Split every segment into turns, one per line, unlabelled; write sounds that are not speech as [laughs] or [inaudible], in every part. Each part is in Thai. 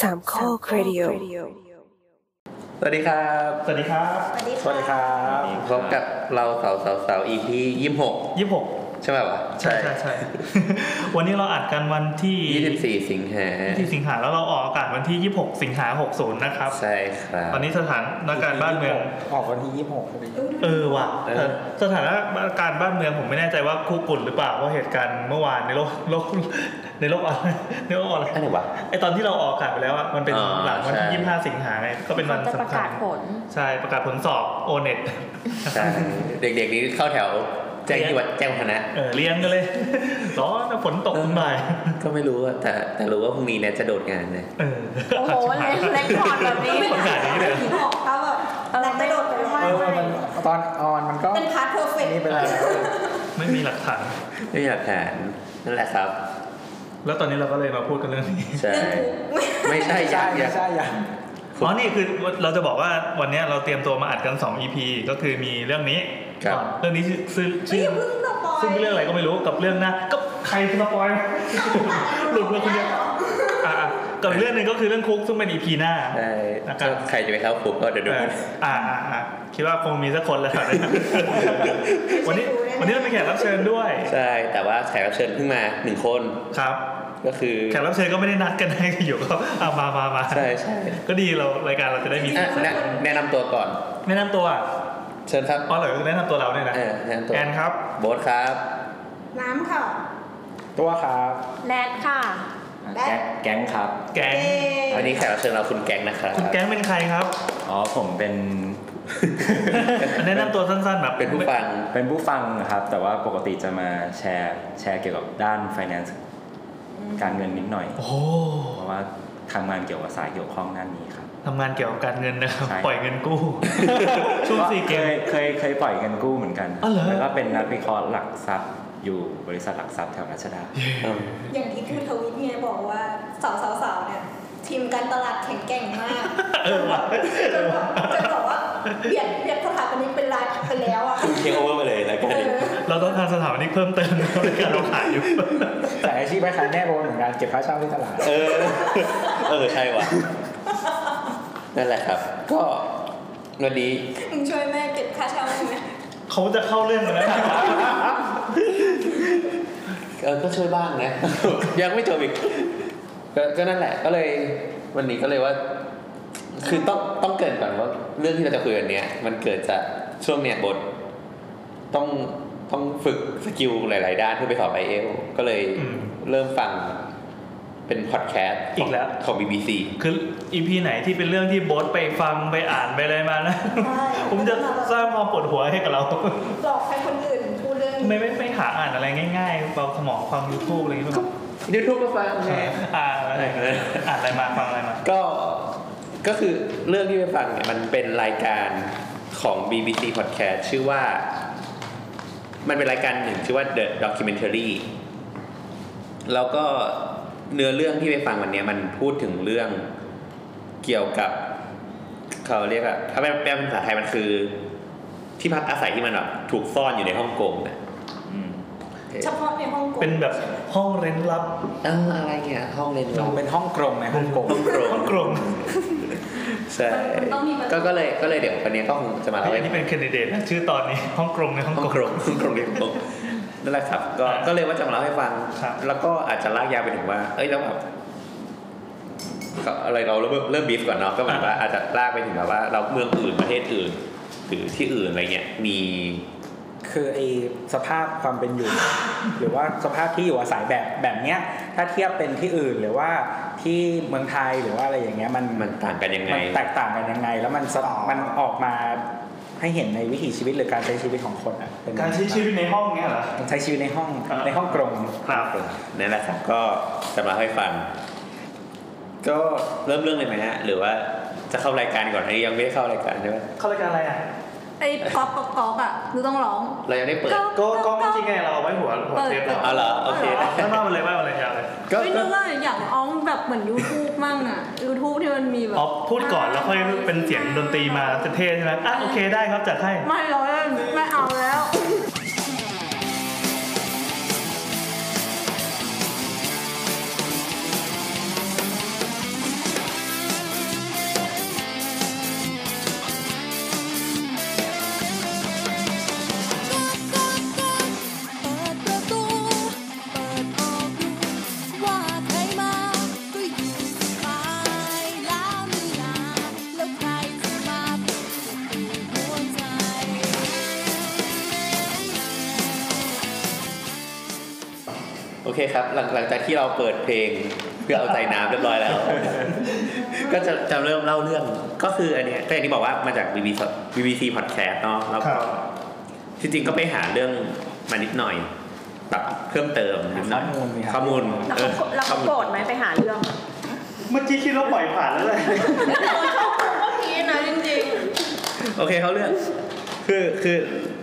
สามข้อครดิโอ
สวัสดีครับ
สวัสดีครับ
สวัสดีครับพบกับเราสาวสาวสาว EP ยี่สิบหก
ยี่หก
ใช่ไหมวะ
ใช่ใช่ใช่
[laughs]
วันนี้เราอัดกันวันที่
ยี่สิบสี่สิงหา
ที่สิงหาแล้วเราออกอากาศวันที่ 26 สิงหา60 นะครับ
ใช่ครับ
ตอนนี้สถานการณ์บ้านเมือง
ออกวันที่ยี่สิบหกพอดี
เออว่ะแต่สถานการณ์บ้านเมืองผมไม่แน่ใจว่าคู่กุ่นหรือเปล่าเพราะเหตุการณ์เมื่อวานในโลก [laughs] โลกในโลก [laughs] ออนไลน์ในโลกออนไลน์
อันไหนวะ
ไอตอนที่เราออกอากาศไปแล้วอะมันเป็น
อ๋อ
หลังวัน
ใช่
ที่25 สิงหาไงก็เป็นวัน
จะประ
สำคั
กา
ญ
ศผล
ใช่ประกาศผลสอบโอเน็ต
ใช่เด็กๆนี้เข้าแถว แจ้งที่วัดแจ้งวัฒนะ
เออเรียนกันเลย [laughs] ร้อนนะฝนตกบ่าย [laughs]
ก็ไม่รู้อะแต่แต่รู้ว่าพรุ่งนี้แนทจะโดดงานนะ
เออ
โอ้โหเล่นเล่นคอร์ดแบบนี้
คนขนาดนี้เลย
ที่บอกเขาแบบ
เรา
นัก
ไม่
กระโดดไป
ไม่
ว่า
เออมันตอนออนมันก็
เป็นพาร์ทเพอร์เฟ
อั
ก
น
ต์
นี้ไปแล้ว
ไม่มีหลักฐาน
ไม่มีหลักฐานนั่นแหละครับ
แล้วตอนนี้เราก็เลยมาพูดกันเรื่องนี้
ใช่ไม่ใช่
ไม่
ยั
ใช่
ก
ไม่
ยัก
ใช่ยัง
อ๋อนี่คือเราจะบอกว่าวันเนี้ยเราเตรียมตัวมาอัดกัน 2 EP ก็คือมีเรื่องนี้
ครับ
เรื่องนี้ชื่อ
ไม่
ชื่อ
อย่าเพิ่งสปอย
ซึ่งเป็นเรื่องอะไรก็ไม่รู้กับเรื่องหน้าก็ใครสปอยล์ [laughs] หลุดมาคนเดียวอ่ะอ่ะกับเรื่องหนึงก็คือเรื่องคุกซึ่งเป็น EP หน้า
ใช่
นะครับ
ก็ใครจะไปเข้าคุกก็เดี๋ยวดู
เอออ่าอ่าอ่าคิดว่าคงมีสักคนแหล้ว
[laughs]
วันนี้วันนี้เรามีแขกรับเชิญด้วย
ใช่แต่ว่าแขกรับเชิญเพิ่งมาหนึ่งคน
ครับ
ก็คือ
แขกรับเชิญก็ไม่ได้นัดกันให้อยู่ [laughs] ก็เอามามามา
ใช่ใช่
ก็ดีเรารายการเราจะได้มี
อ่ะแนะแนะนำตัวก่อน
แนะนำตัวอ่ะ
เชิญครับ
อ๋อเหรอแนะนำตัวเราเนี่ยนะ
เออแนะนำตัว
แอนครับ
โบ๊ทครับ
น้ำค่ะ
ตัวครับ
แนทค่ะ
และ
แก๊งครับ
แก๊ง
เย้
วันนี้แขกรับเชิญเราคุณแก๊งนะครับ
คุณแก๊งเป็นใครครับ
อ๋อ ผมเป็น
แนะนำตัวสั้นๆแบบ
เป็นผู้ฟัง
เป็นผู้ฟังครับ แต่ว่าปกติจะมาแชร์แชร์เกี่ยวกับด้าน finance การเงินนิดหน่อย
โอ้โห
เพราะว่าทำงานเกี่ยวกับสายเกี่ยวข้องด้านนี้ครับ
ทำงานเกี่ยวกับการเงินนะครับ
ใช่
ปล่อยเงินกู้ ช่วงสี่
เค
เกม
ยเคยเคยปล่อยเงินกู้เหมือนกัน
อ๋อเหรอ
แล้วก็เป็นนักวิเคราะห์หลักทรัพย์อยู่บริษัทหลักทรัพย์แถวรัชดา
อย่างที่คุณทวิตเนี่ยบอกว่าสาวสาวสาวๆๆเนี่ยทีมการตลาดแข็งแกร่งมาก
เออว่ะ
จนแบบจนบอกว่าเบียดเบียดสถาปนิกเป็นรายไปแล้วอ่ะ
เทคโอเวอร์ไปเลยแล้วกัน
เออ
เราต้องการสถาปนิกเพิ่มเติม [laughs] ในการเราขายอยู่
แต่อาชีพไปขายแม่โบเหมือนกันเก็บค่าเช่าที่ตลาด
เออ เออ ใช่ว่ะ นั่นแหละครับ ก็วันนี้
มึงช่วยแม่เก็บค่าเช่าใช่ไหม
เขาจะเข้าเรื่องกันแล้วนะ
เออก็ช่วยบ้างนะ [laughs] ยังไม่จบอีกก็ก็นั่นแหละ ก็เลย วันนี้ก็เลยว่า คือต้องต้องเกริดก่อนว่า เรื่องที่เราจะคุยกันเนี้ย มันเกิดจากช่วงเนี้ยบท ต้องต้องฝึกสกิลหลาย ๆ ด้านเพื่อไปสอบไอเอลก็เลยเริ่มฟังเป็นพอดแคสต์ขง
อีกแล้ว
ของ BBC
คืออีพีไหนที่เป็นเรื่องที่โบทไปฟังไปอ่านไปอะไรมานะ [laughs] ผมจะสร้างความปวดหัวให้กับเรา
หลอกให้คนอื่นพูดเรื่อง
ไม่
นี้
ไม่ไม่หาอ่านอะไรง่ายๆเบาสมองฟังยูทูบอะไรอย่างเงี้ย
ยูทูบก็ฟังไง
อ่านอะไรอ่านอะไรมาฟังอะไรมา
ก็ก็คือเรื่องที่ไปฟังเนี่ยมันเป็นรายการของ BBC Podcast ชื่อว่า มันเป็นรายการหนึ่งชื่อว่า The Documentary แล้วก็เนื้อเรื่องที่ไปฟังวันเนี้ยมันพูดถึงเรื่องเกี่ยวกับ เขาเรียกอะถ้าเป็นแปลเป็นภาษาไทยมันคือ ที่พักอาศัยที่มันแบบถูกซ่อนอยู่ในฮ่องกงนะ
เฉพาะในฮ่องกง
เป็นแบบห้องเร้นลับ
เอออะไรเนี่ยห้องเรียน
เรา
รู้
เป็นห้องกรงในฮ่องกง
ห้องกรง
ห้องกรง
ใช่ก็ก็เลยก็เลยเดี๋ยววันเนี้ยก็คงจะมาเล่า
อัน
ให้
นี่เป็นแคนดิเดตนะชื่อตอนนี้ห้องกรงในห้อง
ฮ่อง
ก
ก
รง
งฮ่องกงเรียนตรงนั่นแหละครับ ก็
อ่า
ก็เลยว่าจะมาเล่าให้ฟัง
ครับ
แล้วก็อาจจะลากยาวไปถึงว่า เอ้ยแล้วแบบก็อะไรเราเริ่มเริ่มบีฟก่อนเนาะก็เหมือนว่าอาจจะลากไปถึงแบบว่าเราเมืองอื่นประเทศอื่น หรือที่อื่นอะไรเงี้ยมี
คือไอสภาพความเป็น
[laughs]
อยู่ หรือว่าสภาพที่อยู่อาศัยแบบแบบเนี้ย ถ้าเทียบเป็นที่อื่นหรือว่าที่เมืองไทยหรือว่าอะไรอย่างเงี้ยมัน
มันต่างกันยังไง
มันแตกต่างกันยังไง แล้วมันสะมันออกมาให้เห็นในวิถีชีวิตหรือการใช้ชีวิตของคนอ่ะเป็นยังไง
การใช้ชีวิตในห้องเนี้ยเหรอ
ใช้ชีวิตในห้อง
อ่า
ในห้องกรง
ครับ
นั่นแหละครับก็จะมาเล่าให้ฟัง ก็เริ่มเรื่องเลยไหมฮะ หรือว่าจะเข้ารายการก่อนอันนี้ยังไม่ได้เข้ารายการใช่ไหม
เข้ารายการอะไรอ่ะ
ไอ้ก๊อกก๊อกก๊อกอ่ะคือต้องร้อง
เรายังไม่เปิด
ก็ก็ไม่จริงไงเราเอาไว้หัวหัวเทปเรา
เอาเหรอโอเค
ข้างนอกมันเลยว่าอะไรยาวเลย
ก็
เฮ้ย
ก็
นึกว่าอยากร้องแบบเหมือน YouTube มั่งอ่ะ YouTube ที่มันมีแบบ
อ๋อพูดก่อนแล้วค่อยเป็นเสียงดนตรีมาจะเท่ใช่ไหมอ่ะโอเคได้ครับจัดให้
ไม่ร้องไม่เอาแล้ว
ก โอเคครับ หลังหลังจากที่เราเปิดเพลงเพื่อเอาใจน้ำเรียบร้อยแล้ว [laughs] ก็จะจะเริ่มเล่าเรื่องก็คืออันเนี้ยก็อย่างที่บอกว่ามาจาก BBC BBC Podcast เนาะแล้ว
ครั
ก็
บ
จริงๆก็ไปหาเรื่องมานิดหน่อยแบบเพิ่มเติมนิดหน่อย
ข้อมูลมีครับ
ข้อมูล
แล้ว
เอ
เขาโกรธ
อ
แล้ว
ข้อ
เขา
มูล
โกรธไหมไปหาเรื่อง
เมื่อกี้คิดว่าปล่อยผ่านแล้วเลย
ก็พีคนะจริง
โอเคเขาเรื่องคือคือ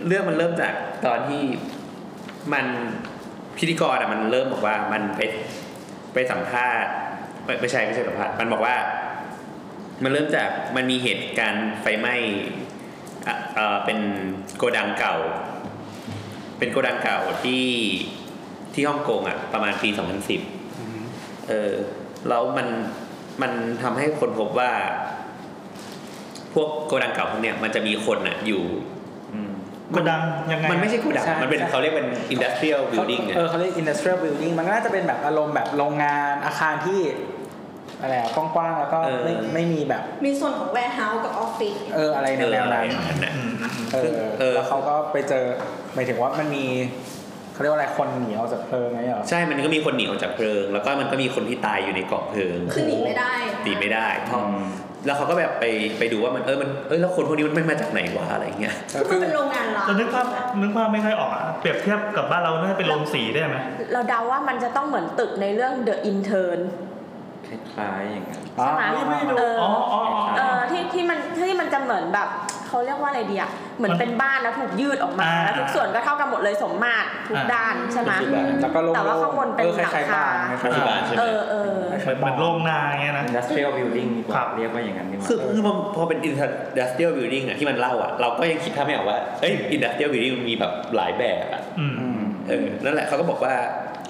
เรื่องมันเริ่มจากตอนที่มันพิธีกรอะมันเริ่มบอกว่ามันไปไปสัมภาษณ์ไม่ไม่ใช่ไม่ใช่สัมภาษณ์มันบอกว่า มันเริ่มจากมันมีเหตุการณ์ไฟไหม้อ่ะเอ่อเป็นโกดังเก่า เป็นโกดังเก่าที่ที่ฮ่องกงอ่ะประมาณปี2010เออแล้วมันมันทำให้คนพบว่า พวกโกดังเก่าพวกเนี้ยมันจะมีคนอ่ะอยู่
โกดังยังไง
มันไม่ใช่โกดัง
ใช่
มันเป็น
ใช่
เขาเรียกเป็น industrial building อ่ะ
เออเขาเรียก industrial building มันก็น่าจะเป็นแบบอารมณ์แบบโรงงานอาคารที่อะไรอะกว้างๆแล้วก็ไม่ไม่มีแบบ
มีส่วนของแวร์เฮาส์กับออฟฟิศ
เอออะไรใน
เออ
แนว
อะไร
นั้น
อย่างนั้นน่ะ
เอ
เอ
อ
อ
แล้วเขาก็ไปเจอหมายถึงว่ามันมีเขาเรียกว่าอะไรคนหนีออกจากเพลิงไงเหรอ
ใช่ มันก็มีคนหนีออกจากเพลิง แล้วก็มันก็มีคนที่ตายอยู่ในกองเพลิง
คือหนีไม่ได้
หนีไม่ได้เพราะ
อืม
แล้วเขาก็แบบไปไปดูว่ามันเออมันเออแล้วคนพวกนี้มันไม่มาจากไหนวะอะไรเงี้ย
ก็คือเป็นโรงงานร้าง
จะนึกภาพนึกภาพไม่ค่อยออกอะเปรียบเทียบกับบ้านเราน่าจะเป็นโรงสีได้ไหม
เราเดาว่ามันจะต้องเหมือนตึกในเรื่อง The Intern
คล้ายๆอย่างนั้น
ใช่ไหม
ไม่ไม่ดู
เออ
อ๋ออ๋ออ๋อ
เออที่ที่มันที่มันจะเหมือนแบบเขาเรียกว่าอะไรดีอะเหมือนเป็นบ้านแล้วถูกยืดออกมา
อ่า
แล้วทุกส่วนก็เท่ากันหมดเลยสมมาตรทุกด้านใช่ไหม
แล้วก็โล่งๆ
แต่ว่าข้างบนเป็น
ออคล้ยๆ
หลังคา
ปัจจุ
บ้นนะครับ
บันใช่ไหม
เออเออ
เหมือนเหมือนโรงนาอย่างเงี้ยนะ
industrial building ดีก
ครั
ว่า
บ
เรียกว่าอย่างนั้นดีกว่า
คือคือพอพอเป็น industrial building อ่ะที่มันเล่าอ่ะเราก็ยังคิดภาพไม่ออกว่าเอ้ย industrial building มันมีแบบหลายแบบอ่ะ
อืม
เออนั่นแหละเขาก็บอกว่า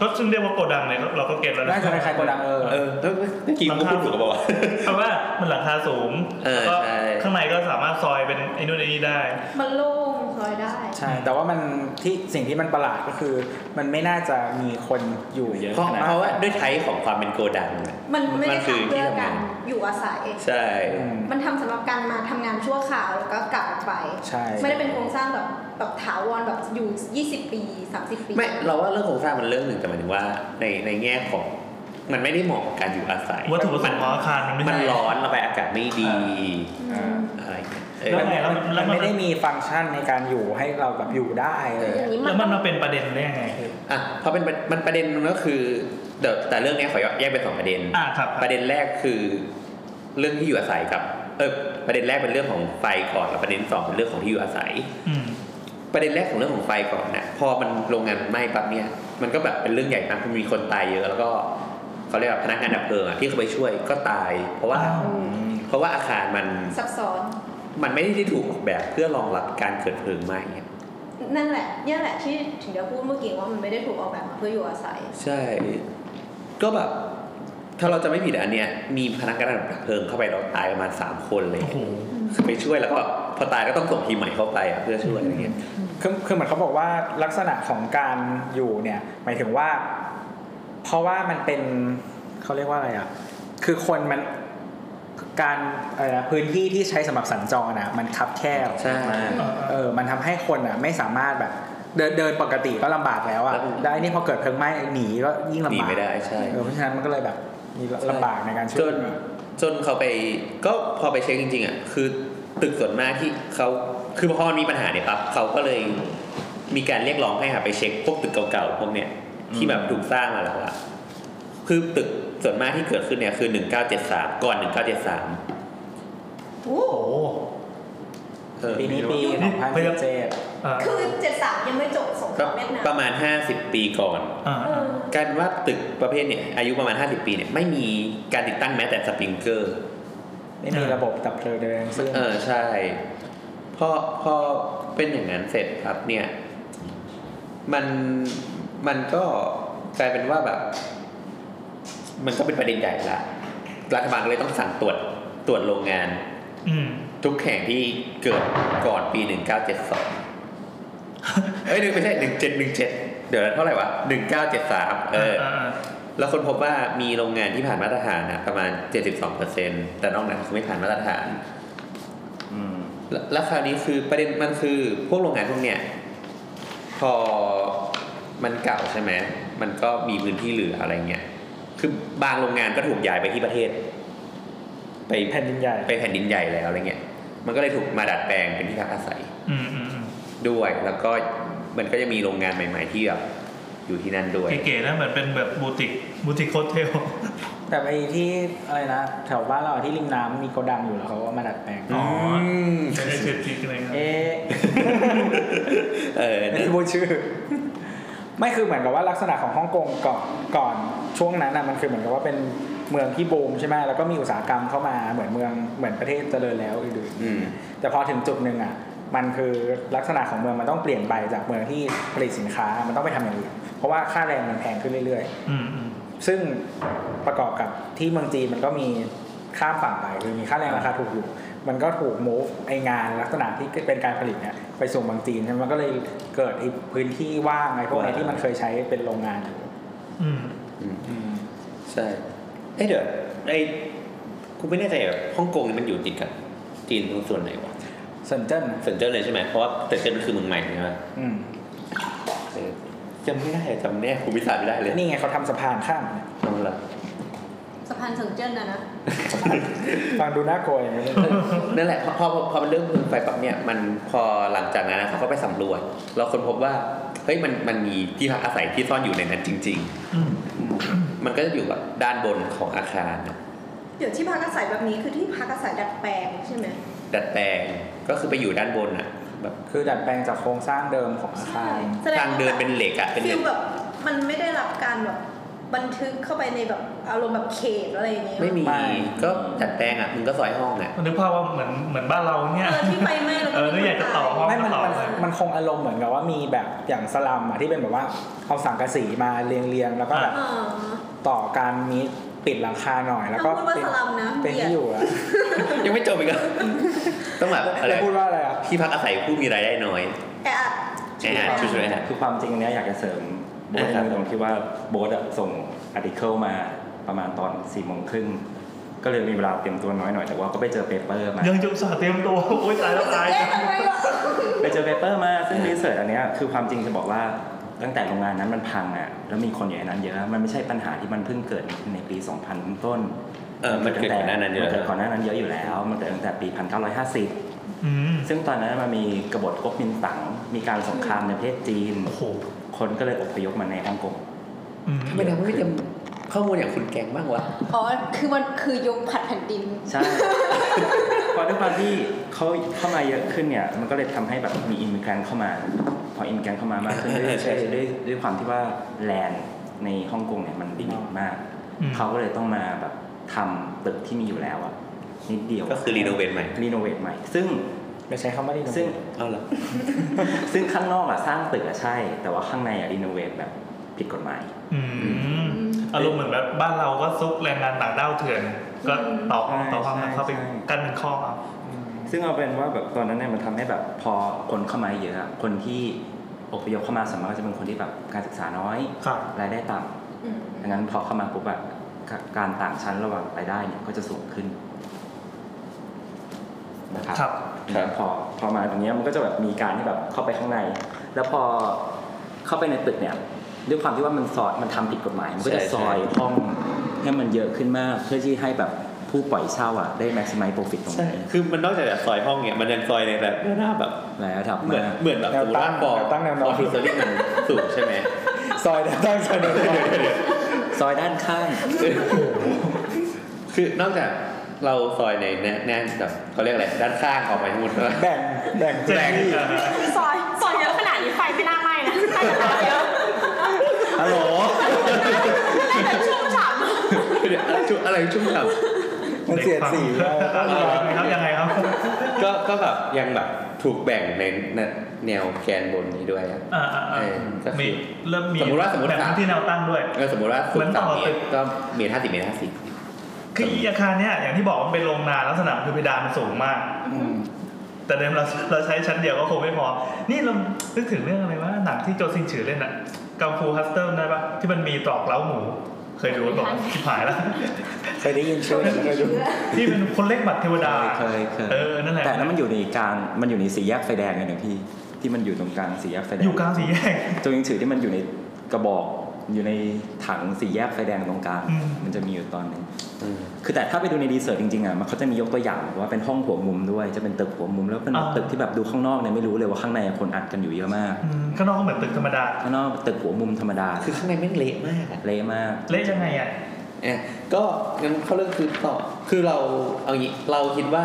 ก็ซึ่งเรียกว่าโกดังเลยเราก็เก็ตแล้วนะ
น่าจะคล้ายๆโกดังเออ
เออแล้วเมื่อกี้ผมก็พูดถูกกับบอกว่า
เพราะว่ามันหลังคาสูง
เออ
แล้วก็
ใช่
ข้างในก็สามารถซอยเป็นไอ้นู่นไอ้นี่ได้
มันโล่งซอยได้
ใช่ แต่ว่ามันที่สิ่งที่มันประหลาดก็คือ มันไม่น่าจะมีคนอยู่เยอะ
เพราะ
ขนาด
เพราะว่าด้วยไทป์ของความเป็นโกดังอะ
มันไม่
มั
ได้
นคือ
ทำเพื่อ
ที่ทำงาก
าน รอยู่อาศัย
ใช่
อืม
มันทำสำหรับการมาทำงานชั่วคราวแล้วก็กลับออกไป
ใช่
ไม่ได้เป็นโครงสร้างแบบแบบถาวรแบบอยู่ 20 ปี 30 ปี
ไม่เราว่าเรื่องโครงสร้างมันเรื่องหนึ่งแต่หมายถึงว่าในในแง่ของ มันไม่ได้เหมาะกับการอยู่อาศัย
วัตถุประสงค์ของอาคารมันไม่
มัน
ใช่
ร้อนระบายอากาศไม่ดี
อ่า
อะไรอย่างเงี้ยเอ
แล้
อ
วไงแล้วแล้วน
มั
มัน
ไม่ได้มีฟังก์ชันในการอยู่ให้เราแบบอยู่ได้เลย
อย่างนี้มั
แล้
น
วมัน
ต้อง
มาเป็นประเด็นได้ยังไง
อ่ะเพราะเป็นมันประเด็นมันก็คือเดี๋ยวแต่เรื่องเนี้ยขอแยกเป็นสองประเด็น
อ่าครับ
ประเด็นแรกคือเรื่องที่อยู่อาศัยกับเออประเด็นแรกเป็นเรื่องของไฟก่อนแล้วประเด็นสองเป็นเรื่องของที่อยู่อาศัย
อืม
ประเด็นแรกของเรื่องของไฟก่อนนะพอมันโรงงานไหม้ปั๊บเนี่ยมันก็แบบเป็นเรื่องใหญ่มากมันมีคนตายเยอะ แล้วก็เขาเรียกว่าพนักงานดับเพลิงอะที่เขาไปช่วยก็ตาย เพราะว่า เพราะว่าอาคารมัน
ซับซ้อน
มันไม่ได้ถูกออกแบบเพื่อรองรับการเกิดเพลิงไหม้อะ
นั่นแหละเนี่ยแหละที่ถึงจะพูดเมื่อกี้ว่ามันไม่ได้ถูกออกแบบมาเพื่ออยู่อาศัย
ใช่ ก็แบบ ถ้าเราจะไม่ผิดอันเนี้ยมีพนักงานดับเพลิงเข้าไปเราตายประมาณสามคนเลย
โอ้โห
คือไปช่วยแล้วก็พอตายก็ต้องส่งทีมใหม่เข้าไปอะเพื่อช่วยอะไรเงี้ย
คือคือเหมือนเขาบอกว่าลักษณะของการอยู่เนี่ยหมายถึงว่า เพราะว่ามันเป็นเขาเรียกว่าอะไรอ่ะ คือคนมันการอะไรนะพื้นที่ที่ใช้สำหรับสัญจรอ่ะมันคับแคบ
ใช่
เออ มันทำให้คนอ่ะไม่สามารถแบบ เดินเดินปกติก็ลำบากแล้วอ่ะ
แล้วมัน
แล้วไอ้นี่พอเกิดเพลิงไหม้หนีก็ยิ่งลำ
หนี
บาก
ไม่ได้ใช่
เออเพราะฉะนั้นมันก็เลยแบบมีลำบากในการช่
จน
วยเหลือ
จนเขาไปก็พอไปเช็คจริงๆอ่ะคือตึกส่วนมากที่เขาคือพอมันมีปัญหาเนี่ยปั๊บเขาก็เลยมีการเรียกร้องให้หาไปเช็คพวกตึกเก่าๆพวกเนี้ยที่แบบถูกสร้างมาแล้วอะคือตึกส่วนมากที่เกิดขึ้นเนี่ยคือ 1973 ก่อน 1973
โอ้โห
เออ
ปีนี้ปี
นี่ไม่ได้
2017
อ่า
คือ 73 ยังไม่จบสงค
ก็
รามเวียดนาม
ประมาณ 50 ปีก่อน
อ่า
เออ
การว่าตึกประเภทเนี่ยอายุประมาณ 50 ปีเนี่ยไม่มีการติดตั้งแม้แต่สปริงเกอร์
ไม่มีระบบดับเพลิงใดๆทั้งสิ้น
เออใช่พอพอเป็นอย่างนั้นเสร็จครับเนี่ย มันมันก็กลายเป็นว่าแบบ มันก็เป็นประเด็นใหญ่ละรัฐบาลก็เลยต้องสั่งตรวจตรวจโรงงาน
อืม
ทุกแห่งที่เกิดก่อนปี 1972 เอ้ยหนึ่งไม่ใช่ 1717 เดี๋ยวนะเท่าไหร่วะ 1973 เออ
าา
แล้วคนพบว่ามีโรงงานที่ผ่านมาตรฐานนะประมาณ 72%แต่นอกนั้นคือไม่ผ่านมาตรฐาน
อืม
แล้วแล้วคราวนี้คือประเด็นมันคือพวกโรงงานพวกเนี้ยพอ มันเก่าใช่ไหมมันก็มีพื้นที่เหลืออะไรเงี้ย คือบางโรงงานก็ถูกย้ายไปที่ประเทศ ไป
แผ่นดินใหญ่
ไปแผ่นดินใหญ่แล้วอะไรเงี้ย มันก็เลยถูกมาดัดแปลงเป็นที่พักอาศัย
อืมอืมอืม
ด้วย แล้วก็มันก็จะมีโรงงานใหม่ ๆ ที่แบบอยู่ที่นั่นด้วย
เก๋ๆนะเหมือนเป็นแบบบูติกบูติกโฮเทล
แต่ไอ้ที่อะไรนะ แถวบ้านเราที่ริมน้ำมีโกดังอยู่แล้วเขาก็มาดัดแปลง
อ๋ออื
ม
ไม่ได้เซฟติกอะไรครับ
เอ๊ะ
เออ
ไม่
นั่น
ได้พูดชื่อ ไม่คือเหมือนกับว่าลักษณะของฮ่องกงก่อนก่อนช่วงนั้นน่ะมันคือเหมือนกับว่าเป็นเมืองที่บูมใช่ไหมแล้วก็มีอุตสาหกรรมเข้ามาเหมือนเมืองเหมือนประเทศเจริญแล้วอื่น
อืม
ๆแต่พอถึงจุดหนึ่งอ่ะ มันคือลักษณะของเมืองมันต้องเปลี่ยนไปจากเมืองที่ผลิตสินค้ามันต้องไปทำอย่างอื่นเพราะว่าค่าแรงมันแพงขึ้นเรื่อย
อืมอืม
ๆ ซึ่งประกอบกับที่เมืองจีนมันก็มีข้ามฝั่งไปคือมีค่าแรงราคาถูกอยู่ มันก็ถูก move ไองานลักษณะที่เป็นการผลิตเนี่ยไปสู่เมืองจีนใช่ไหมมันก็เลยเกิดไอ้พื้นที่ว่างไอ้พวกเนี้ยที่มันเคยใช้เป็นโรงงานอยู่
อืม
ใช่เอ้ยเดี๋ยวไอ้กูไม่แน่ใจอ่ะฮ่องกงนี่มันอยู่ติดกับจีนตรงส่วนไหนวะ
เซนเจิ้น
เซนเจิ้นเลยใช่ไหมเพราะว่าเซนเจิ้นมันคือเมืองใหม่ใช่ไหม
อืม
เออจำไม่ได้อะจำแน่ภูมิศาสตร์ไม่ได้เลย
นี่ไงเขาทำสะพานข้ามเนี่ย
นั่นแหละ
สะพานเซิงเจิ้นนะนะ
ฟังดูน่ากลัวอย่างนี้
เออนั่นแหละพอพอพอมันเริ่มเมืองไปปั๊บเนี่ยมันพอหลังจากนั้นนะเขาก็ไปสำรวจเราค้นพบว่าเฮ้ยมันมันมีที่พักอาศัยที่ซ่อนอยู่ในนั้นจริง
อืม
ๆ มันก็จะอยู่แบบด้านบนของอาคารนะ
เดี๋ยวที่พักอาศัยแบบนี้คือที่พักอาศัยดัดแปลงใช่ไหม
ดัดแปลงก็คือไปอยู่ด้านบนอ่ะแบบ
คือดัดแปลงจากโครงสร้างเดิมของอาคาร
แสดงว่า
ทางเดินเป็นเหล็กอ่ะเป็นเห
ฟิ
ล็
ล
ก
แบบมันไม่ได้รับการแบบบันทึกเข้าไปในแบบอารมณ์แบบเขตอะไรอย่างเงี้ย
ไม่มี
ไม่
ก็ดัดแปลงอ่ะมึงก็ซอยห้องอ่ะ
นึกภาพว่าเหมือนเหมือนบ้านเราเนี่ย
เออที่ไฟไหม้แล้ว
เออนี่อยากจะต่อห้อง
ไม่มัน
ต่อ
มัน
เลย
มันคงอารมณ์เหมือนกับว่ามีแบบอย่างสลัมอะที่เป็นแบบว่าเอาสังกะสีมาเรียงเรียงๆแล้วก็แบบ
เออ
ต่อการมีปิดหลังคาหน่อย แล้วก็
เอาพูดว่า
เป็น
สลัมนะ
เป็น
เบียด
ที่อยู่อะ
ยังไม่จบอีกเหรอ่ะต้องแบบอะไร
จะพูดว่าอะไรอะ
ที่พักอาศัยผู้มีรายได้น้อย
แออัด
แอร์ช่วยช่วยแอร์
คือความจริงเนี้ยอยากจะเสริมโบท
นะครับ
ในตรงที่ว่าโบทอะส่งอาร์ติเคิลมาประมาณตอน4ี่โมงครึ่งก็เลยมีเวลาเตรียมตัวน้อยหน่อยแต่ว่าก็ไปเจอเปเปอร์มา
ยังจะอุตส่าห์เตรียมตัว โอ้ยตายแล้วตาย
เอ๊ะทำไมวะ
ไปเจอเปเปอร์มาซึ่งรีเสิร์ชอันเนี้ยคือความจริงจะบอกว่าตั้งแต่โรงงานนั้นมันพังอ่ะแล้วมีคนอยู่ในนั้นเยอะ มันไม่ใช่ปัญหาที่มันเพิ่งเกิดในปี 2000 ต้น
เออมันเกิดก่อนหน้านั้นเยอะ
มัเกิดก่อนหน้านั้นเยอะอยู่แล้วมันเกิดตั้งแต่ปี 1950
อืม
ซึ่งตอนนั้นมันมีกบฏก๊กมินตั๋งมีการสงครามในประเทศจีน
โอ้โห
คนก็เลยอพยพมาในฮ่องกง
อืม
ทำไมเราไม่จำข้อมูลอย่างคุณแกงบ้างวะ
อ๋อ คือมันคือยงผัดแผ่นดิน
ใช่ เพราะด้วยความที่เขาเข้ามาเยอะขึ้นเนี่ย มันก็เลยทำให้แบบมีอินมิแกรนเข้ามา พออินมิแกรนเข้ามามากขึ้นด้วย
ใช่ใช่
ด้วยด้วยด้วยความที่ว่าแลนด์ในฮ่องกงเนี่ยมันดิบมาก
อืม
เขาก็เลยต้องมาแบบทำตึกที่มีอยู่แล้วอะนิดเดียว
ก็คือรีโนเวทใหม่
รีโนเวทใหม่ ซึ่ง
ไม่ใช้คำว่าดีนะ
ซึ่ง
เอาละ
ซึ่งข้างนอกอะสร้างตึกอะใช่ แต่ว่าข้างในอะรีโนเวทแบบผิดกฎหมาย
อืมอารมณ์เหมือนแบบบ้านเราก็ซุกแรงงานต่างด้าวเถื่อน ก็ต่อห้องต่อห้องมันเข้าไป
ใช่ใช่
กั้นเป็นข้อเอา
ซึ่งเอาเป็นว่าแบบตอนนั้นเนี่ยมันทำให้แบบพอคนเข้ามาเยอะอะคนที่อพยพเข้ามาส่วนมากก็จะเป็นคนที่แบบการศึกษาน้อย
ครับ
รายได้ต่ำดังนั้นพอเข้ามาปุ๊บแบบการต่างชั้นระหว่างรายได้เนี่ยก็จะสูงขึ้นนะครับ
ครับ
ดังนั้นพอพอมาตรงเนี้ยมันก็จะแบบมีการที่แบบเข้าไปข้างใน แล้วพอเข้าไปในตึกเนี่ยด้วยความที่ว่ามันสอดมันทำผิดกฎหมาย มันก็จะซอยห้องให้มันเยอะขึ้นมาก เพื่อที่ให้แบบผู้ปล่อยเช่าอ่ะได้ maximize profit ตรง
ใช่
นี้
คือมันนอกจากจะซอยห้องเนี่ยมันยังซอยในแบบหน้าแบบ
แล้วถับ
เหมือน
มา
เหมือนแบบ
แนวตั้ง
บอ
แนวตั้งแนวน
อ
อน
ฟิเซอรี่มันสูงใช่ไหม [laughs]
ซอยแนวตั้งซอยแนวนอน
ซอยด้านข้าง
คือนอกจากเราซอยในแนแน่นแบบเขาเรียกอะไรด้านข้างออกไปทั้งหมดแล้ว
แบ่งแบ่ง
แจ้ง
ที่
อ่าฮะ
ซอยซอยเยอะขนาดนี้ไฟไม่น่าไหม้นะไฟเยอะ
ฮัลโหล
ไม่แต่ชุ่มฉ่ำ
[laughs] เดี๋ยวอะไรชุ่มอะไรชุ่มฉ่ำ
มันเสียดสี
เด็กฟัง
แล้ว
เอายังไงครับยังไงครับ
ก็ก็แบบยังแบบถูกแบ่งในแนวแกนบนนี้ด้วยอะ
อ่าอ่า
เอ
อ่า
อก็คือ
มีเริ่มมี
สมมุติว่าสมมุติ
แบบที่แนวตั้งด้วย
ก็สมมติว่าสู
เหมื
ง
อน
สาม
ต่อ
เม
ตึ
ตร
ก
ก็เมตรห้าสิบเมตรห้าสิบ
คืออีอาคารเนี่ยอย่างที่บอกมันเป็นโรงงานลักษณะคือเพดานมันสูงมาก แต่เดิมเราเราใช้ชั้นเดียวก็คงไม่พอ นี่เรานึกถึงเรื่องอะไรวะหนังที่โจซินฉือเล่นอะกังฟูฮัสเติลได้ปะที่มันมีตรอกเล้าหมู เคยดูก่อนชิบหายแล้ว
เคยได้ยินชื่อแต่ไม่เคยดู
ที่เป็นคนเล็กบัตรเทวดา
เคยเคย
เออนั่นแหละ
แต่นั้นมันอยู่ในกลาง มันอยู่ในสี่แยกไฟแดงเลยนะพี่ ที่มันอยู่ตรงกลางสี่แยกไฟแดง
อยู่กลางสี่แยก
จงยิงถือที่มันอยู่ใน กระบอกอยู่ในถังสี่แยกไฟแดงตรงกลาง
อืม
มันจะมีอยู่ตอนหนึ่ง
อืม
คือแต่ถ้าไปดูในดีเซอร์จริงๆอ่ะมันเขาจะมียกตัวอย่างว่าเป็นห้องหัวมุมด้วยจะเป็นตึกหัวมุมแล้วเป็น
อ่า
ตึกที่แบบดูข้างนอกเนี่ยไม่รู้เลยว่าข้างในคนอัดกันอยู่เยอะมาก
อืมข้างนอกก็เหมือนตึกธรรมดา
ข้างนอกตึกหัวมุมธรรมดา
คือข้างในแม่งเละมากอะ
เละมาก
เละยังไงอ่ะ
เนี่ยก็งั้นเขาเรื่องคือต่อคือเราเอางี้เราคิดว่า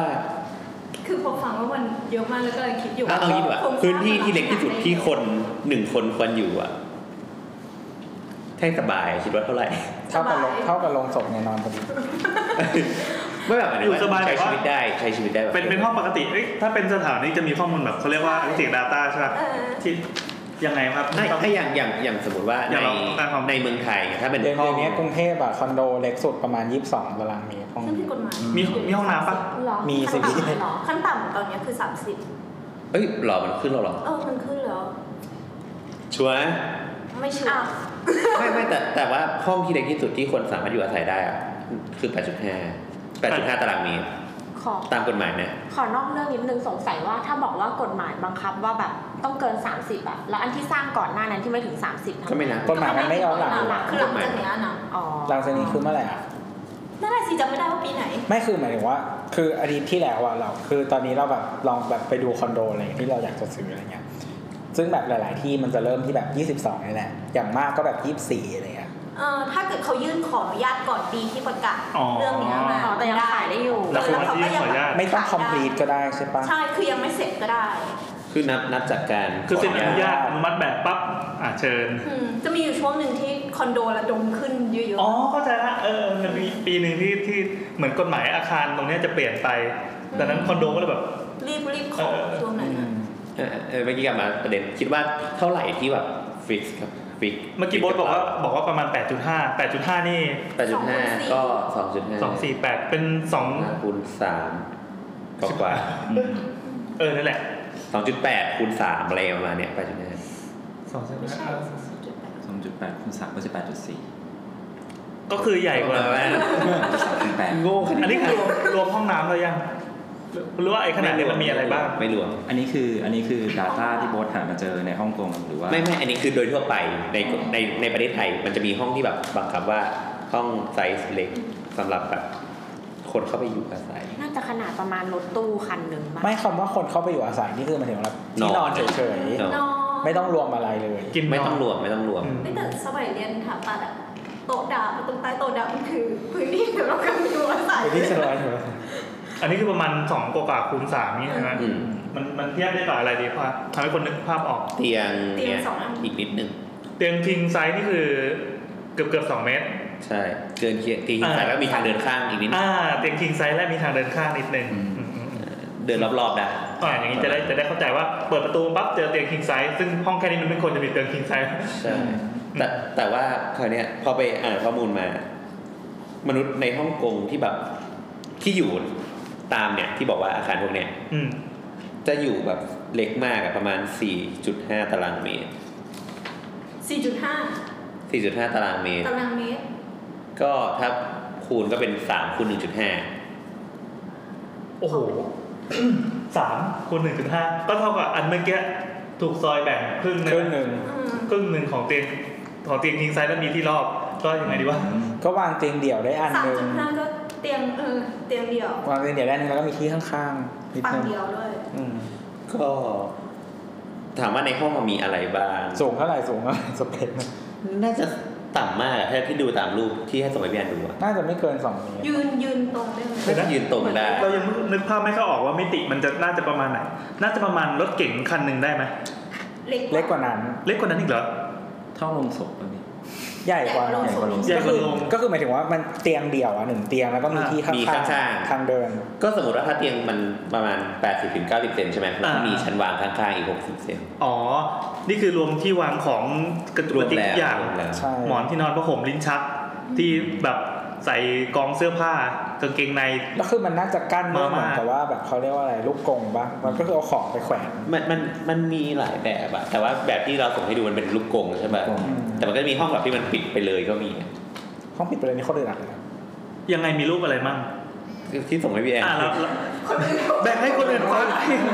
คือพอฟังว่ามันเยอะมากแล้วก็เลยคิดอยู่
อ่ะเอางี้ดีกว่า
โครงสร้ง
พื้นที่ที่เล็กที่สุดที่คนหนึ่งคนควรอยู่อะให้สบายคิดว่าเท่าไหร่
เท่ากับลงเท่ากับลงศพเนี่ยนอนพอดี
ไม่แบบหมถึงว่
อยู่สบาย
ใช้
แบบว่า
ชีวิตได้ใช้ชีวิตได้แบบ
เป็นเป็นห้องปกติเอ้ยถ้าเป็นสถานนี้จะมีข้อมูลแบบเขาเรียกว่า analytic data ใช่ป่ะ
เออ
ที่ยังไงครับ
ไม่ถ้าอย่างอย่างอย่างสมมติว่า
อ
ใน
ย่างเราอ่ะของ
ในเมืองไทยเนี่ยถ้าเป็น
เดี๋ยว
ห้อง
เดี๋ยวนี้กรุงเทพอะคอนโดเล็กสุดประมาณ 22ตารางเมตรห้อง
ซึ่งผิดกฎหมาย
มีมีห้องน้ำปะ
หรอ
มีสิ
ขั้นต่ำเลยเหรอ
ขั้นต่ำตอนเนี้ยคือ
เอ้ยหรอมันขึ้นแล้วหรอ
30 เออมันขึ้นแล้ว
ชัวร์นะ
ไม่ชัว
อ่ะ
ร์
ไม่ไม่แต่แต่ว่าห้องที่เล็กที่สุดที่คนสามารถอยู่อาศัยได้อะคือ 8.5 8.5ตารางเมตร
ขอ
ตามกฎหมายนะ
ขอนอกเรื่องนิดนึงสงสัยว่าถ้าบอกว่ากฎหมายบังคับว่าแบบต้องเกิน 30อะแล้วอันที่สร้างก่อนหน้านั้นที่ไม่ถึง 30
ก็ไม่นะ
กฎหมายมันไม่ย้อนหลัง
หลักคือหลังจากเนี้ยนะ
อ๋อ
หลังจากนี้คือเมื่อไหร่อะ
นั่นแหละสิจำไม่ได้ว่าปีไหน
ไม่คือหมายถึงว่า คืออาทิตย์ที่แล้วอะเรา คือตอนนี้เราแบบลองแบบไปดูคอนโดอะไรอย่างที่เราอยากจะซื้ออะไรเงี้ย ซึ่งแบบหลาย ๆ ที่มันจะเริ่มที่แบบ 22นี่แหละ อย่างมากก็แบบ 24อะไรเงี้ย
เอ่อถ้าเกิดเขายื่นขออนุญาตก่อนปีที่ประกาศเรื่องเนี้ยมา
อ๋อแต่ยังขายได้อยู่
แล้วคนที่ขออนุญาต
ไม่ต้องคอมพลีทก็ได้ใช่ปะ
ใช่คือยังไม่เสร็จก็ได้
คือนับนับจากการ
คือเซ็น
ข
อ
นุ
นุ
ญาต
ญาตอนุมัติแบบปั๊บอ่ะเชิญ
อืมจะมีอยู่ช่วงหนึ่งที่คอนโดระดมขึ้นเยอะ
อ๋อเข้าใจละเออมันมีปีหนึ่งที่ที่เหมือนกฎหมายอาคารตรงเนี้ยจะเปลี่ยนไปดังนั้นคอนโดก็เลยแบบ
ๆรีบรีบขอ
เออ
ช่วงนั้นน่ะ
เออเออเมื่อกี้กลับมาประเด็นคิดว่าเท่าไหร่ที่แบบฟิกครับฟิก
เมื่อกี้โบทบอกว่าบอกว่าประมาณ 8.5 8.5 นี่
8.5 ก็ 2.5
248 เป็น 2
คูณสามกว่ากว่า
เออนั่นแหละ
สองจุดแปดคูณสามอะไรประมาณเนี้ยไปจนได้
ไม่ใช่
2
2.8คูณ3ก็จะ8.4
ก็คือใหญ่กว่า
3.8
โง่
อันนี้คือรวมรวมห้องน้ำเรายังหรือว่าไอ้ขนาดเนี้ยมันมีอะไรบ้าง
ไม่รวม
อันนี้คืออันนี้คือ Data ที่โบสหามาเจอในฮ่องกงหรือว่า
ไม่ไม่อันนี้คือโดยทั่วไปในในในประเทศไทย มันจะมีห้องที่แบบบังคับว่าห้องไซส์เล็กสำหรับแบบคนเข้าไปอยู่อาศัย
น่าจะขนาดประมาณรถตู้คันหนึ่งมั้ย
ไม่คำว่าคนเข้าไปอยู่อาศัยนี่คือหมายถึงว่าที่
น
น
อ
อน นเฉย
เนอะ
นอน
ๆ ไม่ต้องรวมอะไรเลย
กิน
ไม่ต้อง
นน
รวมไม่ต้องรวม
อืม
ไม่แต่สมัยเรียนถาปัดอะโต๊ะดาวตรงใต้โต๊ะดาวมันคือพื้นที่สำหรับการอยู่อาศัย
ที่สโลว์
อันนี้คือประมาณ 2 กว่ากว่าคูณ3นี่ใช่ไหม
อืม
มันมันเทียบได้กับอะไรดีพอทำให้คนนึกภาพออก
เตียง
เตี
เนี่ย ย
งสองอัน
อีกนิดนึง
เตียงพิงไซส์นี่คือเกือบเกือบสองเมตร
ใช่ เกินเตียงเตียงสายแล้วมีทางเดินข้างอีกนิดนึง
อ่าเตียงคิงไซส์และมีทางเดินข้างนิดนึงอืมอืมอืม
เดินรอบๆได้
อ่าอย่างนี้จะได้จะได้เข้าใจว่าเปิดประตูปั๊บเจอเตียงคิงไซส์ซึ่งห้องแค่นี้มันไม่ควรจะมีเตียงคิงไซส์
ใช่แต่แต่ว่าคราวเนี้ยพอไปอ่านข้อมูลมา มนุษย์ในฮ่องกงที่แบบที่อยู่ตามเนี่ยที่บอกว่าอาคารพวกเนี้ย
อืม
จะอยู่แบบเล็กมากอะประมาณ 4.5 ตารางเมตร
4.5
4.5 ตารางเมตร
ตารางเมตร
ก็ถ้าคูณก็เป็น3คูณ1.5
โอ้โหสามคูณหนึ่งจุดห้าก็เท่ากับอันเมื่อกี้ถูกซอยแบ่งครึ่ง
ครึ่งหนึ่ง
อืม
ครึ่งหนึ่งของเตียงของเตียงคิงไซส์แล้วมีที่รอบ ก็ยังไงดีวะ
ก็วางเตียงเดี่ยวได้อัน
สาม
หนึ่ง
จุดห้าก็เตียงเออเตียงเดียว
วางเตียงเดี่ยวได้อันหนึงแล้วก็มีที่ข้างๆนิด
ปัง
นึง
เดียวด้วย
อืม
ก็ถามว่าในห้องมันมีอะไรบ้าง
สูงเท่าไหร่สูงเท่าไหร่สเปคมัน
น่าจะต่ำมากอะถ้าที่ดูตามรูปที่ให้ส่งไปพี่แอนดูอะ
น่าจะไม่เกินสองเมตร
ยืนยืนตรงได้ไหม
น่าจะยืนตรงได้
เรายังนึกภาพไม่เข้าออกว่ามิติมันจะน่าจะประมาณไหน น่าจะประมาณรถเก๋งคันหนึ่งได้ไหม
เล็ก
เล็กกว่านั้น
เล็กกว่านั้นอีกเหรอ
ท่อลงศพป่ะพี่
ใหญ่กว่าหน่อย
ใหญ่กว่าลง
ใหญ่
ก็
ก
คื
ว่า
อ
ลง
ก็คือหมายถึงว่ามันเตียงเดี่ยวอ่ะหนึ่งเตียงแล้วก็มีที่ข้าง
มี
ๆ
ข้างๆ
ทางเดิน
ก็สมมติว่าถ้าเตียงมันประมาณ 80-90ถึง90เซนใช่ไหมแล้วก็มีชั้นวางข้างๆอีก 60เซน
อ๋อ นี่คือรวมที่วางของกระจุก
ร
ก
ว
ระ
ม
จิก
แล้ว
ทุกอย่าง
รวมแล้ว
ใช่
หมอนที่นอนผ้าห่มลิ้นชัก ที่แบบใส่กองเสื้อผ้ากางเกงใน
แล้วคือมันน่าจะกั้นด้วยเหมือน
มากๆ
กับว่าแบบเขาเรียกว่าอะไรลูกกรงปะมันก็คือเอาของไปแขวน
มันมันมันมีหลายแบบอะแต่ว่าแบบที่เราส่งให้ดูมันเป็นลูกกรงใช่ไหม
กรง
อืม
แต่มันก็จะมีห้องแบบที่มันปิดไปเลยก็มี
ห้องปิดไปเลยนี่เขาเดือดเลยนะ
ยังไงมีรูปอะไรมั่ง
ที่ส่งให้พี่แอน
อ่ะแล้วแล้วแบ่งให้คนอื่นฟัง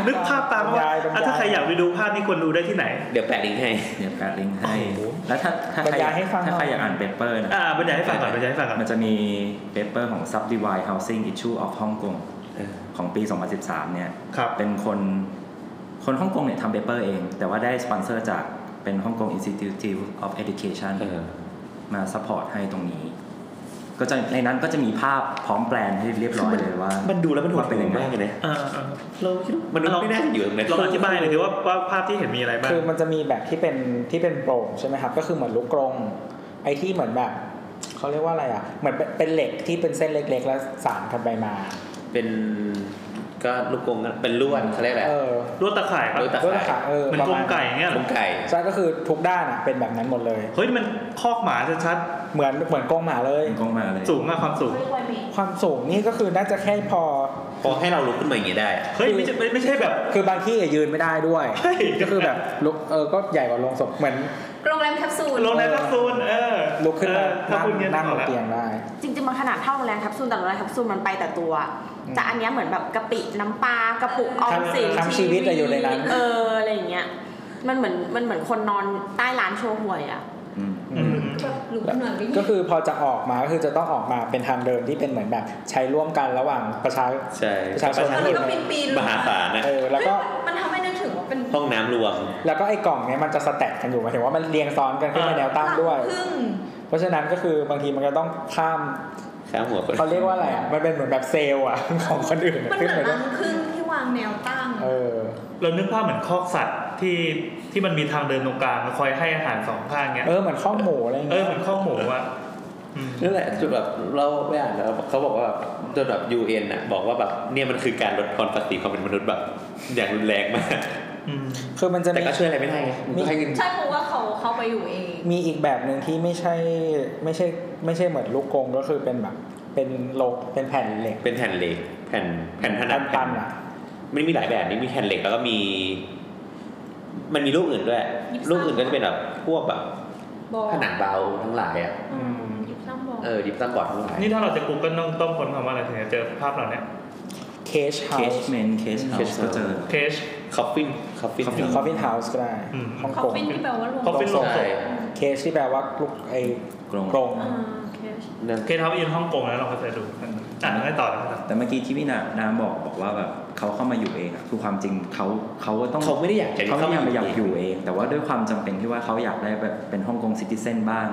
นึกภาพตามว่า
บรร
อ่ะ
ยายบรรยาย
ถ้าใครอยากไปดูภาพนี้คนดูได้ที่ไหน
เดี๋ยวแปะลิงก์ให้
เดี๋ยวแปะลิงก์ให้ แล้วถ้าถ้า
บรรยายให้ฟัง
ถ้าใคร
หน่อ
อยา
ย
กอ่านเปเปอร์นะ
อ่าบรรยายให้ฟังก่อนบรรยายให้ฟังก่อน
มันจะมีเปเปอร์ของ Subdivide Housing Issue of Hong Kong ของปี 2013 เนี่ย
ครับ
เป็นคน คนฮ่องกงเนี่ยทำเปเปอร์เอง แต่ว่าได้สปอนเซอร์จากเป็นฮ่องกง Institute of Education
เออ
มาซัพพอร์ตให้ตรงนี้ ก็จะในนั้นก็จะมีภาพพร้อมแปลนให้เรียบร้อยเลยว่า
มันดูแล้วมันหด
มันเป็นยัง
หู่
ไง
มากเลยนะ
อ่าอ่า
เราคิดว่ามันไม่น่าจะอยู่ตรงนั้น
ลองอธิบายหน่อยดิว่าว่าภาพที่เห็นมีอะไรบ้าง
คือมันจะมีแบบที่เป็นที่เป็นโปร่งใช่ไหมครับ ก็คือเหมือนลูกกรงไอ้ที่เหมือนแบบเขาเรียกว่าอะไรอ่ะ เหมือนเป็นเป็นเหล็กที่เป็นเส้นเล็ก ๆ แล้วสานกันไปมา
เป็นก็ลูกกรงก็เป็นลวดเขาเรียกอะไร
เออ
ลวดตะข่ายปะ
ลวดตะ
ก็ค่ะเออ
เหมือน
ประ
กร
มางณ
ไก่อย่างเงี้ยเหร
ลู
อก
ไก่
ใช่ก็คือทุกด้านอ่ะเป็นแบบนั้นหมดเลย
เฮ้ยมันคอกหมาชัด
เหมือนเหมือนกรงหมาเลย
เป็นกงมาเลย
ๆสูงมากความสูง
เรียกว่าเมฆ
ความสูงนี่ก็คือน่าจะแค่พอ
พอให้เราลุกขึ้นมาอย่างนี้ยได้
เฮ้ยไม่ใช่ไม่ไม่ใช่แบบ
คือบางที่อะยืนไม่ได้ด้วย
เฮ้ย
ก็คือแบบลุกเออก็ใหญ่กว่าโรงศพเหมือน
โรงแรมแคปซูล
ลงในทักซูนเออ
ลุกขึ้นมา
เออถ้า
นั่ง
คุณเงี้ย
นั่ง
ห
บ
มด
น
แล้ว
เตียงได้
จริงๆมันขนาดเท่าโรงแรมแคปซูลแต่โรงแรมแคปซูลมันไปแต่ตัว
อืม
แต่อันเนี้ยเหมือนแบบกะปิน้ำปลากระปุกออมสิน
ทั้งชีวิตอะอยู่ในนั้น
เอออะไรอย่างเงี้ยมันเหมือนมันเหมือนคนนอนใต้ร้านโชว์หวยอ่ะ
อืม
อืม
หลุกหน่อยไม่
ก็คือพอจะออกมาก็คือจะต้องออกมาเป็นทางเดินที่เป็นเหมือนแบบใช้ร่วมกันระหว่างประชา
ใช่
ประชาชน
มันก็ปีนปีน
มหาศาลนะ
เออแล้วก็
มันทำให้นึกถึงว่าเป็น
ห้องน้ำรวม
แล้วก็ไอ้กล่องเนี้ยมันจะสแต็กกันอยู่หมายถึงว่ามันเรียงซ้อนกันขึ้นมาแนวตั้ง
[laughs]
ด้วย
พึ่ง
เพราะฉะนั้นก็คือบางทีมันก็ต้องข้าม
ข้ามหัวคน
เขาเรียกว่าอะไรอ่ะมันเป็นเหมือนแบบเซลล์อ่ะ [laughs] ของคนอื่น
มันเห
ขึ้น
มือน
มาด้ว
รั
ย
งพึ่งที่วางแนวตั้ง
เออ
เรานึกภาพเหมือนคอกสัตว์ที่ที่มันมีทางเดินตรงกลางมันคอยให้อาหารสองข้างเงี้ย
เออเหมือนข้อหมูอะไรอย่าง
เออ
เงี้ย
เหมือนคอกหมูอะอืม
นั่นแหละจนแบบเราไปอ่านแล้วเขาบอกว่าจนแบบยูเอ็นอ่ะบอกว่าแบบเนี่ยมันคือการลดทอนภาษีความเป็นมนุษย์แบบ อย่างรุนแรงมาก
อืม
คือมันจะ
แต่
มี
ก็ช่วยอะไรไม่ได้ไงมึงก็ให้เงิน
ใช่เพราะว่าเขาเขาไปอยู่เอง
มีอีกแบบหนึ่งที่ไม่ใช่ไม่ใช่ไม่ใช่เหมือนลูกกรงก็คือเป็นแบบเป็นโลกเป็นแผ่นเหล็ก
เป็นแผ่นเหล็กแผ่นแผ่นผนั
ตั
ง
น
แผ่
ตั
น
นๆอ่ะ
มันมีหลายแบบนี่มีแผ่นเหล็กแล้วก็มี มันมีรูปอื่นด้วย รูปอื่นก็จะเป็นแบบพวกแบบ
บอก
ผนังเบาทั้งหลายอ่ะ
อืม
ยิบซ้ำบอก
เออดิบซัมบอร์ดทั้งหลาย
นี่ถ้าเราจะกูก็ต้องต้องค้นคำว่าอะไรถึงจะเจอภาพเหล่าเนี้ย
cage
เคช
house
เมนเคชเฮาส์ก็เจอ
เคช
คอฟฟินคอฟฟิน
Coffin
coffin house ก็ได้
อืม
ฮ่อง
คอก ฟ
ง
ฟินที่แปลว่าโรง
คอฟฟินล
ล
ง
ง
ศพ
ศพ cage ที่แปลว่าลูกไอ้
กรง
กรง
อ่าโอเค
นั่น
เคทาวอินฮ่องกงแล้วเราก็จะดูกันอ่านให้ต่อนะ
แต่เมื่อกี้ที่พี่นานาบอกบอกว่าแบบเขาเข้ามาอยู่เองอะคือความจริงเขาเขาก็ต้อง
เขาไม่ได้อยากจะ
เขาไม่อยากมาอยาก
อ
อยู่ ยู่เอง แต่ว่าด้วยความจำเป็นที่ว่าเขาอยากได้แบบเป็นฮ่องกงซิติเซนบ้าง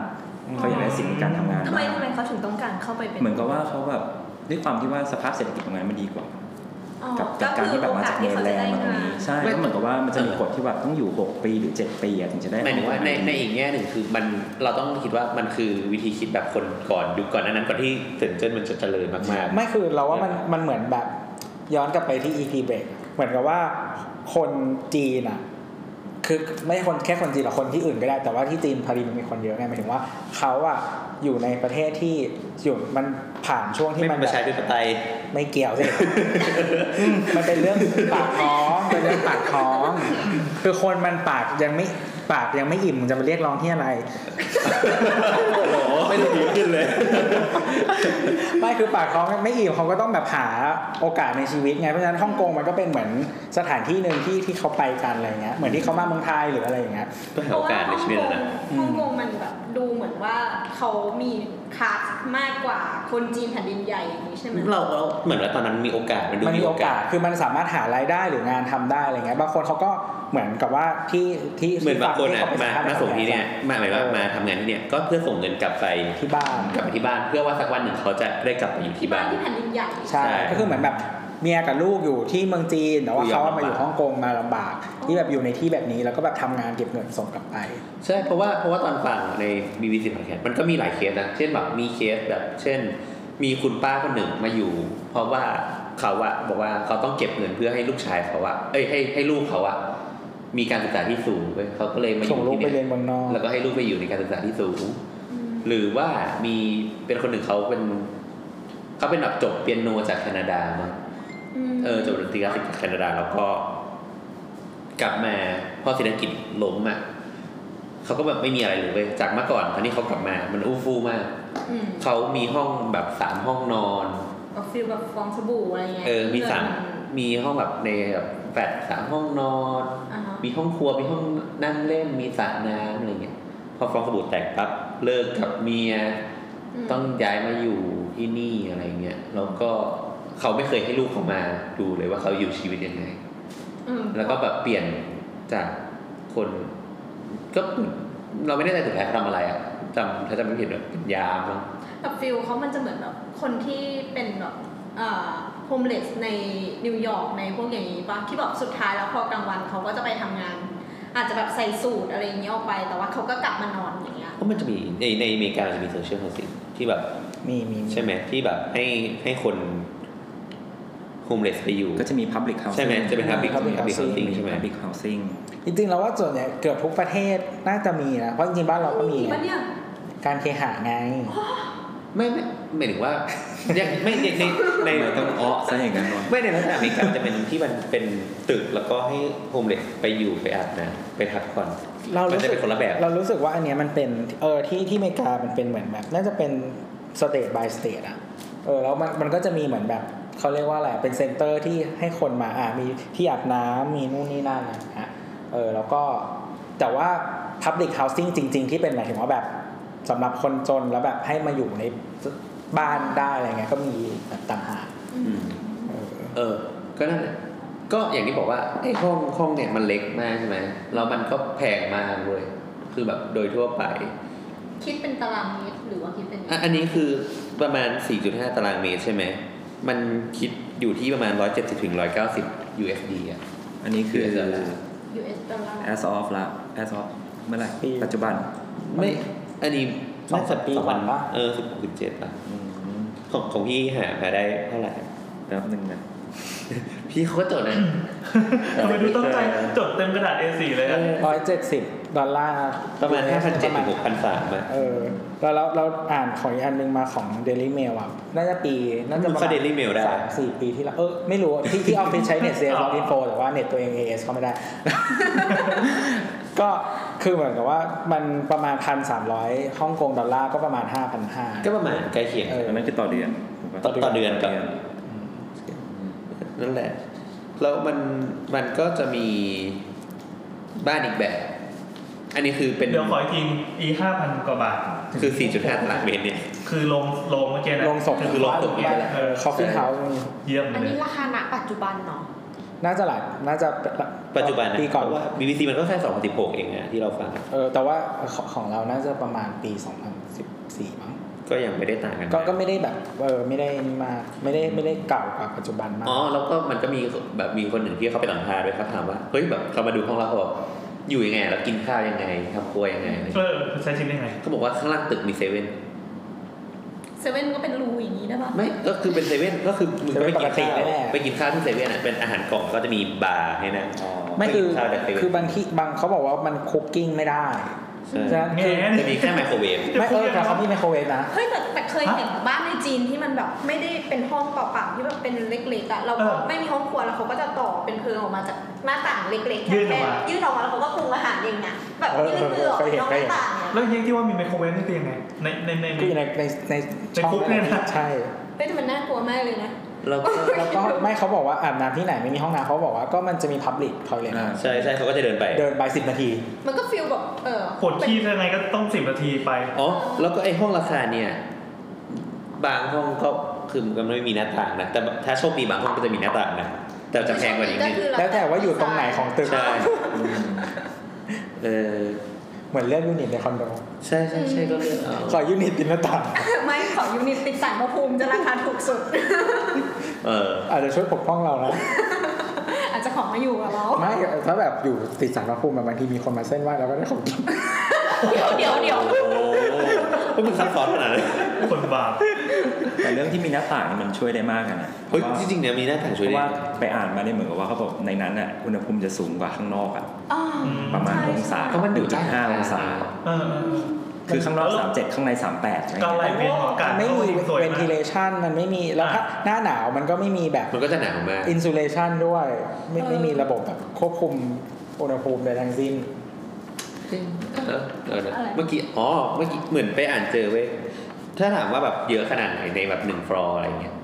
เขาอยากได้สิทธิในการทำงาน
ทำไม
บ้าง
ทำไมเขาถึงต้องการเข้าไปเป็น
เหมือนกับว่าเขาแบบด้วยความที่ว่าสภาพเศรษฐกิจของงานมันดีกว่า
อ๋อ
กับกับการที่แบบมาจากเนเธอร์แลนด์มาตรงนี้ใช่แล้วเหมือนกับว่ามันจะมีกฎที่แบบต้องอยู่ 6 ปีหรือ 7 ปีอะถึงจะได้
หมายถึงว่าในในอีกแง่หนึ่งคือมันเราต้องคิดว่ามันคือวิธีคิดแบบคนก่อนดูก่อนหนานั้นก่อนที่เซนเจนมันจะเจริญมาก
ไม่คือเราว่ามันมันเหมือนแบบย้อนกลับไปที่ e t break เหมือนกับว่าคนจีนอ่ะ คือไม่ใช่คนแค่คนจีนหรอกคนที่อื่นก็ได้แต่ว่าที่จีนพอดีมันมีคนเยอะไงหมายถึงว่าเขาอ่ะอยู่ในประเทศที่อยู่มันผ่านช่วง
ๆ
ที่
ไม่
มัน
เป็นประ
แบบ
ชาธิปไตย
ไม่เกี่ยวสิ อืมมันเป็นเรื่องปากท้องเป็นเรื่องปากท้อง คือคนมันปากยังไม่ปากยังไม่อิ่มมึงจะมาเรียกร้องที่อะไร
โอ้โหไม่ได้ดีขึ้นเลย
ไม่คือปากท้องไม่อิ่มเขาก็ต้องแบบหาโอกาสในชีวิตไง เพราะฉะนั้นฮ่องกงมันก็เป็นเหมือนสถานที่หนึ่งที่ที่เขาไปกันอะไรเงี้ย เหมือนที่เขามาเมืองไทยหรืออะไรอย่างเงี้ย
ก็หาโอกาสในชีวิตแล้วนะ
ฮ่องกงมันแบบดูเหมือนว่าเขามีคลาสมากกว่าคนจีนแผ่นดินใหญ่อย่างนี้ใช่ไหม
เราเราเหมือนว่าตอนนั้นมีโอกาสมันดู
มันมี
มี
โอ
โอกาก
า
ส
ส คือมันสามารถหารายได้หรืองานทำได้อะไรเงี้ย บางคนเขาก็เหมือนกับว่าที่ที่
เหมือนบางคนอ่ะ
ที่เขไป
มา
สัภษณ์
มาส่งที่เนี่ยมาหมายว่ามาทำงานที่เนี่ยก็เพื่อส่งเงินกลับไป
ที่บ้าน
กลับไปที่บ้าน เพื่อว่าสักวันหนึ่งเขาจะได้กลับไปอยู่ที่
ที่บ้า
บ้าน น
ที่แผ่นดินใหญ่
ใช่
ใช่
ก็คือเหมือนแบบเมียกับลูกอยู่ที่เมืองจีน แต่ว่า
อยู่
เขา
ลำบาก
มาอยู่ฮ่องกงมาลำบาก ที่แบบอยู่ในที่แบบนี้แล้วก็แบบทำงานเก็บเงินส่งกลับไป
ใช่เพราะว่าเพราะว่าตอนฟังใน BBC p o d c a s t มันก็มีหลายเคสนะ เช่นแบบมีเคสแบบ เช่น มีคุณป้าคนหนึ่งมาอยู่ เพราะว่าเขาอะบอกว่าเขาต้องเก็บเงินเพื่อให้ลูกชายเขาอะเอ้ยให้ให้ลูกเขาอะมีการศึกษาที่สูงเว้ยเขาก็เลยมาอ
ส่ง
ยู่
ลูก
ที่
ไป
เนี่ย
เรียนเมืองนอก
แล้วก็ให้ลูกไปอยู่ในการศึกษาที่สูง หรือว่ามีเป็นคนหนึ่งเขาเป็นเขาเป็นแบบจบเปียโนจากแคนาดามาเออจบดนตรีคลาสสิกจากแคนาดาแล้วก็ กลับมาพอเศรษฐกิจล้มอ่ะเขาก็แบบไม่มีอะไรเลยเว้ยจากเมื่อก่อนตอนนี้เขากลับมา มันอู้ฟู่มาก เขามีห้องแบบสามห้องนอน
แบบฟิลแบบฟองสบู่อะไรเงี้ย
เออ มีสาม
เงิน
มีห้องแบบในแบบแฟลตสามห้องนอน
อ่าฮะ
มีห้องครัว มีห้องนั่งเล่น มีสระน้ำอะไรเงี้ย พอฟองสบู่แตกปั๊บเลิกกับเมีย
ม
ต้องย้ายมาอยู่ที่นี่อะไรเงี้ย แล้วก็เขาไม่เคยให้ลูกเขามาดูเลยว่าเขาอยู่ชีวิตยังไง
อืม
แล้วก็แบบเปลี่ยนจากคน ก็เราไม่แน่ใจถึงแพ้ทำอะไรอะจำถ้าจำไม่ผิดแบบเป็นยามมั้ง
แบบฟิลเขามันจะเหมือนแบบคนที่เป็นแบบโฮมเลสในนิวยอร์กในพวกอย่างนี้ปะที่แบบสุดท้ายแล้วพอกลางวันเขาก็จะไปทำงาน อาจจะแบบใส่สูทอะไรอย่างเงี้ยออกไป แต่ว่าเขาก็กลับมานอนอย่างเงี้ย
เพราะมันจะมีในในอเมริกามันจะมีโซเชียล u ฮ s สิ g ที่แบบ
มีมีมี
ใช่ไหมที่แบบให้ให้คนโฮมเลสไปอยู่
ก็จะมี Public Housing
ใช่ไหมจะเป็น public public housing ใช่ไหม
Public Housing
จริงๆเราว่าส่วนใหญ่เกือบทุกประเทศน่าจะมีนะเพราะจริงๆบ้านเราก็มี
ปะเนี่ย
การเคหะไง
ไม่ไม่หมายถึงว่ายังไม่ในในใน
ทำไมต้องอ้อซะอย่างนั้นวะ
ไม่ในลักษณะอเมริกาจะเป็นที่มันเป็นตึกแล้วก็ให้โฮมเลสไปอยู่ไปอาบน้ำไปพักผ่อน
เรา
มัน
รู้
จะ
สึ
เป็
ก
นคนละแบบ
เรารู้สึกว่าอันเนี้ยมันเป็นเออที่ที่อเมริกามันเป็นเหมือนแบบ น่าจะเป็นสเตท by สเตทอ่ะเออแล้วมันมันก็จะมีเหมือนแบบเขาเรียกว่าอะไรเป็นเซ็นเตอร์ที่ให้คนมาอ่ะมีที่อาบน้ำมีนู่นนี่นั่นนะฮะเออแล้วก็แต่ว่า Public Housing จริง ๆ ที่เป็นหมายถึงว่าแบบสำหรับคนจนแล้วแบบให้มาอยู่ในบ้านได้อะไรเงี้ยก็มีแบบต่างหากเออ
เออ ก็นั่นแหละก็อย่างที่บอกว่าไอ้ห้องห้องเนี่ยมันเล็กมากใช่ไหมแล้วมันก็แพงมากเลยคือแบบโดยทั่วไป
คิดเป็นตารางเมตรหรือว่าคิดเป็น
อ่ะอันนี้คือประมาณ 4.5 ตารางเมตรใช่ไหม มันคิดอยู่ที่ประมาณ 170ถึง190 USD อ่ะ
อันนี้คือ
คืออะไร
ยูเอสดอลลาร์
as of ละ as of เมื่อไหร่ปัจจุบัน
ไม่อันนี้
สองสามปีก่อนปะ
เออ16.7ป่ะ
อืม
ของของพี่หามาได้เท่าไหร่
แป๊บหนึ่งนะ
พี่เขาก็จดนะ
ทำไมดูต้องใจจดเต็มกระดาษ A4 เลยอะ
ร้อยเจ็ดสิบดอลลาร์
ประมาณ 5,700ถึง6,300ป่ะ
เออเราเราเราอ่านของอีกอันหนึ่งมาของ Daily Mail อ่ะ น่าจะปี น่าจะ
มัน
ประ
เข้า
มาณ
เดลี่เมลได้
สามสี่ปีที่แล้วเออ ไม่รู้อะที่ที่ออฟฟิศใช้เน็ตเซลล์ล็อกอินโฟแต่ว่าเน็ตตัวเอง AS เขาไม่ได้ [laughs] ก็คือเหมือนกับว่ามันประมาณพันสามร้อยฮ่องกงดอลลาร์ก็ประมาณห้าพันห้า
ก็ประมาณใกล้เคียง
เอ
อันนั้นคือต่อเดือนถูกปะ
ต่อต่อเดือนครับ นั่นแหละ แล้วมันมันก็จะมีบ้านอีกแบบ อันนี้คือเป็น
เดี๋ยวขออีกที E ห้าพันกว่าบาท
คือ 4.5 ตารางเมตรเนี่ย
คือลงลงเมื่อกี้นะ
ลงศพ
คือลงศพ
บ้านเออ coffee house
เยี่ยม
อัน
เล
นี้
ย
ราคาณปัจจุบันเนาะ
น่าจะหลายน่าจะ
ปัจจุบันนะ
ปีก่อน
เพราะว่า BBC มันก็แค่ 2016 เองนะที่เราฟัง
เออแต่ว่าของของเราน่าจะประมาณปี 2014มั้ง
ก็ยังไม่ได้ต่างกัน
ก็ก็ไม่ได้แบบเออไม่ได้นี่มากไม่ได้ไม่ได้เก่ากว่าปัจจุบันมาก
อ๋อ แล้วก็มันก็มีแบบมีคนหนึ่งที่เขาไปสัมภาษณ์ด้วยเขาถามว่า เฮ้ยแบบเขามาดูห้องเราเขาบอกอยู่ยังไง แล้วกินข้าวยังไงทำครัวยังไงอะไร
เออใช้ชิ้นได้ไง
เขาบอกว่าข้างล่างตึกมีเซเว่น
เซเว่นก็เป็นรูอย่างนี้ได้ปะ
ไม่ก็คือเป็นเซเว่นก็คือมึง
เซ
ก็
เว่
ไป
น
กินข้าว
ป
ไปกินข้าว
กติแน่ๆ
ที่เซเว่นอ่ะเป็นอาหารกล่องก็จะมีบาร์ให้นั่ง
อ๋อ
ไม่คือ
ปกินข้าวจากเซเว่น
คือบางที่บางเขาบอกว่ามันคุกกิ้งไม่ได้
ใช่
ฉะนั้น
แง่
คือ
จะมีแค่ไมโครเวฟ
ไม่เออแต่เขามีไมโครเวฟนะ
เฮ้ยแต่แต่เคยเห็นบ้านในจีนที่มันแบบไม่ได้เป็นห้องเปล่าๆที่แบบเป็นเล็กๆอ่ะเราก็
เออ
ไม่มีห้องครัวแล้วเขาก็จะต่อเป็นเพลิงออกมาจากหน้าต่างเล็กๆ
ยื่
แค่
นออกมา
ยื่นออกมาแล้วเขาก็ปรุงอาหารเองอ่ะแบบ
เออ
ยื่นมือออก
เคยเห็น
นอกห
เคยเห็น
น้าต่างเนี่ย
แล้วยังที่ว่ามีไมโครเวฟนี่คือยังไงในในใน
ก็อยู่ในในใน
ใน
ช่อง
คุกเนี่ยนะ
ใช่
เฮ้ยแต่มันน่ากลัวมากเลยนะ
แล้วก็
แล้วก็ไม่เขาบอกว่าอาบน้ำที่ไหนไม่มีห้องน้ำเขาบอกว่าก็มันจะมีพับลิกทอยเลท
อ่า
ใช่ใช่เขาก็จะเดินไป
เดินไปสิบนาที
มันก็ฟีลแบบเออ
ปวดขี้ยังไงก็ต้องสิบนาทีไป
อ๋อ แล้วก็ไอห้องราคาเนี่ย บางห้องก็คือมันไม่มีหน้าต่างนะ แต่ถ้าโชคดีบางห้องก็จะมีหน้าต่างนะ แต่จะแพงกว่านี้นิด
คือเร
แล้วแต่ว่าอยู่ตรงไหนของตึก
ใช่เออ
เหมือนเลือกยูนิตในคอนโด
ใช่ใช่ใช่ก็เลือกเอา
ขอยูนิตติดหน้าต่าง
ไม่ของยูนิตติดสันพระภูมิจะราคาถูกสุด
เออ
อาจจะช่วยปกป้องเรานะ
อาจจะของมาอยู่กับเรา
ไม่ถ้าแบบอยู่ติดสารพระภูมิอะบางทีมีคนมาเส้นไหว้เราก็ได้ของกิน
เดี๋ยวเดี๋ยวเดี๋ยว
โอ้พวกมึงซับซ้อนขนาดนั้น
คนบาป
แต่เรื่องที่มีหน้าต่างนี่มันช่วยได้มากอะนะ
เฮ้ยจริงๆเนี่ยมีหน้าต่าง
เพ
ช่วย
ราะ
ได้
ว่าไปอ่านมาเนี่ยเหมือนกับว่าเขาบอกในนั้นอ่ะอุณหภูมิจะสูงกว่าข้างนอกอ่ะ
อ๋อ
อืม
ประมาณ
ใช่
องศา
เพราะมันอยู่ใต้
ห้าองศา
เออ
คือข้างนอก
แล้ว
สามเจ็ดข้างในสามแปดอะไร
กา
เงี้
ร
ย
ไหลเวียนของอากาศ
ไม่มี
ก็สวย
เวน
มา
ทิเล
ก
ชันมันไม่มี แล้วถ้า
อ่ะ
หน้าหนาวมันก็ไม่มีแบบ
มันก็จะหนาวมาก
อินซูเลชันด้วย ไม่
เออ
ไม่มีระบบแบบควบคุมอุณหภูมิใดทั้งสิ้น
เออเออนะ
อะไร
เมื่อกี้ อ๋อ เมื่อกี้เหมือนไปอ่านเจอเว้ย ถ้าถามว่าแบบเยอะขนาดไหนในแบบหนึ่งฟลอร์อะไรเงี้ย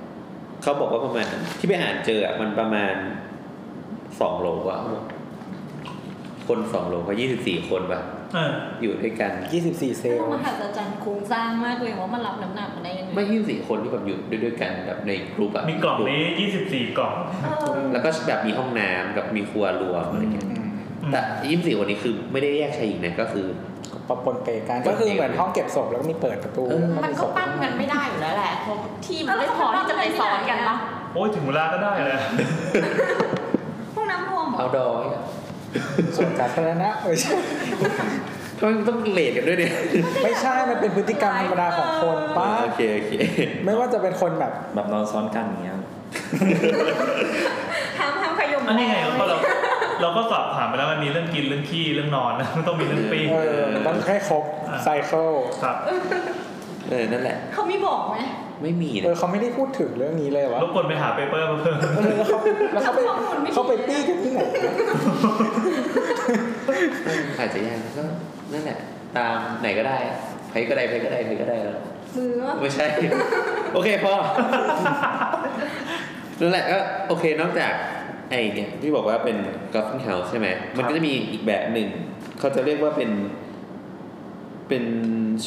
เขาบอกว่าประมาณที่ไปอ่านเจออะมันประมาณสองโหลว่ะคนสองโหลว่ายี่สิบสี่คนป่ะ
เออ
อยู่ด้วยกัน
ยี่สิบสี่เซลล์
มหัศจรรย์โครงสร้างมากเลยว่ามันรับน้ำหนักมาได้ยังไง
ไม่ยี่สิบสี่คนที่แบบอยู่ด้วยด้วยกันแบบในกลุ่มอะ
มีกล่องนี้ยี่สิบสี่กล่อง
เออ
แล้วก็แบบมีห้องน้ำกับมีครัวรวมอะไรเงี้ย
อืม
แต่ยี่สิบสี่คนนี้คือไม่ได้แยกชายหญิงนะก็คือ
ก็ปนเปกันก็คือเหมือนห้องเก็บศพแล้วก็มีเปิดประตู
เออ
แล้ว
มันก็
ศพ
ปั้นกันไม่ได้อยู่แล้วแหละเพราะที่มันไม่พอที่จะไปซ้อนกันปะ
โอ้ยถึงเวลาก็ได้เลย
พวกน้ำรวมเหรอ
เอาดอย
ส่วนสาธารณะ [laughs] ไม่ใช่
ทำไมมันต้องเลทกันด้วยเนี่ย
ไม่ใช่ มันเป็นพฤติกรรมธรรมดาของคนป้า
โอเคโอเค
ไม่ว่าจะเป็นคนแบบ
แบบนอนซ้อนกันอย่างเงี้ย
ห้ามห้ามขยม
อันนี้ไงเราก็เราเราก็สอบถามไปแล้วมันมีเรื่องกินเรื่องขี้เรื่องน [laughs] อนนะมันต้องมีเรื่องปิ้ง
เออมันต้องให้ครบ
อ่า
ไซเคิล
ครับ
เออ นั่นแหละ
เขามีบอกไหม
ไม่มี
เอ
นะ
อเขาไม่ได้พูดถึงเรื่องนี้เลยวะ
รบกวนไปหาเปเปอร์มาเพิ่ม [laughs]
เออแล้วเขาแล้วเขาไปเขาไปปี้กันที่ไหนนะ
อาจจะยากก็นั่นแหละ ตามไหนก็ได้ใครก็ได้ใครก็ได้ใครก็ได้แล้ว
มือว่า
ไม่ใช่ โอเคพอ [laughs] นั่นแหละก็โอเคนอกจากไอ้เนี่ยที่บอกว่าเป็นกอล์ฟเฮาส์ใช่ไหม มันก็จะมีอีกแบบหนึ่ง เขาจะเรียกว่าเป็นเป็น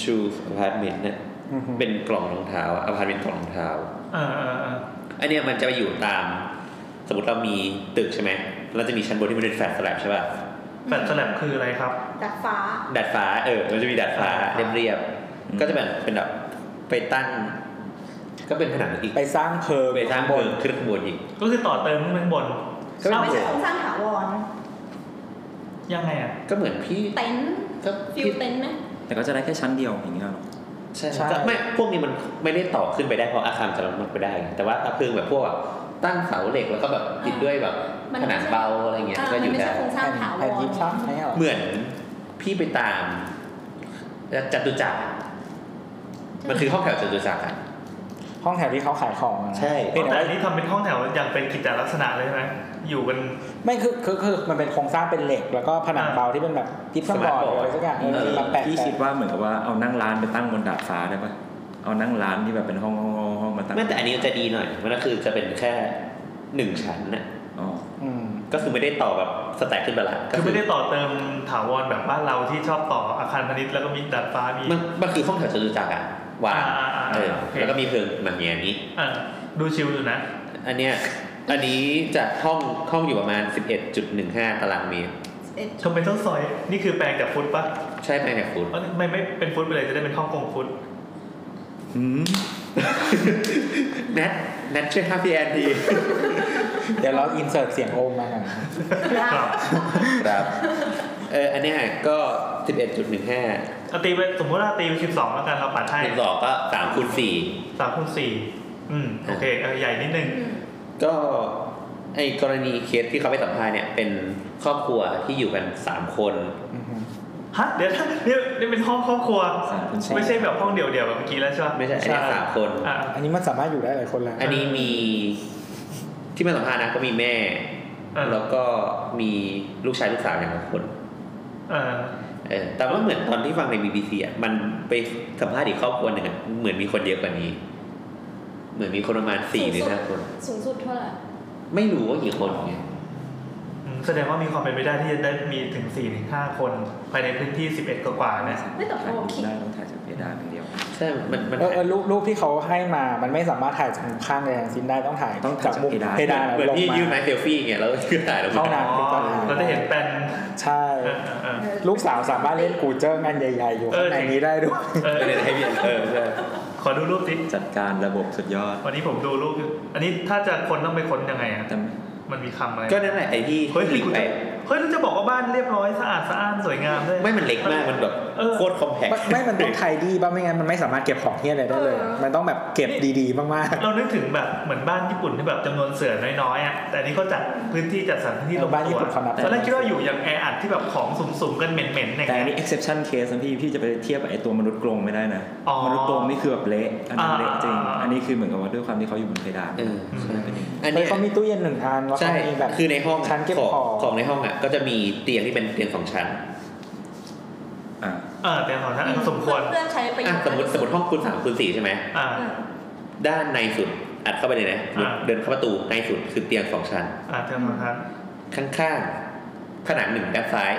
ชูอพาร์ตเมนต์เนี่ย
อือฮึ
เป็นกล่องรองเท้าอพาร์ตเมนต์กล่องรองเท้า
เออเออเออ
อันเนี้ยมันจะไปอยู่ตาม สมมติเรามีตึกใช่ไหมเราจะมีชั้นบนที่มันเป็นแฟลตสแลบใช่ป่ะ
แฟลตสแลบคืออะไรครับ
ดัดฟ้า
ดัดฟ้าเออ มันจะมีดัดฟ้าเรียบเรียบๆ
อืม
ก็จะแบบเป็นแบบไปตั้ง ก็เป็นผนังอีก
ไปสร้างเพิง
ไปสร้างเพิงขึ้นข้างบนอีก
ก็คือต่อเติมขึ้นไปข้างบน
ก็เป็น
ไม่
เพิ
ใช่
ง
โครงสร้างถาวร
ยังไงอ่ะ
ก็เหมือนพี่
เต็นท์
ก็
ฟิ
พี่
วเต็นท์ไหม
แต่ก็จะได้แค่ชั้นเดียวอย่างเงี้ยหรอ
ใช่ก็ไม่พวกนี้มันไม่ได้ต่อขึ้นไปได้เพราะอาคารจะรับมันไม่ได้ แต่ว่าถ้าเพิงแบบพวกแบบตั้งเสาเหล็กแล้วก็แบบติดด้วยแบบผนังเบาอะไรเงี้ย
อ่า
ก็
มัน
อยู่
ไม่ใช่
ได้
โครงสร้างถาว
แผ่น
ร
ยิบซ้ำไหมอ่ะ
เหมือนพี่ไปตามจตุจักรมันคือห้องแถวจตุจักรอะ
ห้องแถวที่เขาขายของอะ
ใช่
เพียง
แต่
แต่
อั
ว่าน
นี้ทำเป็นห้องแถวอย่างเป็นกิจจลักษณะเลยใช่ไหมอยู่กัน
ไม่คือคือคือมันเป็นโครงสร้างเป็นเหล็ก แล้วก็ผนัง
อ่า
เบาที่เป็นแบบยิบสมอร์ดหรืออะไรสักอย่างเออมาแปะ
พี่
แปะ
คิดว่าเหมือนกับว่าเอานั่งร้านไปตั้งบนดาดฟ้าได้ปะเอานั่งร้านที่แบบเป็นห้องห้องห้องห้องมาตั้ง
ไม่แต่อันนี้จะดีหน่อย มันก็คือจะเป็นแค่หนึ่งชั้นน่ะ
อ๋อ
อืม
ก็คือไม่ได้ต่อแบบสแต็กขึ้นไปละก็
คือไม่ได้ต่อเติมถาวรแบบบ้านเราที่ชอบต่ออาคารพาณิชย์แล้วก็มีดัดฟ้ามี
มันมันคือห้องแถวจตุจักรอะวาง
อ่าอ่าอ่า
เออ
โอเค
แล้วก็มีเพลิงแบบอย่างนี้
อ่ะดูชิลอยู่นะ
อันเนี้ย อันนี้จะห้องห้องอยู่ประมาณ 11.15 ตารางเมตร
เอ็ด
ชมเป็นต้นซอย นี่คือแปลงจากฟุตปะ
ใช่ไหมเนี่ยคุณ
เอ้ยไม่ไม่เป็นฟุตไปเลยจะได้เป็นห้องกงฟุต
หืม
แนทแนทช่วยห้ามพี่แอนดี
เดี๋ยวเราอินเสิร์ตเสียงโอมมาหน่อย
ครับ
ครับเอออันเนี้ยก็ 11.15
เอาตีไปสมมติว่าตีไปสิบสองแล้วกันเราปัดให้
หนึ่งสองก็3คูณ4
สามคูณสี่อืมโอเคเออใหญ่นิดนึง
อืม
ก็ไอ้กรณีเคสที่เขาไปสัมภาษณ์เนี่ยเป็นครอบครัวที่อยู่กันสามคน
อือฮึ
ฮะ เดี๋ยว [laughs] นะนี่นี่เป็นห้องครอบครัว
สามคุณ
ไม่ใช่แบบห้องเดี่ยวๆแบบเมื่อกี้แล้วใช่ปะ
ไม่ใช่อันนี้สามคน
อ่ะ
อันนี้มันสามารถอยู่ได้หลายคนแล้ว
อันนี้มีที่มาสัมภาษณ์นะก็มีแม่
อ่ะ
แล้วก็มีลูกชายลูกสาวอย่างละคน
อ่ะ
เออแต่ว่าเหมือนตอนที่ฟังใน BBC อ่ะมันไปสัมภาษณ์อีกครอบครัวหนึ่งอ่ะเหมือนมีคนเยอะกว่านี้ เหมือนมีคนประมาณสี่หรือห้าคน
สูงสุดเท่าไหร่
ไม่รู้ว่ากี่คนไง
อืมแสดงว่ามีความเป็นไปได้ที่จะได้มีถึง4ถึง5คน ภายในพื้นที่ 11 กว่าๆนะ
ไม่แต่พ
ถ่าย
อ
รูป
คิด
ได้ต้องถ่ายจากเพดานอย่างเดียว
ใช่มันมัน
เออเออรูปรูปที่เขาให้มามันไม่สามารถถ่ายจากมุมข้างเลยทั้งสิ้นได้ต้องถ่าย
ต้องถ่าย
จากมุม
จาก
เพ
เพ
ดา
ดาน น
เหมือน
ลง
ที่
มา
ยื่นไม้เซลฟี่ไงแล้วก็ถ่ายลง
เข้า
มา
น้ำเป็นต้น
เราจะเห็นแปลน
ใช่
เออเออเออ
ลูกสาวสามารถเล่นกูเจิ้งอันใหญ่ ๆ อยู่
เอ
ข้าง
อ
ในนี้ได้ด้วย
เออ
เออให้พี่เออใช่
ขอดูรูปสิ
จัดการระบบสุดยอด
วันนี้ผมดูรูปอยู่อันนี้ถ้าจะคนต้องไปค้นยังไงอ่ะ
แต่
มันมีคำอะไร
ก็นั่นแหละไอ้ที่
เฮ้ย
ลิง
คุณ
ไป
จะเฮ้ยแล้วจะบอกว่าบ้านเรียบร้อยสะอาดสะอ้านสวยงามด้วย
ไม่มันเล็กมากมันแบบ
เออ
โคตรคอมแพค
ไม่ไม่มันต้องไทดีบ้างไม่งั้นมันไม่สามารถเก็บของเฮี้ยอะไรได้เลย มันต้องแบบเก็บดีๆ มาก
เรานึกถึงแบบเหมือนบ้านญี่ปุ่นที่แบบจำนวนเสือน้อยๆอ่ะแต่อันนี้เขาจัดพื้นที่จัดสรรพื้นที่ลง
ๆ บ้าน
ตั
ญี่
ว
ปุ่นเขานับ
ตอนแรกคิดว่าอยู่อย่างแออัดที่แบบของสุ่มๆกันเหม็นๆอย่าง
แต่อัน
เงี้
นี้
ย
exception case นะพี่พี่จะไปเทียบกับไอ้ตัวมนุษย์กรงไม่ได้นะ
อ๋อ
มนุษย์กรงนี่คือแบบเละอันนั้นเละจริง
อ่าอ่าอ่า
อันนี้คือเหมือนกับว่าด้วยความที่เขาอยู่บนเพดาน
เออ
มันเลยเป็นอย่างนี้
อัน
เฮ้
เนี้
ย
ย
เขามีตู้เย็นหนึ่งอันแล้ว
ใช่
เขามีแบบ
คือในห้อง
ชั้นเก็บ
ของ
ของ
ของในห้องอ่ะก็จะมีเตียงที่เป็นเตียงสองชั้น
อ่ะ
เออแต่ของท่านอันสมควร
เพื่อนใช้ประโย
อ่ะ
ชน์
สมมติสมมติห้องคูณสามคูณสี่ใช่ไหม
อ่า
อืม
ด้านในสุด อัดเข้าไปเลยนะ
อ่า
เดินเข้าประตูในสุดคือเตียงสองชั้น
อาจจะมาครับ
ข้างๆผนังหนึ่งด้านซ้าย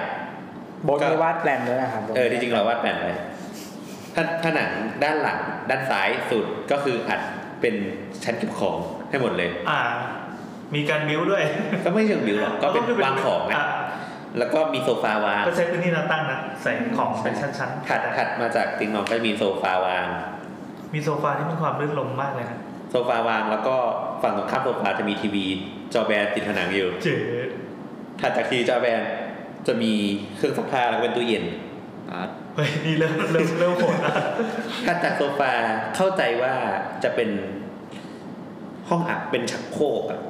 โบทมีวาดแปลนด้วยนะครับ
เออจริงๆเราวาดแปะไว้ผผนังด้านหลังด้านซ้ายสุดก็คืออัดเป็นชั้นเก็บของให้หมดเลย
อ่า มีการบิ้วด้วย
ก็ไม่เชิงบิวหรอกก็เป็น
คื
วางของ
อ่ะ
นะแล้วก็มีโซฟาวาง
ก็ใช้พื้นที่เราตั้งนะใส่ของเป็นชั้นๆ
ถัดถัดมาจากเตียงนอนก็จะมีโซฟาวาง
มีโซฟาที่มันความลื่นลมมากเลยนะ
โซฟาวางแล้วก็ฝั่งตรงข้ามโซฟาจะมีทีวี จอแบนติดผนังอยู่
เจ๋อ
ถัดจากทีวีจอแบนจะมีเครื่องซักผ้าแล้วก็เป็นตู้เย็น
เฮ้ยนี่เริ่มเริ่มเริ่มโหดละ
ถัดจากโซฟาเข้าใจว่าจะเป็นห้องอับเป็นชักโครกอะ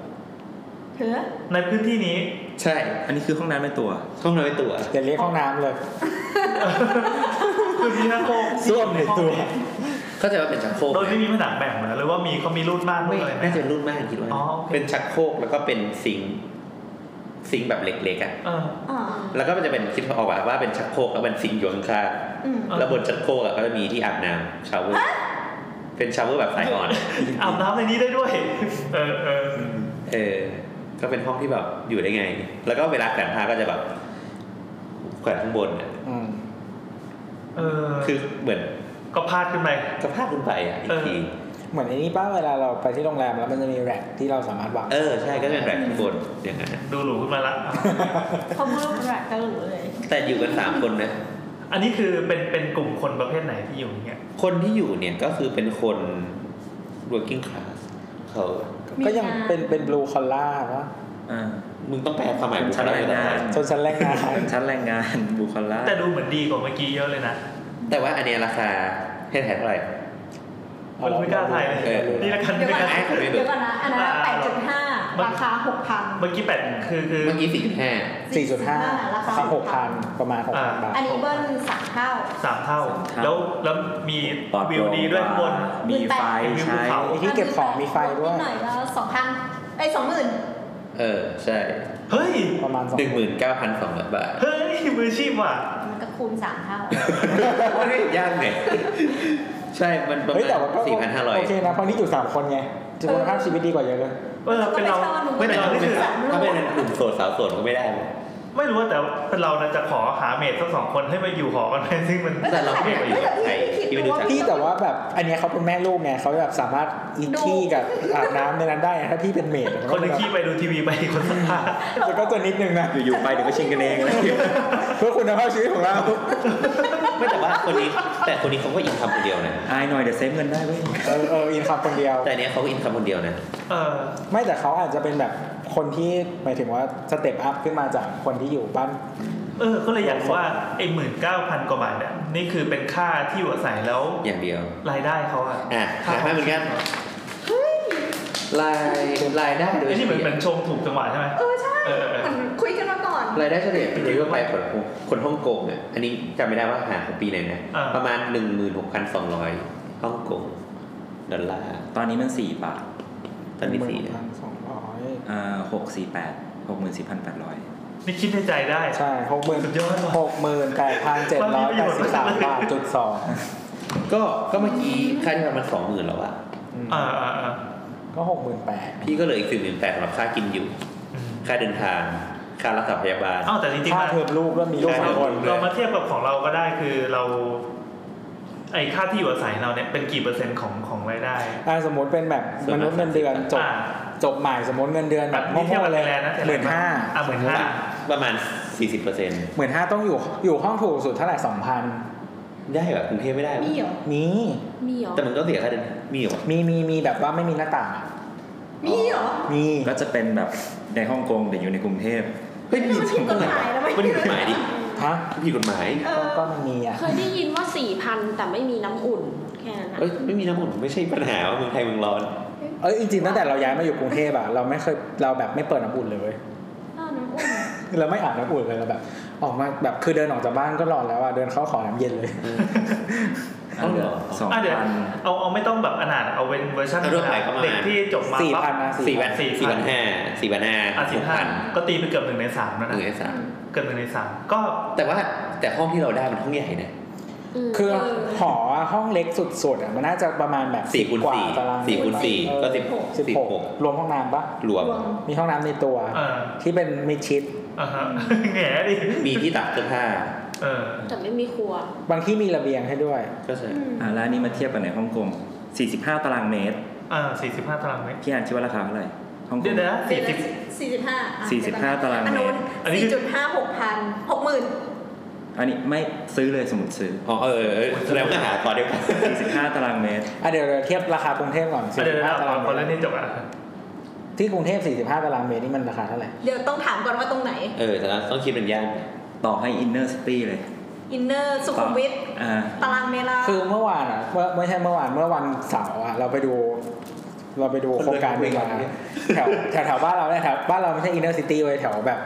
เฮ้อ
ในพื้นที่นี้
ใช่
อันนี้คือห้องน้ำในตัว
ห้องน้อยตัว
อย่าเรียกห้องน้ำเลย
คือมีหน้าโคก
ส้วมในตัว
เข้าใจว่าเป็นชักโครก
โดยไม่มีผนังแบ่งเหมือนหรือว่ามีเขามีรูดม่านด้
ไม่
วยอะไรไหม
น่าจะเป็นรุ่นมากคิดว่า
อ๋อโอเค
เป็นชักโครกแล้วก็เป็นซิงค์ซิงค์แบบเล็กๆอ่ะ
เออ
อ่า
แล้วก็มันจะเป็นคิดออกว่าว่าเป็นชักโครกแล้วเป็นซิงค์อยู่ข้าง
อืม
เออ
ๆแล้วบนชักโครกอะก็จะมีที่อาบน้ำชาวเวอร์เป็นชาวเวอร์แบบสายอ่อน
อาบน้ำในนี้ได้ด้วย เออเออ
เออ ก็เป็นห้องที่แบบอยู่ได้ไง แล้วก็เวลาแขวนผ้าก็จะแบบแขวนข้างบนอะ
อืม
เออ
คือเหมือน
ก็พาดขึ้นไป
กระพาขึ้นไปอ่ะอีกที
เหมือนไอ้นี่ป้าเวลาเราไปที่โรงแรมแล้วมันจะมีแร็คที่เราสามารถวาง
เออใช่ก็จะเป็นแบบข้างบนอย่างนั้นอะ
ดูหรูขึ้นมาละ
เขาพูดว่าแบบตะหลุเลย
แต่อยู่กันสามคนนะ
อันนี้คือเป็นเป็นกลุ่มคนประเภทไหนที่อยู่อย่างเงี้ย
คนที่อยู่เนี่ยก็คือเป็นคน working class เขา
ก็ยังเป็นเป็นบลูคอลล่าปะ
อ่า
มึงต้องแปลความหมาย
เป็น
กู
ชั้นแร
ไม่
ง
ได้
งาน
ชนชั้นแรงงาน
เป็นชั้นแรงงานบุคลา
แต่ดูเหมือนดีกว่าเมื่อกี้เยอะเลยนะ
แต่ว่าอันเนี้ยราคาให้แทนเท่าไหร่
คนไม่กล้าถ่ายเลย
เออ
นี่ละกัน
เดี๋ยว
นี่ละ
ก่อน
กัน
นะเดี๋ยวก่อนนะอันนั้นแปดจุดห้าราคาหกพัน
เมื่อกี้แปดคือคือ
เมื่อกี้สี่จุดห้า
สี่จุดห้า
ราคา
หกพันประมาณหก
อ่า
พันบาท
อันนี้เบิ้ลสามเท่า
สามเท่า แล้วแล้วมี
ปลอดโป
วิ
ร่
ว
ง
ดีด้วยข้างบน
มีไฟ
มีภู
ใช้
เขา
ไอ้ที่เก็บของมีไฟด้วย
นิดหน่อยก็สองพันไอ้สองหมื่น
เออ ใช่
เฮ้ย
ประมาณสอง
หนึ่งหมื่นเก้าพันสองร้อยบาท
เฮ้ยมืออาชีพว่ะ
มันก็คูณสามเท่า
ไม่ได้ [laughs] ยากเลยใช่มันประ
เฮ้ยแต่
มา
ว่า
ณ
ก็
สี่พันห้าร้อย
โอเคนะเพราะนี่อยู่สามคนไงจะคุณภาพชีวิตดีกว่าเยอะเลย
เออเป็นเรา
ก็
เป็
ไม่
น
ช
เรา
อบ
นี่คือ
ถ้าเป็นหนุ่มโสดสาวโสดก็ไม่ได้เลย
ไม่รู้ว่าแต่เป็นเรานะจะขอหาเมดสักสองคนให้มาอยู่หอกันไหมซึ่งมัน
แต่เราไม่ได้ไปอยู่กับใครที่ไม่รู้จัก
พี่แต่ว่าแบบอันเนี้ยเขาเป็นแม่ลูกไงเขาแบบสามารถอีขี้กับอาบน้ำในนั้นได้นะถ้าพี่เป็นเมด
คนหนึ่งขี้ไปดูทีวีไปอีกคนสักผ้า
แต่ก็จะนิดนึงนะ
อยู่ๆไปเดี๋ยวก็ชิงกันเองอะไรอย่างเงี้ย [laughs]
เพื่อคุณภาพชีวิตของเรา
ไม่แต่ว่าคนนี้ แต่คนนี้เขาก็อินคัมคนเดียวนะ
อายหน่อยเดี๋ยวเซฟเงินได้เว้ย
เออเอออินคัมคนเดียว
แต่อันเนี้ยเขาก็อินคัมคนเดียวนะ
เออ
ไม่แต่เขาอาจจะเป็นแบบคนที่หมายถึงว่าสเต็ปอัพขึ้นมาจากคนที่อยู่บ้าน
เออ ก็เลยอยากรู้ว่าไอ้หมื่นเก้าพันกว่าบาทเนี่ยนี่คือเป็นค่าที่อยู่อาศัยแล้ว
อย่างเดียว
รายได้เขาอะ
อ่ะ
ค่า
หาให้เหมือนกันรายรายได้โดย
ไอ้
เฉ
นี่เหมือน
ลี่ย
เป็นชมถูกจังหวะใช่ไหม
เออใช่
เออเออ
มันคุยกันมาก่อน
รายได้เฉลี่ยปีนี้ก็ไปคนคนฮ่องกงเนี่ยอันนี้จำไม่ได้ว่าหาของปีไหนนะ
อ่า
ประมาณ 16,200ฮ่องกงดอลลาร์
ตอนนี้มันสี่บาท
ตอนนี้สี่
พันสองร้อย
อ่าหกสี่แปดหกหมื่นสี่พันแปดร้อย
นี่คิดในใจได้
ใช่หกหมื่น
สุดยอดว่ะ
หกหมื่นแปดพันเจ็ดร้อยแปดสิบสามบาทจุดสอง
ก็ก็เมื่อกี้ค่าที่ประมาณสองหมื่นแล้วอะ
อ่าอ่าอ่า
ก็หกหมื่นแปด
พี่ก็เหลืออีกสี่หมื่นแปดสำหรับค่ากินอยู่
อืม
ค่าเดินทาง ค่ารักษาพยาบาล
เอ้าวแต่จริงๆ
ค่า
นะ
เทอมลูกก็มีลูกส
ใช่
องคน
เรามาเทียบกับของเราก็ได้คือเรา ไอ้ค่าที่อยู่อาศัยเราเนี่ยเป็นกี่เปอร์เซ็นต์ของของรายได้
อ่าสมมติเป็นแบบมนุษย์เงินเดือนจบ
อ่า
จบใหม่สมมติเงินเดือน
แบ
แบบ บ
นี่เทียบ
โง่
กับไท
ๆเลย
ยแลนด์นะ
หมื่นห้า
อ่ะหมื่นห้า
ประมาณ 40เปอร์เซ็นต์
หมื่นห้าต้องอยู่อยู่ห้องถูกสุดเท่าไหร่สองพัน
ได้เหรอกรุงเทพไม่ได้เหรอ
มีเหรอ
มี
มีเหรอ
แต่มันก็เสียค่าเดินทางมีเหรอ
มีมีมีแบบว่าไม่มีหน้าต่าง
มีเหรอ
มี
ก็จะเป็นแบบในฮ่องกงแต่อยู่ในกรุงเทพ
เฮ้ย
มันผิดกฎหมายนะเว้ย
มันผิดกฎหมายดิ
ฮะ
มันผิดกฎหมาย
เอ
ก็
อ
ก็มันมีอ่ะ
เคยได้ยินว่าสี่พันแต่ไม่มีน้ำอุ่นแค่นั้นนะ
เอ้ยไม่มีน้ำอุ่นไม่ใช่ปัญหาว่าเมืองไทยเมืองร้อน
เอ้ยจริงๆตั้งแต่เราย้ายมาอยู่กรุงเทพอ่ะเราไม่เคยเราแบบไม่เปิดน้ำอุ่นเลยเว้ย
เออน้ำอุ่น
เราไม่อาบน้ำอุ่นเลยเราแบบ ออกมาแบบคือเดินออกจากบ้านก็ร้อนแล้วอ่ะเดินเข้าขอน้ำเย็น
[laughs]
เลย
เอาเหรอ
สอง
อ่ะเดี๋ยว
พัน
เอาเอาไม่ต้องแบบอนาถเอาเป็นเวอร์ชัน
เอาทั่วไปก็มา
เด็กที่จบมา
สี่
ปั๊บ
พันนะ
สี่
สี่
พันสี่พันห้าสี่พันห้า
อ่ะสิบห้าก็ตีไปเกือบหนึ่งในสามแล้ว
ห
นะ
นึ่งในสาม
เกือบหนึ่งในสามก็
แต่ว่าแต่ห้องที่เราได้มันห้องใหญ่นะ
ม
คือหอห้องเล็กสุดๆอ่ะมันน่าจะประมาณแบบ
สี่คูณ
กว่า
สี่
ตาราง
สี่คูณสี่ก็สิบหก
สิบ
สิบ
หก
หก
รวมห้องน้ำปะ
รวม
มีห้องน้ำในตัว
เออ
ที่เป็นมิดชิด
อ่าฮะแหง่ดิ
มีที่ตักเสื้อผ้า
เออ
แต่ไม่มีครัว
บางที่มีระเบียงให้ด้วย
ก็ใช่
อ่าแล้วอันนี่มาเทียบกันในฮ่องกง45 ตารางเมตร
อ่าสี่สิบห้า45 ตารางเมตร
พี่อ่านคิดว่าราคาเท่าไหร่ฮ่องก
เดี๋ย
ง
วนะ
เดื
สี่
อน
สิ
ละ
บ
สี่สิบห้าอ่ะ
สี่สิบห้าตารางเมตร
อันนู้น
อันนี้
สี่
คือ
จุดห้าหกพันหกหมื่น
อันนี้ไม่ซื้อเลยสมุดซื้อ
อ๋อเออเออแล้วก็หาตอนเดียวกัน
45 ตารางเมตร
อ่ะเดี๋ยวเดี๋ยวเทียบราคากรุงเทพก่อน
อ่ะเดี๋ยวนะ
45ตาราง
พอเรื่อง
เมตร
นี้จบอ่ะ
ที่กรุงเทพ45ตารางเมตรนี่มันราคาเท่าไหร่
เดี๋ยวต้องถามก่อนว่าตรงไหน
เออแต่ละต้องคิดเป็นย่าน
ต่อให้อินเนอร์ซิตี้เลย
อินเนอร์สุขุมวิท
อ่า
ตารางเมตรละ
คือเมื่อวานอ่ะเมื่อไม่ใช่เมื่อวานเมื่อวันเสาร์อ่ะเราไปดู เราไปดูโครงการหนึงมาแถวแถวแถวบ้านเราเนี่ยแถวบ้านเราไม่ใช่อินเนอร์ซิตี้เลยแถวแบบ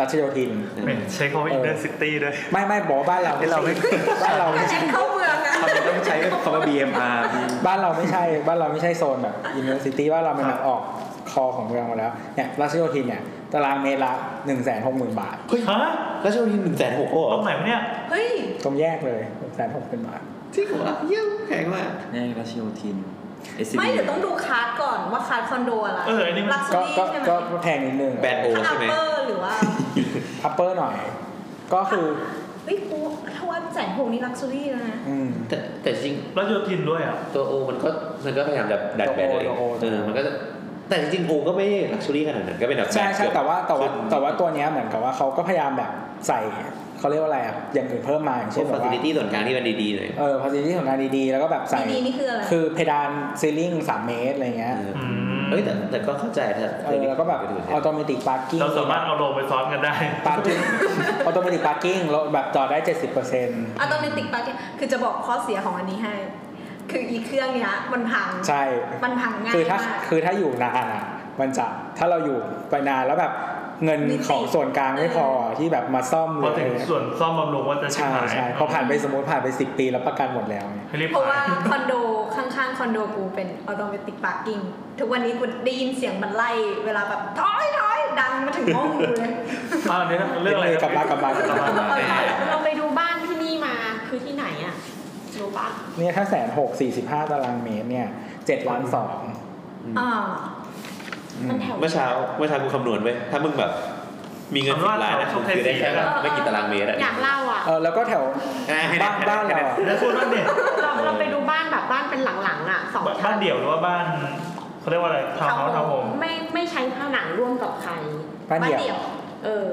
รัชโยธิน
แหม่ใช้คำว่าอินเตอร์ซิตี้ด้วย
ไม่ไม่บอกว่าบ้านเราไม่ใช่บ้านเราไม่ใช่
เข้าเมืองนะ
ทำไมต้องใช้คำว่า BMR พี่
บ้านเราไม่ใช่บ้านเราไม่ใช่โซนแบบอินเนอร์ซิตี้บ้านเรามันแบบออกคอของเมืองมาแล้วเนี่ยรัชโยธินเนี่ยตารางเมตรละ1นึ่งแสนหกหมื่นบาท
ฮะ
แล้วช่วงนี้หนึ่งแสนหกโอ้
ตรงไหนวะเนี่ย
เฮ้ย
ตรงแยกเลยหนึ่งแสนหกหมื่นบาท
จริงเหรอเยี่ยมแพงมาก
แน่ราชโยธิน SCB
ไม่เดี๋ยวต้องดูคาร์ดก่อนว่าคาร์ดคอนโดอะไร
เอออันนี้มัน
ลักซ์
ก็
รี่
ก็
ใช่ไหม
ก็แพงนิดนึง
แบนโอ
คา
ใช่
ร์ด
ไหม
เปอร์หรือว่า
อัปเปอร์หน่อย ก็คือ
เฮ้ยกูถ้าว่าแสนหกนี่ลักซ์รี่แล้วนะ
อืม
แต่แต่จริง
แล้วโยทินด้วยอ่ะ
ตัวโอมันก็มันก็พยายามจะดัดแปลงเลย
ตัว O ตัว O
เออมันก็จะแต่จริงๆโอก็ไม่ลักชัวรี่ขนาดนั้นก็เป็นแบบ
ใช่ใช่
บบ
แต่ว่าแต่ว่า
ขึ้น
แต่ว่าตัวเนี้ยเหมือนกับว่าเขาก็พยายามแบบใส่เขาเรียกว่าอะไรอะอย่างอื่นเพิ่มมาอย่าง
พว
เช่
ก
นแบ
ฟัส
บ
ซิ
ว่า
ลิตี้ส่วนกลางที่มันดีๆหน่อย
เออพาซิตี้ของงานดีๆ แล้วก็แบบใส่
ดีๆนี่คืออะไร
คือเพดานซีลิ่งสามเมตรอะไรเงี้ย
เออ
อืม
เฮ้ยแต่แต่ก็เข้าใจถ้า
เออแล้วก็แบบออโตเมติกพาร์กิ้ง
เราสามารถเอาลงไปซ้อนกันได้
พาร์ [laughs] กิ้งออโตเมติกพาร์กิ้งแล้วแบบจอดได้เจ็ดสิบเปอร์เซ็นต์
อะตอมติกปาร์ตี้คือจะบอกข้อเสียของอันนี้ให้ คืออีเครื่องเนี้ยมันพัง
ใช่
มันพังง่าย
คือถ้าม
าก
คือถ้าอยู่นานอ่ะมันจะถ้าเราอยู่ไปนานแล้วแบบเงิน
นิติ
ของส่วนกลางไม่พอที่แบบมาซ่อม
พ
หรือ ออะ
ถึ
ไรง เงี้ย
ส่วนซ่อมบำรุงว่าจะชิบ
ใช่
หาย
ใช่พอผ่านไปสมมติผ่านไปสิบปีแล้วประกันหมดแล้วเนี่ย
ให้รีบ
เพราะว่า
ขาย
คอนโดข้างๆ คอนโดกูเป็นออโตเมติกปาร์กิ้งทุกวันนี้กูได้ยินเสียงมันไล่ เวลาแบบถอยถอยดังมาถึงห้องกูเลย
อ้าวอันนี้เรื่องอะไร
ดี๋ยวกลับมากลับมากลับมา
เราไปดูบ้านที่นี่มาคือที่ไหนอ่ะรู้ปะ
เนี่ยถ้าแสนหกสี่สิบห้าตารางเมตรเนี่ยเจ็ดล้านสอง
อ่า
มันแถว
เมื่อเช้าเมื่อเช้ากูคำนวณไว้ยถ้ามึงแบบ มีเงินสิบล้านนะมึงคือได้แค่แบบไม่กี่ตารางเมตรอะ
อยากเล่าอ่ะ
เออแล้วก็แถว
อ่ให้
บ้านบ้านเราอะ
แล้วคุณบ้านเด็ก
เราเราไปดูบ้านแบบบ้านเป็นหลังๆอ่ะสอง
บ้านเดี่ยวหรือว่าบ้านเขาเรียกว่าอะไรทาวน์เฮาส์ทาวน์โฮม
ไม่ไม่ใช้ผนังร่วมกับใคร
บ้านเดี่ย
ย
ว
ว
เออ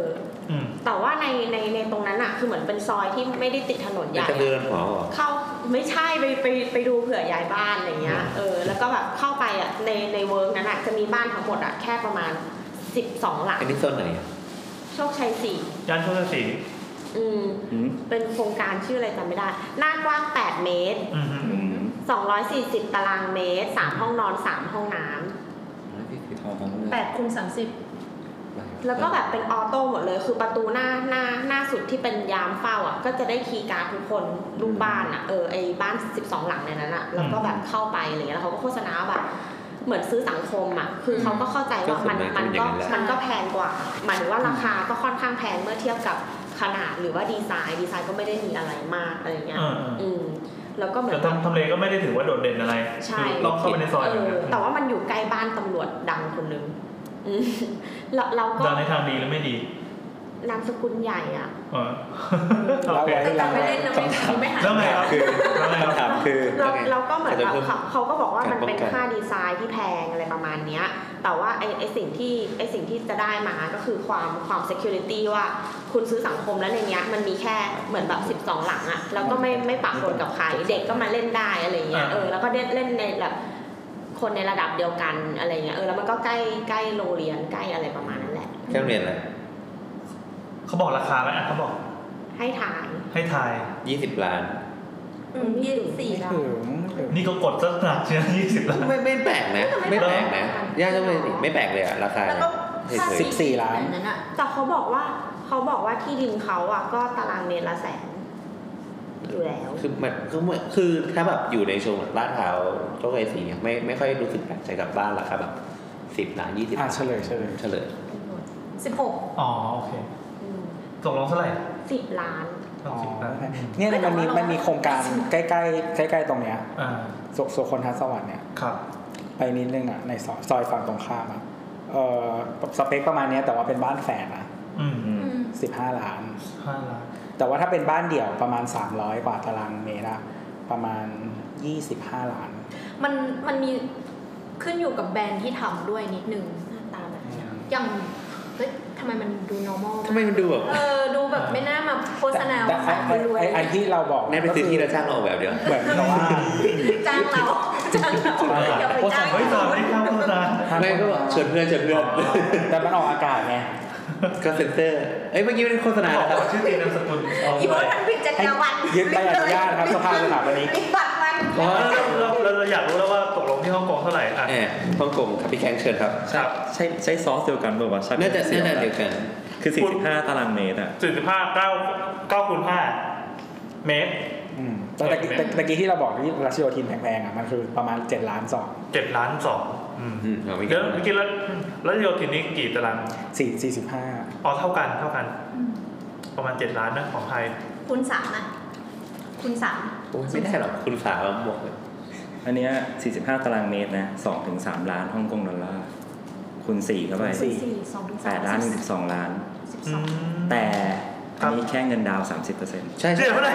อืม
แต่ว่าในในในตรงนั้นอ่ะ คือเหมือนเป็นซอยที่ไม่ได้ติดถนนให
มัน
ญ่
จะเดิ
อะ
นหอ
เข้าไม่ใช่ไปไปไปดูเผื่อย้ายบ้านอะไรเงี้ย เออ แล้วก็แบบเข้าไปอ่ะในในเวิร์กนั้นอ่ะจะมีบ้านทั้งหมดอ่ะแค่ประมาณสิบสองหลัง
อันนี้โซนไหนอะ
โชคชัยสี่
ย่านโชคชัยสี
อืม
อืม
เป็นโครงการชื่ออะไรจำไม่ได้ หน้ากว้าง 8 เมตร
อืมฮึ
อืม
240 ตารางเมตร 3 ห้องนอน 3 ห้องน้
ทองคำเลือก
แปดคูณสามสิบ
ำ แล้วก็แบบเป็นออโต้หมดเลย คือประตูหน้าหน้าหน้าสุดที่เป็นยามเฝ้าอ่ะ ก็จะได้คีย์การ์ดทุกคนลูกบ้านอ่ะ เออ ไอ้บ้าน 12 หลังในนั้นอ่ะ แล้วก็แบบเข้าไปอะไรเงี้ย แล้วเขาก็โฆษณาว่าแบบ เหมือนซื้อสังคมอ่ะ คือเขาก็เข้าใจว่ามันมันก็มันก็แพงกว่า หมายถึงว่าราคาก็ค่อนข้างแพงเมื่อเทียบกับขนาดหรือว่าดีไซน์ ดีไซน์ก็ไม่ได้มีอะไรมากอะไรเงี้ย
เออ
อืม แล้วก็เหมือ
แต่
นแบบ
ทำทำเลก็ไม่ได้ถือว่าโดดเด่นอะไร
ใช่
คือต้องเข้าไปในซอย
เอ
เหมือ
อ
นกัน
แต่ว่ามันอยู่ใกล้บ้านตำรวจดังคนนึงอืม [laughs] แล้วเราก็
ดังในทางดีหรือไม่ดี
นามสกุลใหญ่อ่ะ
เออ
แล้
โอ
ว
เค
ไว้
จำไม่
ไว้
เล่นนะไม่หาไม่หา
แล้วไงครับแล้วไงครับ
คำถามคือ
เราเราก็เหมือนแบบ
แต่เพิ่ม
เขาเขาก็บอกว่ามันเป็น
การป้องกัน
ค่าดีไซน์ที่แพงอะไรประมาณเนี้ย แต่ว่าไอไอสิ่งที่ไอสิ่งที่จะได้มาก็คือความความ security ว่าคุณซื้อสังคมแล้วในเนี้ย มันมีแค่เหมือนแบบ 12 หลังอะแล้วก็ไม่ไม่ปะปนกับใครเด็กก็มาเล่นได้อะไรเงี้ย
อ่า
เออแล้วก็เล่นเล่นในแบบคนในระดับเดียวกันอะไรเงี้ยเออแล้วมันก็ใกล้ใกล้โรงเรียนใกล้อะไรประมาณนั้นแหละ
แค่เรียนอะไร
เขาบอกราคาไหมอ่ะเขาบอก
ให้ทาย
ให้ทาย
ยี่สิบล้าน
อืมยี่สิบสี่
ไม่
แล้ว
ถึงไม่ถึง
นี่ก็กดสักหนักเชียวยี่สิบล้าน
ไม่ไม่แปลกนะ ไม่แปลกนะย่าจะไม่ไม่แปลกเลยอะราคา
แล้ว
เนี่ย
ก็
เฉย
สิบสี่ล้าน
นั้นอ่ะ
แต่เขาบอกว่าเขาบอกว่าที่ดินเขาอ่ะก็ตารางเมตรละแสนอยู่แล้ว
ๆคือมันก็เหมือนคือถ้าแบบอยู่ในชวงลาดพร้าวโชคชัยสีเนี่ยไม่ไม่ค่อยรู้สึกแปลกใจกับบ้านราคาแบบสิบล้านยี่สิบ
อ่ะ
ล้าน
เฉลยเฉลย
เฉลย
สิบหก
อ๋อโอเค
อืม
ตกลงเท่าไหร่
สิบล้าน
ต้องสิบตัน
เนี่ยมันมีมันมีโครงการใกล้ๆใกล้ๆตรงเนี้ย
อ่า
สุขสุคนทัศสวรรค์เนี่ย
ครับ
ไปนิดนึงอ่ะในซอยซอยฝั่งตรงข้ามอ่ะเออสเปคประมาณเนี้ยแต่ว่าเป็นบ้านแฝดนะ
อืม
อืม
สิบห้าล้าน
ห้าล้าน
แต่ว่าถ้าเป็นบ้านเดี่ยวประมาณ 300 กว่าตารางเมตรอะประมาณ 25 ล้าน
มันมันมีขึ้นอยู่กับแบรนด์ที่ทำด้วยนิดนึงหน้าตาแบบนี้อย่างเฮ้ยทำไมมันดู normal
ทำไมมันดูแบบ
เออดูแบบไม่น่ามาโฆษณา
แต่
ว่า
แต่
ขายค
ไอ้
นรวย
ไอ้ไอ้ที่เราบอก
แน่ไป
ก็
ซื้อ
คือ
ที่แล้วจ้างเราออกแบบเดี๋ยว
เหมือนกับว่า
จ้าง
[laughs]
เราจ้างเราอย่าไป
โฆษ
จ้าง
ณา
เฮ้ยตอนนี้ครับโฆษณา [laughs]
ไม่ก็บอกชวนเพื่อนชวนเพื่ [laughs] อน
แต่มันออกอากาศไง
ก็เซ็นเตอร์ เอ้ยเมื่อกี้เป็นโฆษณา
บอ
นะ
ก
ครับ
ว่าชื่อจริงนามสกุลเอา
อีโบ
ด้วย
ทันพิจักรวรรดิ
ยึดใบอนุญาตครับสภาสถาปนิก
มีบัตรมัน
อ๋อเราเราเราอยากรู้แล้วว่าตกลงที่ฮ่องกงเท่าไหร่อ่ะ
แอบฮ่องกงครับพี่แข้งเชิญครับ
ครับ
ใช่ใช้ซอสเดียวกันเปล่าวะใช่
น่าจะน่าจะเดียวกัน
คือ45ตารางเมตรอ่ะ
สี่สิบห้าเก้าเก้าคูณห้าเมตร
อืมแต่แต่แต่แต่กี้ที่เราบอกที่รัชโยธินแพงๆอ่ะมันคือประมาณ 7 ล้านสอง
เจ็ดล้านสอง
อืมเอาไม่เกี่ย
เดี๋ยว
ว
เมื่อกี้แล้วแล้วโยธินนี้กี่ตาราง
สี่สี่สิบห้า
อ๋อเท่ากันเท่ากัน ประมาณเจ็ดล้านนะของไทย
คูณสามอ่ะคูณสาม
โอ้ยไม่ได้หรอกคุณสามาบวกเลย
อันเนี้ย45ตารางเมตรนะ2ถึง3ล้านฮ่องกงดอลลาร์คูณ4เข้าไป
สี่สองคูณสาม
8ล้านถึง12 ล้าน
สิบ
อื
สอง
ม
แต่
ครับ
อันนี้แค่เงินดาวน์30%
ใช่
เจ็
ใช่
ดเท่าไหร่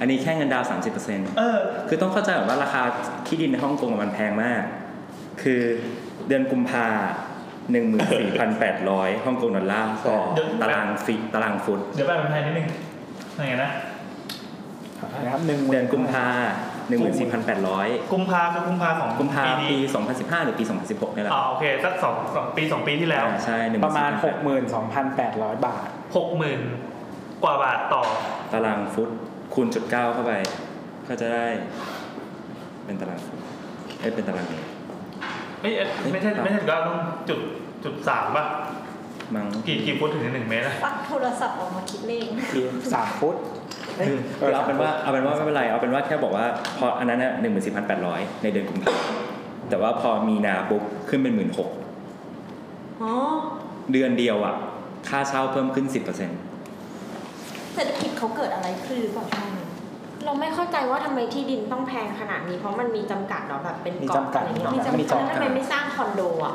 อันนี้แค่เงินดาวน์30%
เออ
คือต้องเข้าใจก่อนว่าราคาที่ดินในฮ่องกงอะมันแพงมาก คือเดือนกุมภาหนึ่งหมื่นสี่พันแปดร้อยฮ่องกงดอลลาร์ต่อ
เดือน
ตารางฟีตารางฟุต
เดี๋ยวแปลเป็นไทยนิดนึงยังไงนะ
นะครับหนึ่ง
เดือนกุมภาหนึ่งหมื่นสี่พันแปดร้อย
กุมภาคือกุมภาของ
กุมภา
นี้
ปี 2015 หรือปี 2016เนี่ยแหละ
อ๋อโอเคสักสองสองปีสองปีที่แล้ว
อ่าใช่หนึ่ง
ประมาณ 62,800 บาท
หกหมื่นกว่าบาทต่อ
ตารางฟุตคูณจุดเก้าเข้าไป ก็จะได้ เป็นตารางฟุตเอ้ยเป็นตารางเมตร
เอ้ยเอ้ยไม่ใช่ไม่ใช่ก็ต้องจุดจุดสามป่ะ
มั้ง
กี่กี่ฟุตถึงจะหนึ่งเมตรอะ
ปักโทรศัพท์ออกมาคิดเลข
สามฟุตเอ้ย
คือเอาเป็นว่าเอาเป็นว่าไม่เป็นไรเอาเป็นว่าแค่บอกว่าพออันนั้นน่ะหนึ่งหมื่นสี่พันแปดร้อยในเดือนกุมภาพันธ์แต่ว่าพอมีนาปุ๊บขึ้นเป็นหมื่นหก
อ๋อ
เดือนเดียวอ่ะ ค่าเช่าเพิ่มขึ้นสิบเปอร์เซ็นต์
เศรษฐกิจเขาเกิดอะไรขึ้นหรือเปล่าช่วงนั้น
เราไม่เข้าใจว่าทำไมที่ดินต้องแพงขนาดนี้เพราะมันมีจำกัดเนาะแบบเป็น
มี
เกาะ
จำกัด
อะไร
มี
เงี้ย
จำกัดมีจำ
แล้ว
กั
ทำ
ด
ไมไม่สร้างคอนโดอ่ะ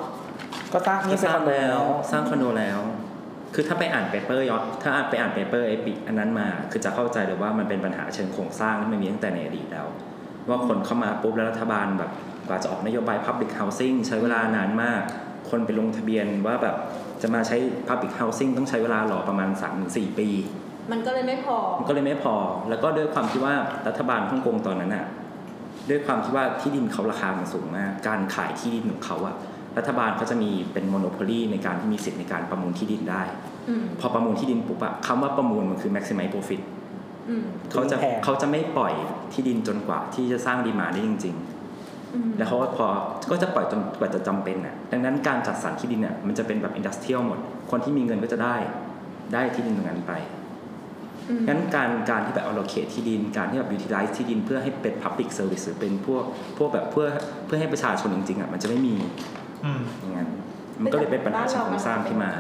ก็สร้างนี่
ส
เป็นคอ
ร้า
ง นโด
แล้ว
แล้ว
สร้างคอนโดแล้ว คือถ้าไปอ่านเปเปอร์ย้อนถ้าอ่านไปอ่านเปเปอร์ไอปีอันนั้นมา คือจะเข้าใจเลยว่ามันเป็นปัญหาเชิงโครงสร้างที่มันมีตั้งแต่ในอดีตแล้ว ว่าคนเข้ามาปุ๊บแล้วรัฐบาลแบบกว่าจะออกนโยบาย Public Housing ใช้เวลานานมาก คนไปลงทะเบียนว่าแบบจะมาใช้ Public Housing ต้องใช้เวลารอประมาณ 3-4 ปี
มันก็เลยไม่พอ
มันก็เลยไม่พอ แล้วก็ด้วยความที่ว่ารัฐบาลฮ่องกงตอนนั้นน่ะ ด้วยความที่ว่าที่ดินเขาราคามันสูงมาก การขายที่ดินของเขาอะรัฐบาลเขาจะมีเป็นโมโนโพลีในการที่มีสิทธิ์ในการประมูลที่ดินได้
อืม
พอประมูลที่ดินปุ๊บอะคำว่าประมูลมันคือ maximize profit
อืม
เขาจะเขาจะไม่ปล่อยที่ดินจนกว่าที่จะสร้างดีมาได้จริง
อืม
ๆ แล้วเขาก็พอก็จะปล่อยจนกว่าจะจำเป็นน่ะ ดังนั้นการจัดสรรที่ดินเนี่ยมันจะเป็นแบบอินดัสเทรียลหมด คนที่มีเงินก็จะได้ได้ที่ดินตรงนั้นไป
อืม
งั้นการการที่แบบ allocate ที่ดิน การที่แบบ utilize ที่ดินเพื่อให้เป็น public service หรือเป็นพวกพวกแบบเพื่อเพื่อให้ประชาชนจริงๆอ่ะมันจะไม่มี
อืม
อย่างนั้น มันก็เลยเป็นปัญหาเชิงโครงสร้างขึ้นมา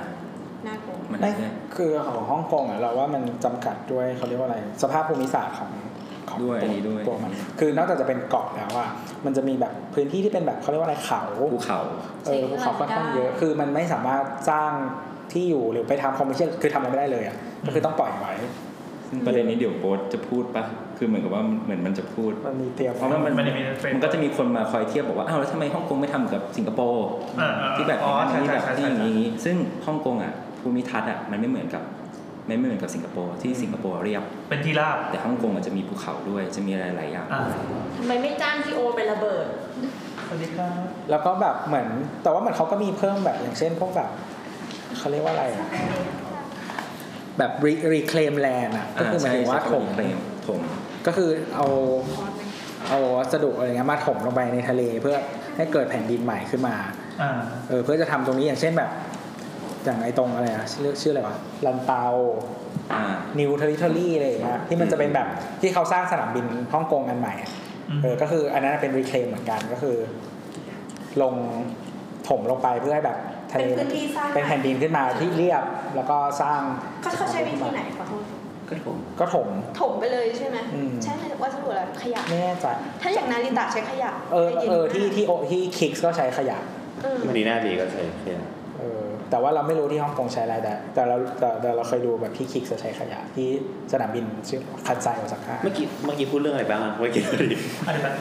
น่ากลัว
มัน
ไม่
เนี่ย
คือของฮ่องกงอ่ะเราว่ามันจำกัดด้วยเขาเรียกว่าอะไร สภาพภูมิศาสตร์ของของ
ด้วย
ตั
อันนี้ด้วย
ตัวมัน คือนอกจากจะเป็นเกาะแล้วอ่ะมันจะมีแบบพื้นที่ที่เป็นแบบเขาเรียกว่าอะไรเขา
ภูเขา
เออภูเขา
ใช้
ค่อน
เวลาไม่ได้
ข้างเยอะ คือมันไม่สามารถสร้างที่อยู่หรือไปทำคอมเมอร์เชียลคือทำอะไรไม่ได้เลยอ่ะก็คือต้องปล่อยไว้
ซึ่งประเด็นนี้เดี๋ยวโบทจะพูดปะคือเหมือนกับว่าเหมือนมันจะพูด
มันมีเตรียม
เพราะว่ามัน
มันจะมี
มันก็จะมีคนมาคอยเทียบบอกว่า อ้าวแล้วทำไมฮ่องกงไม่ทำกับสิงคโปร์
อ่าอ่า
ที่แบบ
อ๋อใช่
ที่แบบ
ใช่ใช่
ที่อย่าง
ใช่
นี้อย่างนี้ ซึ่งฮ่องกงอ่ะภูมิทัศน์อ่ะมันไม่เหมือนกับไม่เหมือนกับสิงคโปร์ที่สิงคโปร์เรียบ
เป็นที่ราบ
แต่ฮ่องกงอาจจะมีภูเขาด้วยจะมีหลายๆอย่าง
อ่า
ทำไมไม่จ้างทีโอเป็นระเบิด
สวัสดีครับ
แล้วก็แบบเหมือน แต่ว่าเหมือนเขาก็มีเพิ่มแบบอย่างเช่นพวกแบบเขาเรียกว่าอะไรอะแบบ reclaim land อ่ะก็คือหมายถึงว่าถม
ใช่ใช่เคลมถม
ก็คือเอาเอาวัสดุอะไรเงี้ยมาถมลงไปในทะเลเพื่อให้เกิดแผ่นดินใหม่ขึ้นมา
อ่า
เออเพื่อจะทำตรงนี้อย่างเช่นแบบ อย่างไอตรงอะไรอะชื่อชื่ออะไรวะลันเตา
อ่า
นิวเทอริทอรี่อะไรอย่างเงี้ยที่มันจะเป็นแบบที่เขาสร้างสนามบินฮ่องกงอันใหม่อะ
อืม
เออก็คืออันนั้นเป็นรีเคลมเหมือนกันก็คือ ลงถมลงไปเพื่อให้แบบ ทะเล
เป็นพื้นที่สร้าง
เป็นแผ่นดินขึ้นมาที่เรียบแล้วก็สร้าง
เขาเขาใช้วิธีไหนขอโทษ
ก็ถม
ก็ถม
ถมไปเลยใช่ไหม
อืม
ใช่ไหมว่าสรุปแล้วขยะ
ไม่แน่ใจ
ถ้าอย่างนาริตะใช้ขยะ
เออเออที่ที่โอที่คิกก็ใช้ขยะ
เออ
มันนีหน้าดีก็ใช่เพื่อน
เออแต่ว่าเราไม่รู้ที่ฮ่องกงใช้อะไรแต่แต่เราแต่แต่เราเคยดูแบบที่คิกจะใช้ขยะที่สนามบินชื่อคันไซโอซาก้า
เมื่อกี้เมื่อกี้พูดเรื่องอะไรบ้างอะเมื่อ
[laughs]
กี้
อะไรนะ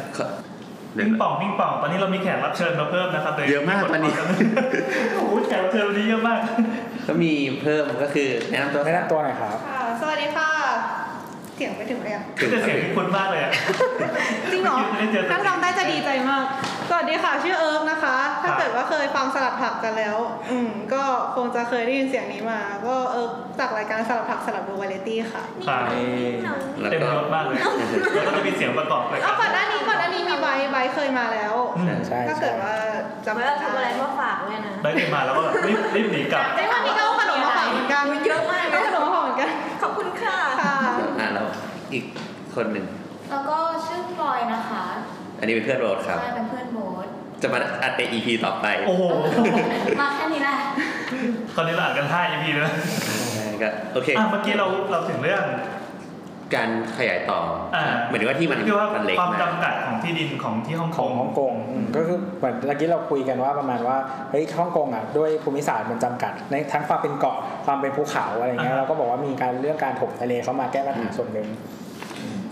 ปิงป่องปิงป่องตอนนี้เรามีแขกรับเชิญมาเพิ่มนะครับ
เยอะมากวันนี้
โอ้โหแขกรับเชิญวันนี้เยอะมาก
ก็มีเพิ่มก็คือแนะนำตัว
แนะนำตัวหน่อยครับ
ค่ะสวัสดีค่ะ เสียงไปถึงเลยอะ
แต่เสียงที่คุ้นมากเลยอะ
จริงเหรอ
ไม่เจอตัวจริง
ถ้าจำได้จะดีใจมาก สวัสดีค่ะ ชื่อเอิร์กนะคะ ถ้า
ครับ
เกิดว่าเคยฟังสลัดผักกันแล้ว อืมก็คงจะเคยได้ยินเสียงนี้มา ก็เอิร์กจากรายการสลัดผักสลัดดูวาไรตี้ค่ะ
ค่ะ
แล้ว
เต็ม
ก็
รถมากเลยแล้วก็จะมีเสียงประกอบราย
เอา
การ
ก่อนหน้านี้ก่อนหน้านี้มีไบร์ทไบร์ทเคยมาแล้ว
อืม
ใช่
ถ้า
ใช่
เกิดว่าจำ
ไม่
ไม่
เราทำอะไร
ได้
มาฝากเลยนะ
ได้เต็มมาแล้วก็แบบรีบรีบหนีกลับ
แต่วันนี้ก็เอาขนมมาฝากเหมือนกัน
เยอะมากเลย
เอาขนมมาฝากเหมือนกัน
ขอบคุณค่ะ
ค่ะ
[laughs] อ่ะแล้วอีกคนหนึ่ง
แล้วก็ชื่อพลอยนะคะ
อันนี้เป็นเพื่อนโรดครับ
ใช่เป็นเพื่อนโบส
จะมาอัดใน EP ต่อไป
โอ้โห
มาแค่นี้แหละ
ตอนนี้เราอ่านกัน5 EP แล้วนะ
ก็โอเค
อ่ะเมื่อกี้เราเราถึงเรื่อง
การขยายต่ออา เหมือนว่าที่มัน
ที่ว่า
มันเล็ก
ความ
มาก
จำกัดของที่ดินของที่ฮ่อง
ข
ก
อง
ง
ฮ่องกงอืมก็คือเหมือนเมื่อกี้เราคุยกันว่าประมาณว่าเฮ้ยฮ่องกงอ่ะด้วยภูมิศาสตร์มันจำกัดในทั้งความเป็นเกาะความเป็นภูเขาอะไรเงี้ย
อ่า
เราก็บอกว่ามีการเรื่องการถมทะเลเข้ามาแก้ปัญหาส่วนหนึ่ง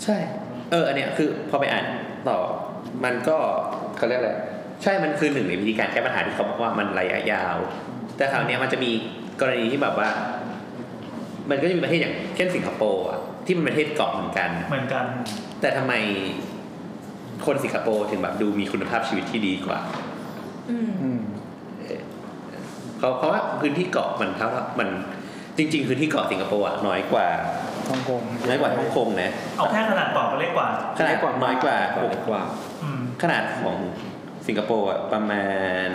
ใช่ เออ อันเนี้ยคือพอไปอ่านต่อ มันก็เขาเรียกอะไร ใช่ มันคือหนึ่งในวิธีการแก้ปัญหาที่เขาบอกว่ามันระยะยาว แต่คราวเนี้ยมันจะมีกรณีที่แบบว่า มันก็จะมีประเทศอย่างเช่นสิงคโปร์อะที่มันเป็นประเทศเกาะเหมือนกัน
เหมือนกัน
แต่ทำไมคนสิงคโปร์ถึงแบบดูมีคุณภาพชีวิตที่ดีกว่า
อืม
อืม
เพราะเพราะว่าพื้นที่เกาะมันเท่ามันจริง ๆ พื้นที่เกาะสิงคโปร์อะน้อยกว่า
ฮ่องกง
น้อยกว่าฮ่องกงนะ
เอาแค่ขนาดปอกก็เล็กกว่า
ขนาด
น้อยกว่า
น้อยกว่า
ก่อนดีกว่า
อืม
ขนาดของสิงคโปร์อะประมาณ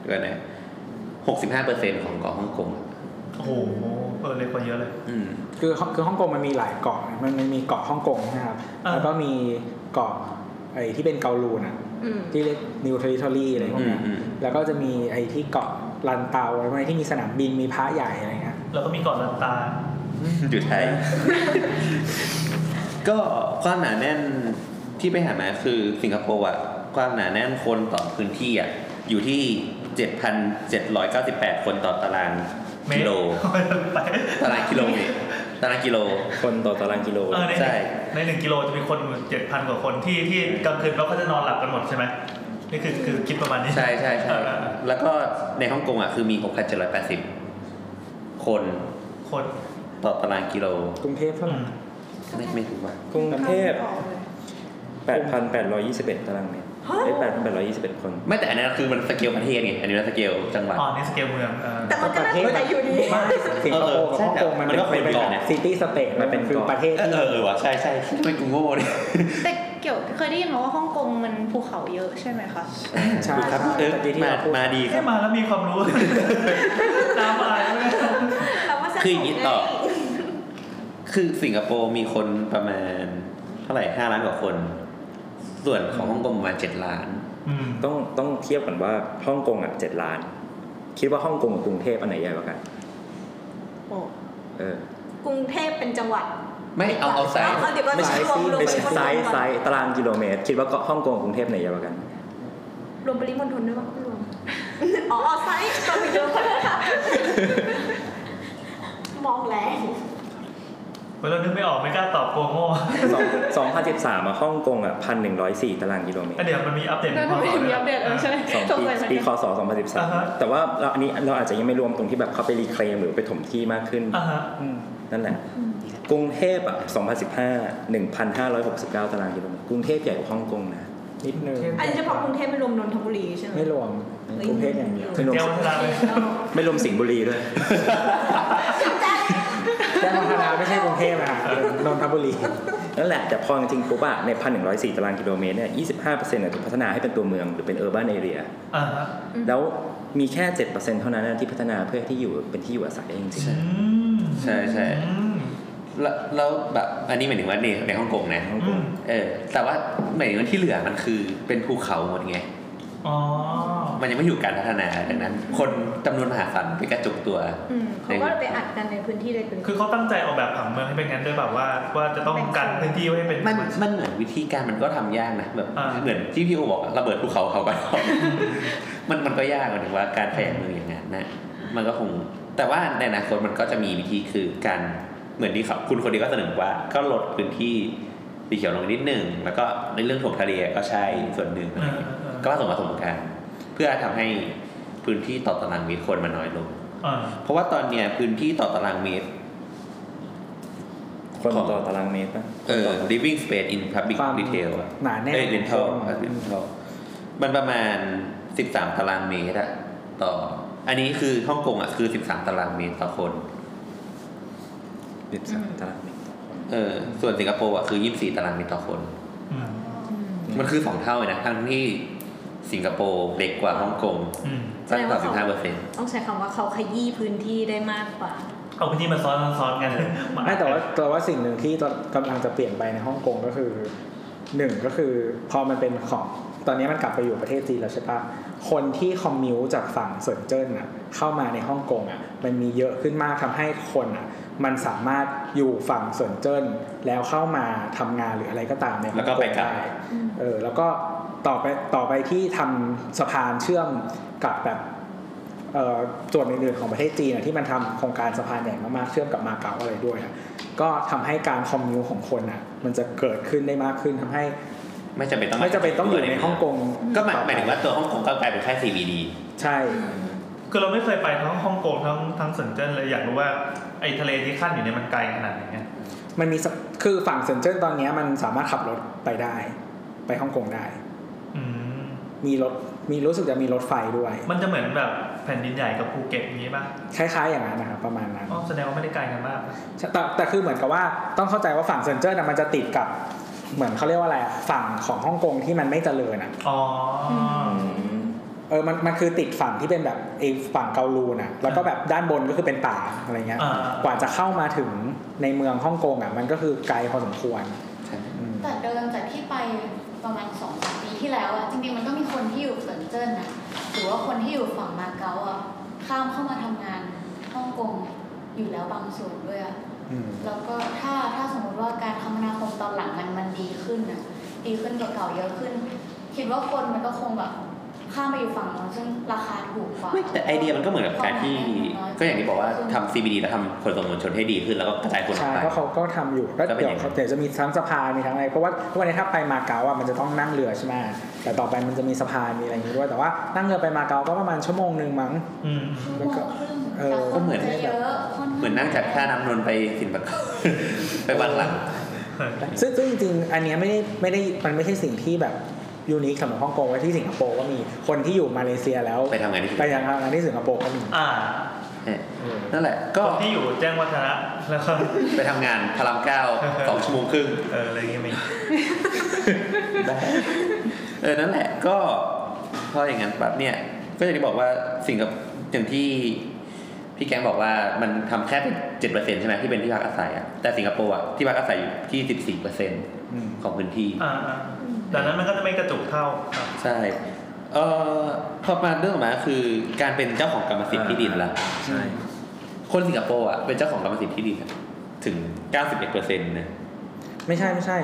เดี๋ยวก่อนนะหกสิบห้าเปอร์เซ็นของเกาะฮ่องกงอะ
โอ้โหเออเล็กกว่าเยอะเลย
อืม
คือคือฮ่องกงมันมีหลายเกาะมันมันมีเกาะฮ่องกงนะครับ
อ่า
แล้วก็มีเกาะไอ้ที่เป็นเกาลูนอ่ะ
อืม
ที่เรียกนิวเทอริทอรี่อะไรพว
อื
ก
ม
เนี้ย
อืม
แล้วก็จะมีไอ้ที่เกาะลันเตาอะไรพวกนี้ที่มีสนามบินมีพระใหญ่อะไรเงี้ย
แล้วก็มีเกาะลันตา
อยู่ไทย ก็ความหนาแน่นที่ไปหามาคือสิงคโปร์อะความหนาแน่นคนต่อพื้นที่อะอยู่ที่เจ็ดพันเจ็ดร้อยเก้าสิบแปดคนต่อตาราง
เมต
กิ
ร
โล
ไป
ตารางกิโลเมตรตารางกิโล
คนต่อตารางกิโล
เออใน
ใช่
ในหนึ่งกิโลจะมีคนเจ็ดพันกว่าคนที่ที่กลางคืนแล้วเขาจะนอนหลับกันหมดใช่ไหมนี่คือคือคิดประมาณนี้
ใช่ใช่ใช่
เออ
แล้วก็ในฮ่องกงอ่ะคือมี 6,780 คน
คน
ต่อตารางกิโล
กรุงเทพเท่า
อืม
ไหร่
ไม่ไม่ถูกว่าก
รุงเทพ8,821 ตารางเมตรได้8,821 คน
ไม่แต่อันนั้นคือมันสเกลประเทศไงอันนี้มันสเกลจังหวัด
อ๋อนี่สเกลเมืองเออ
แต่มันก็น่าจะอยู่ดี
ไม่สิงคโปร์กับฮ่องกงมัน
เออใช่แต่มั
เป็น
นก็คน
เป็น
เกาะเนี่ย
ซิตี้สเตทมันเป็นคือประเทศ
เออ
ที่
เออเออว่ะใช่ใช่ไม่กูโง่เลย
แต่เกี่ยวเคยได้ยินมาว่าฮ่องกงมันภูเขาเยอะใช่ไหมคะ
ใช่
ถูกครับเออ
ตะกี้ที่
มา
เราพูด
มาดีค
แค่
รับ
มาแล้วมีความรู้
[laughs]
ตามอะไรไม่ได้
คืออย่างนี้ต่อ คือสิงคโปร์มีคนประมาณ เท่าไหร่ห้าล้านกว่าคน ส่วนของฮ่องกงประมาณเจ็ดล้าน
อืม
ต้องต้องเทียบกันว่าฮ่องกงอ่ะ7ล้าน คิดว่าฮ่องกงกับกรุงเทพอันไหนใหญ่กว่ากัน
โอ้
เออก
รุงเทพเป็นจังหวัด
ไม่เอาเอาไซส์
เดี๋ยวก็
ไม่ใช่
รวมรวม
ไม่ใช่
ปริมณฑล
ไซส์ไซส์ตารางกิโลเมตร คิดว่าเกาะฮ่องกงกับกรุงเทพไหนใหญ่กว่ากัน
รวมปริมณฑลด้วยป่ะรวมอ๋อเอาไซส์รวมปริมณฑลค่ะมองแรง
เวลานึกไม่ออกไม่กล้าตอบโกลัวโง่
2013อ่ะฮ่องกงอ่ะ1,104 ตารางกิโลเมตร
อ่ะเดี๋ยวมันมีอัปเดต
แล้วทำไมถึงมีอัปเดตเออใช่
สอง
สง
ปี
สัยเหมือน
ปี
กัน
คศ2013 แต่ว่าเราอันนี้เราอาจจะยังไม่รวมตรงที่แบบเขาไปรีเคลมหรือไปถมที่มากขึ้น
อ่ะฮะ
อืม
นั่นแหละ กรุงเทพอ่ะ 2015 1,569 ตารางกิโลเมตร กรุงเทพใหญ่กว่าฮ่องกงนะ
นิดนึง
อันนี้เฉพาะกรุงเทพไม่รวมนนทบุรีใช่ไหม
ไม่รวมกรุงเทพอย่างเดียว
ไม่รวม
เดี๋ยววัฒนาเลย
ไม่รวมสิงห์บุรีด้วย
แจ้งวัฒนาไม่ใช่กรุงเทพนะฮะนนทบุรี
นั่นแหละ แต่พอจริงๆปุ๊บอะใน 1,104 ตารางกิโลเมตรเนี่ย 25%เนี่ยถูกพัฒนาให้เป็นตัวเมืองหรือเป็นเออร์บ้านเอเรีย
อ่ะฮะ
อืม
แล้วมีแค่ 7%เท่านั้นนะที่พัฒนาเพื่อที่อยู่เป็นที่อยู่อาศัยได้จริง
อืม
ใช่ใช่
อืม
แล้วแล้วแบบอันนี้หมายถึงว่าในในฮ่องกงนะ
ๆของฮ่องก
อื
ง
ม
เออแต่ว่าหมายถึงว่าที่เหลือมันคือเป็นภูเขาหมดไง
อ๋อ
มันยังไม่อยู่การพัฒนาดังนั้น คนจำนวนมหาศาลไปกระจุกตัว
อืม
ใน
เขาก็เลยไปอัดกันในพื้นที่เลยเป็น
คือเขาตั้งใจออกแบบผังเมืองให้เป็นงั้นด้วยแบบว่าว่าจะต้องกันพื้นที่ไว้ให้เป็น
มันมันเหมือนวิธีการมันก็ทำยากนะแบบ
อ่า
เหมือนที่พี่โอบอกอะระเบิดภูเขาเขาก็ทำมันมันก็ยากหมายถึงว่าการขยายเมืองอย่างนั้นนะมันก็คงแต่ว่าในอนาคตมันก็จะมีวิธีคือการเหมือนที่เขาคุณคนนี้ก็เสนอว่า ก็ลดพื้นที่สีเขียวลงนิดหนึ่งแล้วก็ในเรื่องถมทะเลก็ใช่ส่วนหนึ่ง
เออเออ
ก็ผสมผสมกันเพื่อทำให้พื้นที่ต่อตารางเมตรคนมันน้อยลง
เออ
เพราะว่าตอนเนี้ยพื้นที่ต่อตารางเมตร
คน
ของ
ต่อตารางเมตรป่ะ
เออ living space in public
ความ
retail อะ
หนาแน่น
เอ้ย rental
ของคน
rental มันประมาณ 13 ตารางเมตรอะต่อ อันนี้คือฮ่องกงอะคือ 13 ตารางเมตรต่อคน
สิบสามตารางเมตร
เออ ส่วนสิงคโปร์อะคือ 24 ตารางเมตรต่อคน
อืม
มันคือ 2 เท่าเลยนะ ทั้งที่สิงคโปร์เล็กกว่าฮ่องกง
อืม
สัก35เปอร์เซ็นต์
ต้องใช้คำว่าเขาขยี้พื้นที่ได้มากกว่า
เอาพื้นที่มาซ้อนซ้อนๆกันม
ไม่แต่ว่าแต่ว่าสิ่งหนึ่งที่ตอนกำลังจะเปลี่ยนไปในฮ่องกงก็คือหนึ่งก็คือพอมันเป็นของตอนนี้มันกลับไปอยู่ประเทศจีนแล้วใช่ปะคนที่คอมมิวจากฝั่งเซินเจิ้นอ่ะเข้ามาในฮ่องกงอ่ะมันมีเยอะขึ้นมากทำให้คนอ่ะมันสามารถอยู่ฝั่งเซินเจิ้นแล้วเข้ามาทำงานหรืออะไรก็ตามในฮ่อง
แล้วก็ไปกลับ
ด้ เออแล้วก็ต่อไปต่อไปที่ทำสะพานเชื่อมกับแบบเอ่อส่วนอื่นๆของประเทศจีนอะที่มันทำโครงการสะพานใหญ่มากๆเชื่อมกับมาเก๊าอะไรด้วยอะก็ทำให้การคอมมิวของคนอ่ะมันจะเกิดขึ้นได้มากขึ้นทำให้
ไม่จำเป็นต้องา
ไม่จำเป็นต้องอยู่ในฮ่องกง
ก็หมายหมายถึงว่าตัวฮ่องกงก็กลายเป็นแค่ CBD
ใช่
คือเราไม่เคยไปทั้งฮ่องกงทั้งทั้งเซินเจิ้นเลยอยากรู้ว่าไอ้ทะเลที่ขั้นอยู่เนี่ยมันไกลขนาดไหนไง
มันมีสะคือฝั่งเซินเจิ้นตอนเนี้ยมันสามารถขับรถไปได้ ไปฮ่องกงได้
อืม
มีรถมีรู้สึกจะมีรถไฟด้วย
มันจะเหมือนแบบแผ่นดินใหญ่กับภูเก็ตอย่างนี้ป่ะ
คล้ายๆอย่างนั้นนะครับประมาณนั้น
อ๋อแสดงว่าไม่ได้ไกลกันมาก
แต่แต่คือเหมือนกับว่าต้องเข้าใจว่าฝั่งเซนเจอร์น่ะมันจะติดกับเหมือนเขาเรียกว่าอะไรอะฝั่งของฮ่องกงที่มันไม่เจริญอ่ะ
อ๋ออ
เออมันมันคือติดฝั่งที่เป็นแบบไอ้ฝั่งเกาลูน่ะแล้วก็แบบด้านบนก็คือเป็นป่าอะไรเงี้ย
อ่าก
ว่าจะเข้ามาถึงในเมืองฮ่องกงอ่ะมันก็คือไกลพอสมควร
ใช่
อืม
แต่เดิมจากที่ไปประมาณสองสามปีที่แล้วอะจริงๆมันก็มีคนที่อยู่เซินเจิ้นนะหรือว่าคนที่อยู่ฝั่งมาเก๊าอะข้ามเข้ามาทำงานฮ่องกงอยู่แล้วบางส่วนด้วยอะ
อืม
แล้วก็ถ้าถ้าสมมติว่าการคมนาคมตอนหลังมันมันดีขึ้นอะดีขึ้นกว่าเก่าเยอะขึ้น คิดว่าคนมันก็คงแบบข้ามไปอยู่ฝั่งนู้นซึ่งราคาถูกกว่า
ไม่แต่ไอเดียมันก็เหมือนกับการที่ก็อย่างที่บอกว่าทำ CBD แล้วทำขนส่งมวลชนให้ดีขึ้นแล้วก็กระจายคนออ
ใช่
กไป
เพราะเขาก็ทำอยู่ก็
ก็เป็น
เดี๋
อ
ยว
ย่างนั้น
เขาเดี๋ยวจะมีทั้งสะพานมีทั้งอะไรเพราะว่าทุกวันนี้ถ้าไปมาเก๊าอ่ะมันจะต้องนั่งเรือใช่ไหมแต่ต่อไปมันจะมีสะพานมีอะไรอย่างงี้ด้วยแต่ว่านั่งเรือไปมาเก๊าก็ประมาณชั่วโมงหนึ่งมั้ง
อืม
แล้วก็เออ
ก็เหมือนจะเยอะค
เหมือนนั่งจากท่าน้ำนนท์ไปสินปะกอบ [laughs] ไปวันหลัง
ซึ่งซึ่งจริงๆ อันเนี้ยไม่ได้ไม่ได้มันไม่ใช่สิ่งที่แบบยูนิคสำหรับฮ่องกงไว้ที่สิงคโปร์ก็มีคนที่อยู่มาเลเซียแล้ว
ไปทำงานที่สิงค
ไป
โปร์
ยังทำงานที่สิงคโปร์ก็มี
อ่า
เออนั่นแหละ ก็
คนที่อยู่แจ้งวัฒนะแล้วก็ [laughs]
ไปทำงานพาราม
[laughs]
เก้าสองชั่วโมงครึ่ง
เอออะไรเงี้ยมี
เออ นั่นแหละ ก็พออย่างนั้นปั๊บเนี่ย ก็อย่างที่บอกว่าสิ่งกับอย่างที่พี่แกงบอกว่ามันทำแค่เจ็ดเปอร์เซ็นต์ใช่ไหมที่เป็นที่พักอาศัยอะแต่สิงคโปร์อะที่พักอาศัยอยู่ที่สิบสี่เปอร์เซ็นต์
อืม
ของพื้นที่
อ่าอ่าดังนั้นมันก็จะไม่กระจุกเท่าครับ
ใช่ เอ่อพอมาเรื่องออกมาคือการเป็นเจ้าของกรรมสิทธิ์ที่ดินละ
ใช่
คนสิงคโปร์อ่ะเป็นเจ้าของกรรมสิทธิ์ที่ดินอะถึง 91เปอร์เซ็นต์นะ
ไม่ใช่ไม่ใช่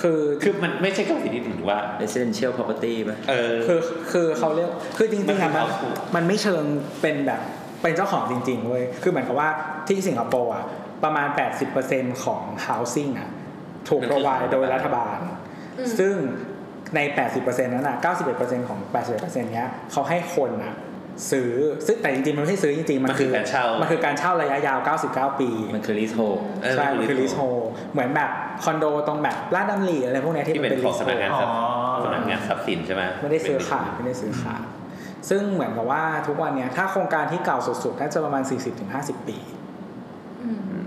คือ
คือมันไม่ใช่กรรมสิทธิ์ที่ดินหรือว่า
residential property ป่ะ
เออ
คือคือเขาเรียกคือจริงๆอะ
มันคือ
มัน
house
มันไม่เชิงเป็นแบบเป็นเจ้าของจริงๆเว้ยคือเหมือนกับว่าที่สิงคโปร์อ่ะประมาณ 80%ของ housing อ่ะถูก
มัน
ป
คือ
ระวายโดยรัฐบาล ซึ่งใน 80%นั้นอ่ะ 91%ของ 81%เนี้ยเขาให้คนอ่ะซื้อ ซึ่งแต่จริงๆ มันไม่ใช่ซื้อจริงๆ
มันคือการเช่า
มันคือการเช่าระยะยาว 99 ปี
มันคือ leasehold
เออ
ใช่ มันคือ
รี
l ี a
ส
s e h o l d เหมือนแบบคอนโดตรงแบบลาดดัมลีอะไรพวกเนี้ยที่
ที่
มัน
เป็น
เป็น
ของ
leasehold
สำนักงานทรัพย์สำ
อ๋อ
นักงานทรัพย์สินใช่ไหม
ไม่ได้ซื้อขายไม่ได้ซื้อขายซึ่งเหมือนกับว่าทุกวันเนี้ยถ้าโครงการที่เก่าสุดๆน่าจะประมาณ 40-50 ปี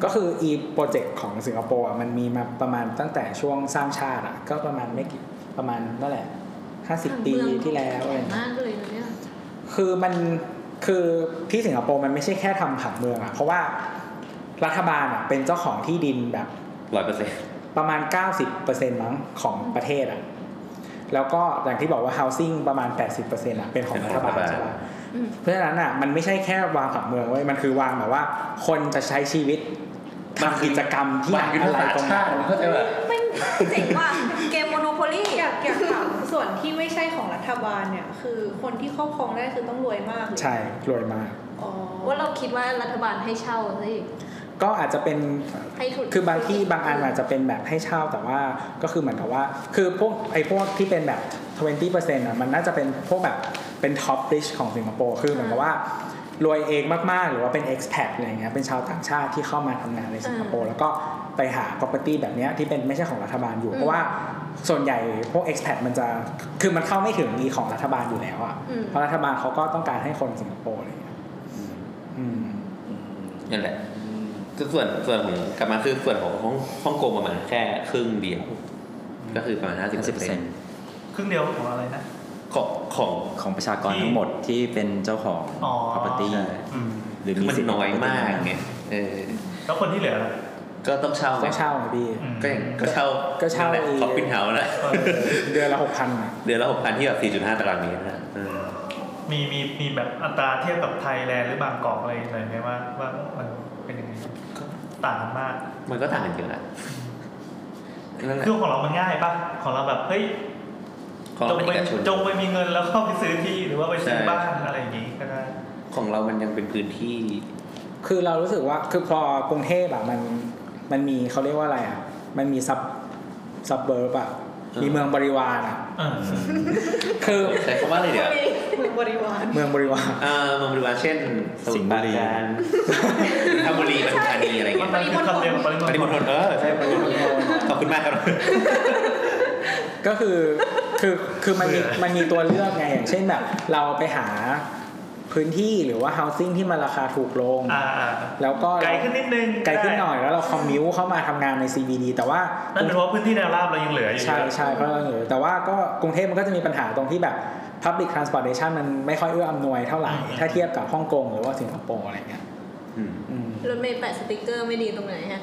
ก็คืออีโปรเจกต์ของสิงคโปร์อะมันมีมาประมาณตั้งแต่ช่วงสร้างชาติอ่ะก็ประมาณไม่กี่ประมาณนั่นแหละ 50 ปีที่แล้วอะไรอย่างเงี้ย
มากเลยเนี่ย
คือมันคือที่สิงคโปร์มันไม่ใช่แค่ทำผังเมืองอะเพราะว่ารัฐบาลอะเป็นเจ้าของที่ดินแบบ
ร้อยเปอร์เซ็นต์
ประมาณ 90%มั้งของประเทศอะ แล้วก็อย่างที่บอกว่า housing ประมาณ 80%อ่ะเป็นของ
เป็นข
รั
อง
ฐ
รัฐบา
บาล
ล
ใช่ปะเพราะฉะนั้นอ่ะมันไม่ใช่แค่วางผังเมืองเว้ยมันคือวางแบบว่า คนจะใช้ชีวิตทำกิจกรรมที่
วางยุทธ
อะไร
ศาสต
ตร
ร์
งไหน
ชาติมันเข้าใจป่ะ
เป็นเจ๋งว่ะเกมโมโนโพลี่
อยากอยากถามส่วนที่ไม่ใช่ของรัฐบาลเนี่ย คือคนที่ครอบครองได้คือต้องรวยมากหรือ
ใช่รวยมาก
อ๋อ
ว่าเราคิดว่ารัฐบาลให้เช่าสิ
ก็อาจจะเป็น
ให้ทุน
คือบางที่บางอันอาจจะเป็นแบบให้เช่าแต่ว่าก็คือเหมือนกับว่า คือพวกไอ้พวกที่เป็นแบบ 20%อ่ะมันน่าจะเป็นพวกแบบเป็นท็อปริชของสิงคโปร์คือเหมือนกับว่ารวยเองมาก ๆ หรือว่าเป็น expat อะไรอย่างเงี้ยเป็นชาวต่างชาติที่เข้ามาทำงานในสิงคโปร์แล้วก็ไปหา property แบบเนี้ยที่เป็นไม่ใช่ของรัฐบาลอยู่ เพราะว่าส่วนใหญ่พวก expat มันจะคือมันเข้าไม่ถึงมีของรัฐบาลอยู่แล้วอ่ะเพราะรัฐบาลเขาก็ต้องการให้คนสิงคโปร์อะไรอย่างเงี้ยอืม
นั่นแหละก็ส่วนส่วนของกลับมาคือส่วนของฮ่องฮ่องกงประมาณแค่ครึ่งเดียว ก็คือประมาณห้าสิบ
50%
เปอร์เซ็นต์
ครึ่งเดียวของอะไรนะ
ของของ
ของประชากรทั้งหมดที่เป็นเจ้าของ
อ๋อ
property
ใช่
อืม
หรือ
คือ
มี
มัน
สิทธิ์
น้อยมากไงเออ
แล้วคนที่เหลือล่ะ
ก็ต้องเช่าไง
ต้องเช่าไงพี่
อืม
ก็อย่างก็เช่า
ก็เช่า
แหละ
อีก
ขอปิ้นเฮาส์นะ
เออ
เดือนละหกพัน
เดือนละหกพันที่แบบสี่จุดห้าตารางเมตรนะเออ
มีมีมีแบบอัตราเทียบกับไทยแลนด์หรือบางกอกอะไรหน่อยไหมว่าว่ามันเป็นยังไงก็ต่างกันมาก
มันก็ต่างกันเยอะนะนั่นแหละ
คือของเรามันง่ายปะของเราแบบเฮ้ย
ของ
จ
เรา
ง
เป็น
ไป
เอกชน
จงไปมีเงินแล้วเข้าไปซื้อที่หรือว่าไปซื้อ
ใช่
บ้านอะไรอย่างงี้ก็ได้
ของเรามันยังเป็นพื้นที่
คือเรารู้สึกว่าคือพอกรุงเทพอะมันมันมีเขาเรียกว่าอะไรอะมันมีซับซับเบิร์บอะ
เออ
มีเมืองบริวารอะ
เออ
คือ
ใช้คำว่าอะไรเดี๋ยว
มือบริวาร
[laughs] เมืองบริวาร
เอ่อเมืองบริวารเช่น
สิงห์บุรี
ทบุรีป [laughs] ทุมธานีอะไรอย่าง
มั
เงี้
น
ย
มันคือคำเดียวกับปริมณ
ปริมณ
ฑ
ฑ
ล
ลเออใช่ปริมณฑลขอบคุณมากครับ
ก็คือคือคือมันมีมันมีตัวเลือกไงอย่างเช่นแบบ เราไปหาพื้นที่หรือว่า housing ที่มันราคาถูกลง
อ่าอ่า
แล้วก็
ไกลขึ้นนิดนึง
ไกลขึ้นหน่อยแล้วเราคอมมิวเข้ามาทำงานใน CBD แต่ว่า
นั่นเป็นเพราะพื้นที่แนวราบเรายังเหลืออยู่
ใช่ใช่เพราะเราอยู่แต่ว่าก็กรุงเทพมันก็จะมีปัญหาตรงที่แบบ Public Transportation มันไม่ค่อยเอื้ออำนวยเท่าไหร่ ถ้าเทียบกับฮ่องกงหรือว่าสิงคโปร์อะไรเงี้ย
อืม
อืม
รถเมย์แปะสติกเกอร์ไม่ดีตรงไหนฮะ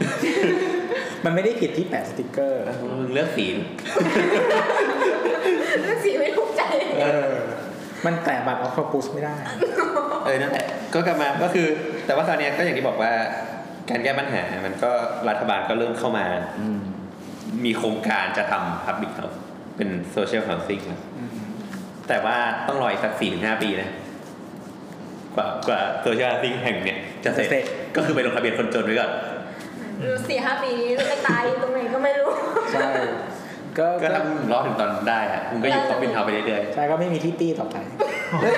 มันไม่ได้ผิดที่แปะสติกเกอร์
มึงเลือกสี
เรื่องสีไม่ถูกใจ
เออมันแต่บัตรออคปุสไม่ได้
เออนั่นแหละก็กลับมาก็คือ แต่ว่าคราวเนี้ยก็อย่างที่บอกว่า การแก้ปัญหามันก็รัฐบาลก็เริ่มเข้ามา
อืม
มีโครงการจะทำ Public House เป็นโซเชียล o u s i n g นะแต่ว่าต้องรออีกสักสี่ถึงห้าปีนะ กว่ากว่าโซเชียล o u s i n g แห่งเนี้ยจะเสร็จ
จะเสร็จ
ก็คือไปลงทะเบียนคนจนไว้ก่อน
สี่ห้าปีนี้ไปตายอยู่ตรงไหนก็ไม่รู้
ใช่ ก็
ก็
ก็
ถ้ามึงรอถึงตอนนั้นได้อะมึงก็อยู่คอมเป็นเฮาไปเรื่อย
ใช่ก็ไม่มีที่ตี้ต่อไป
ๆเฮ้ย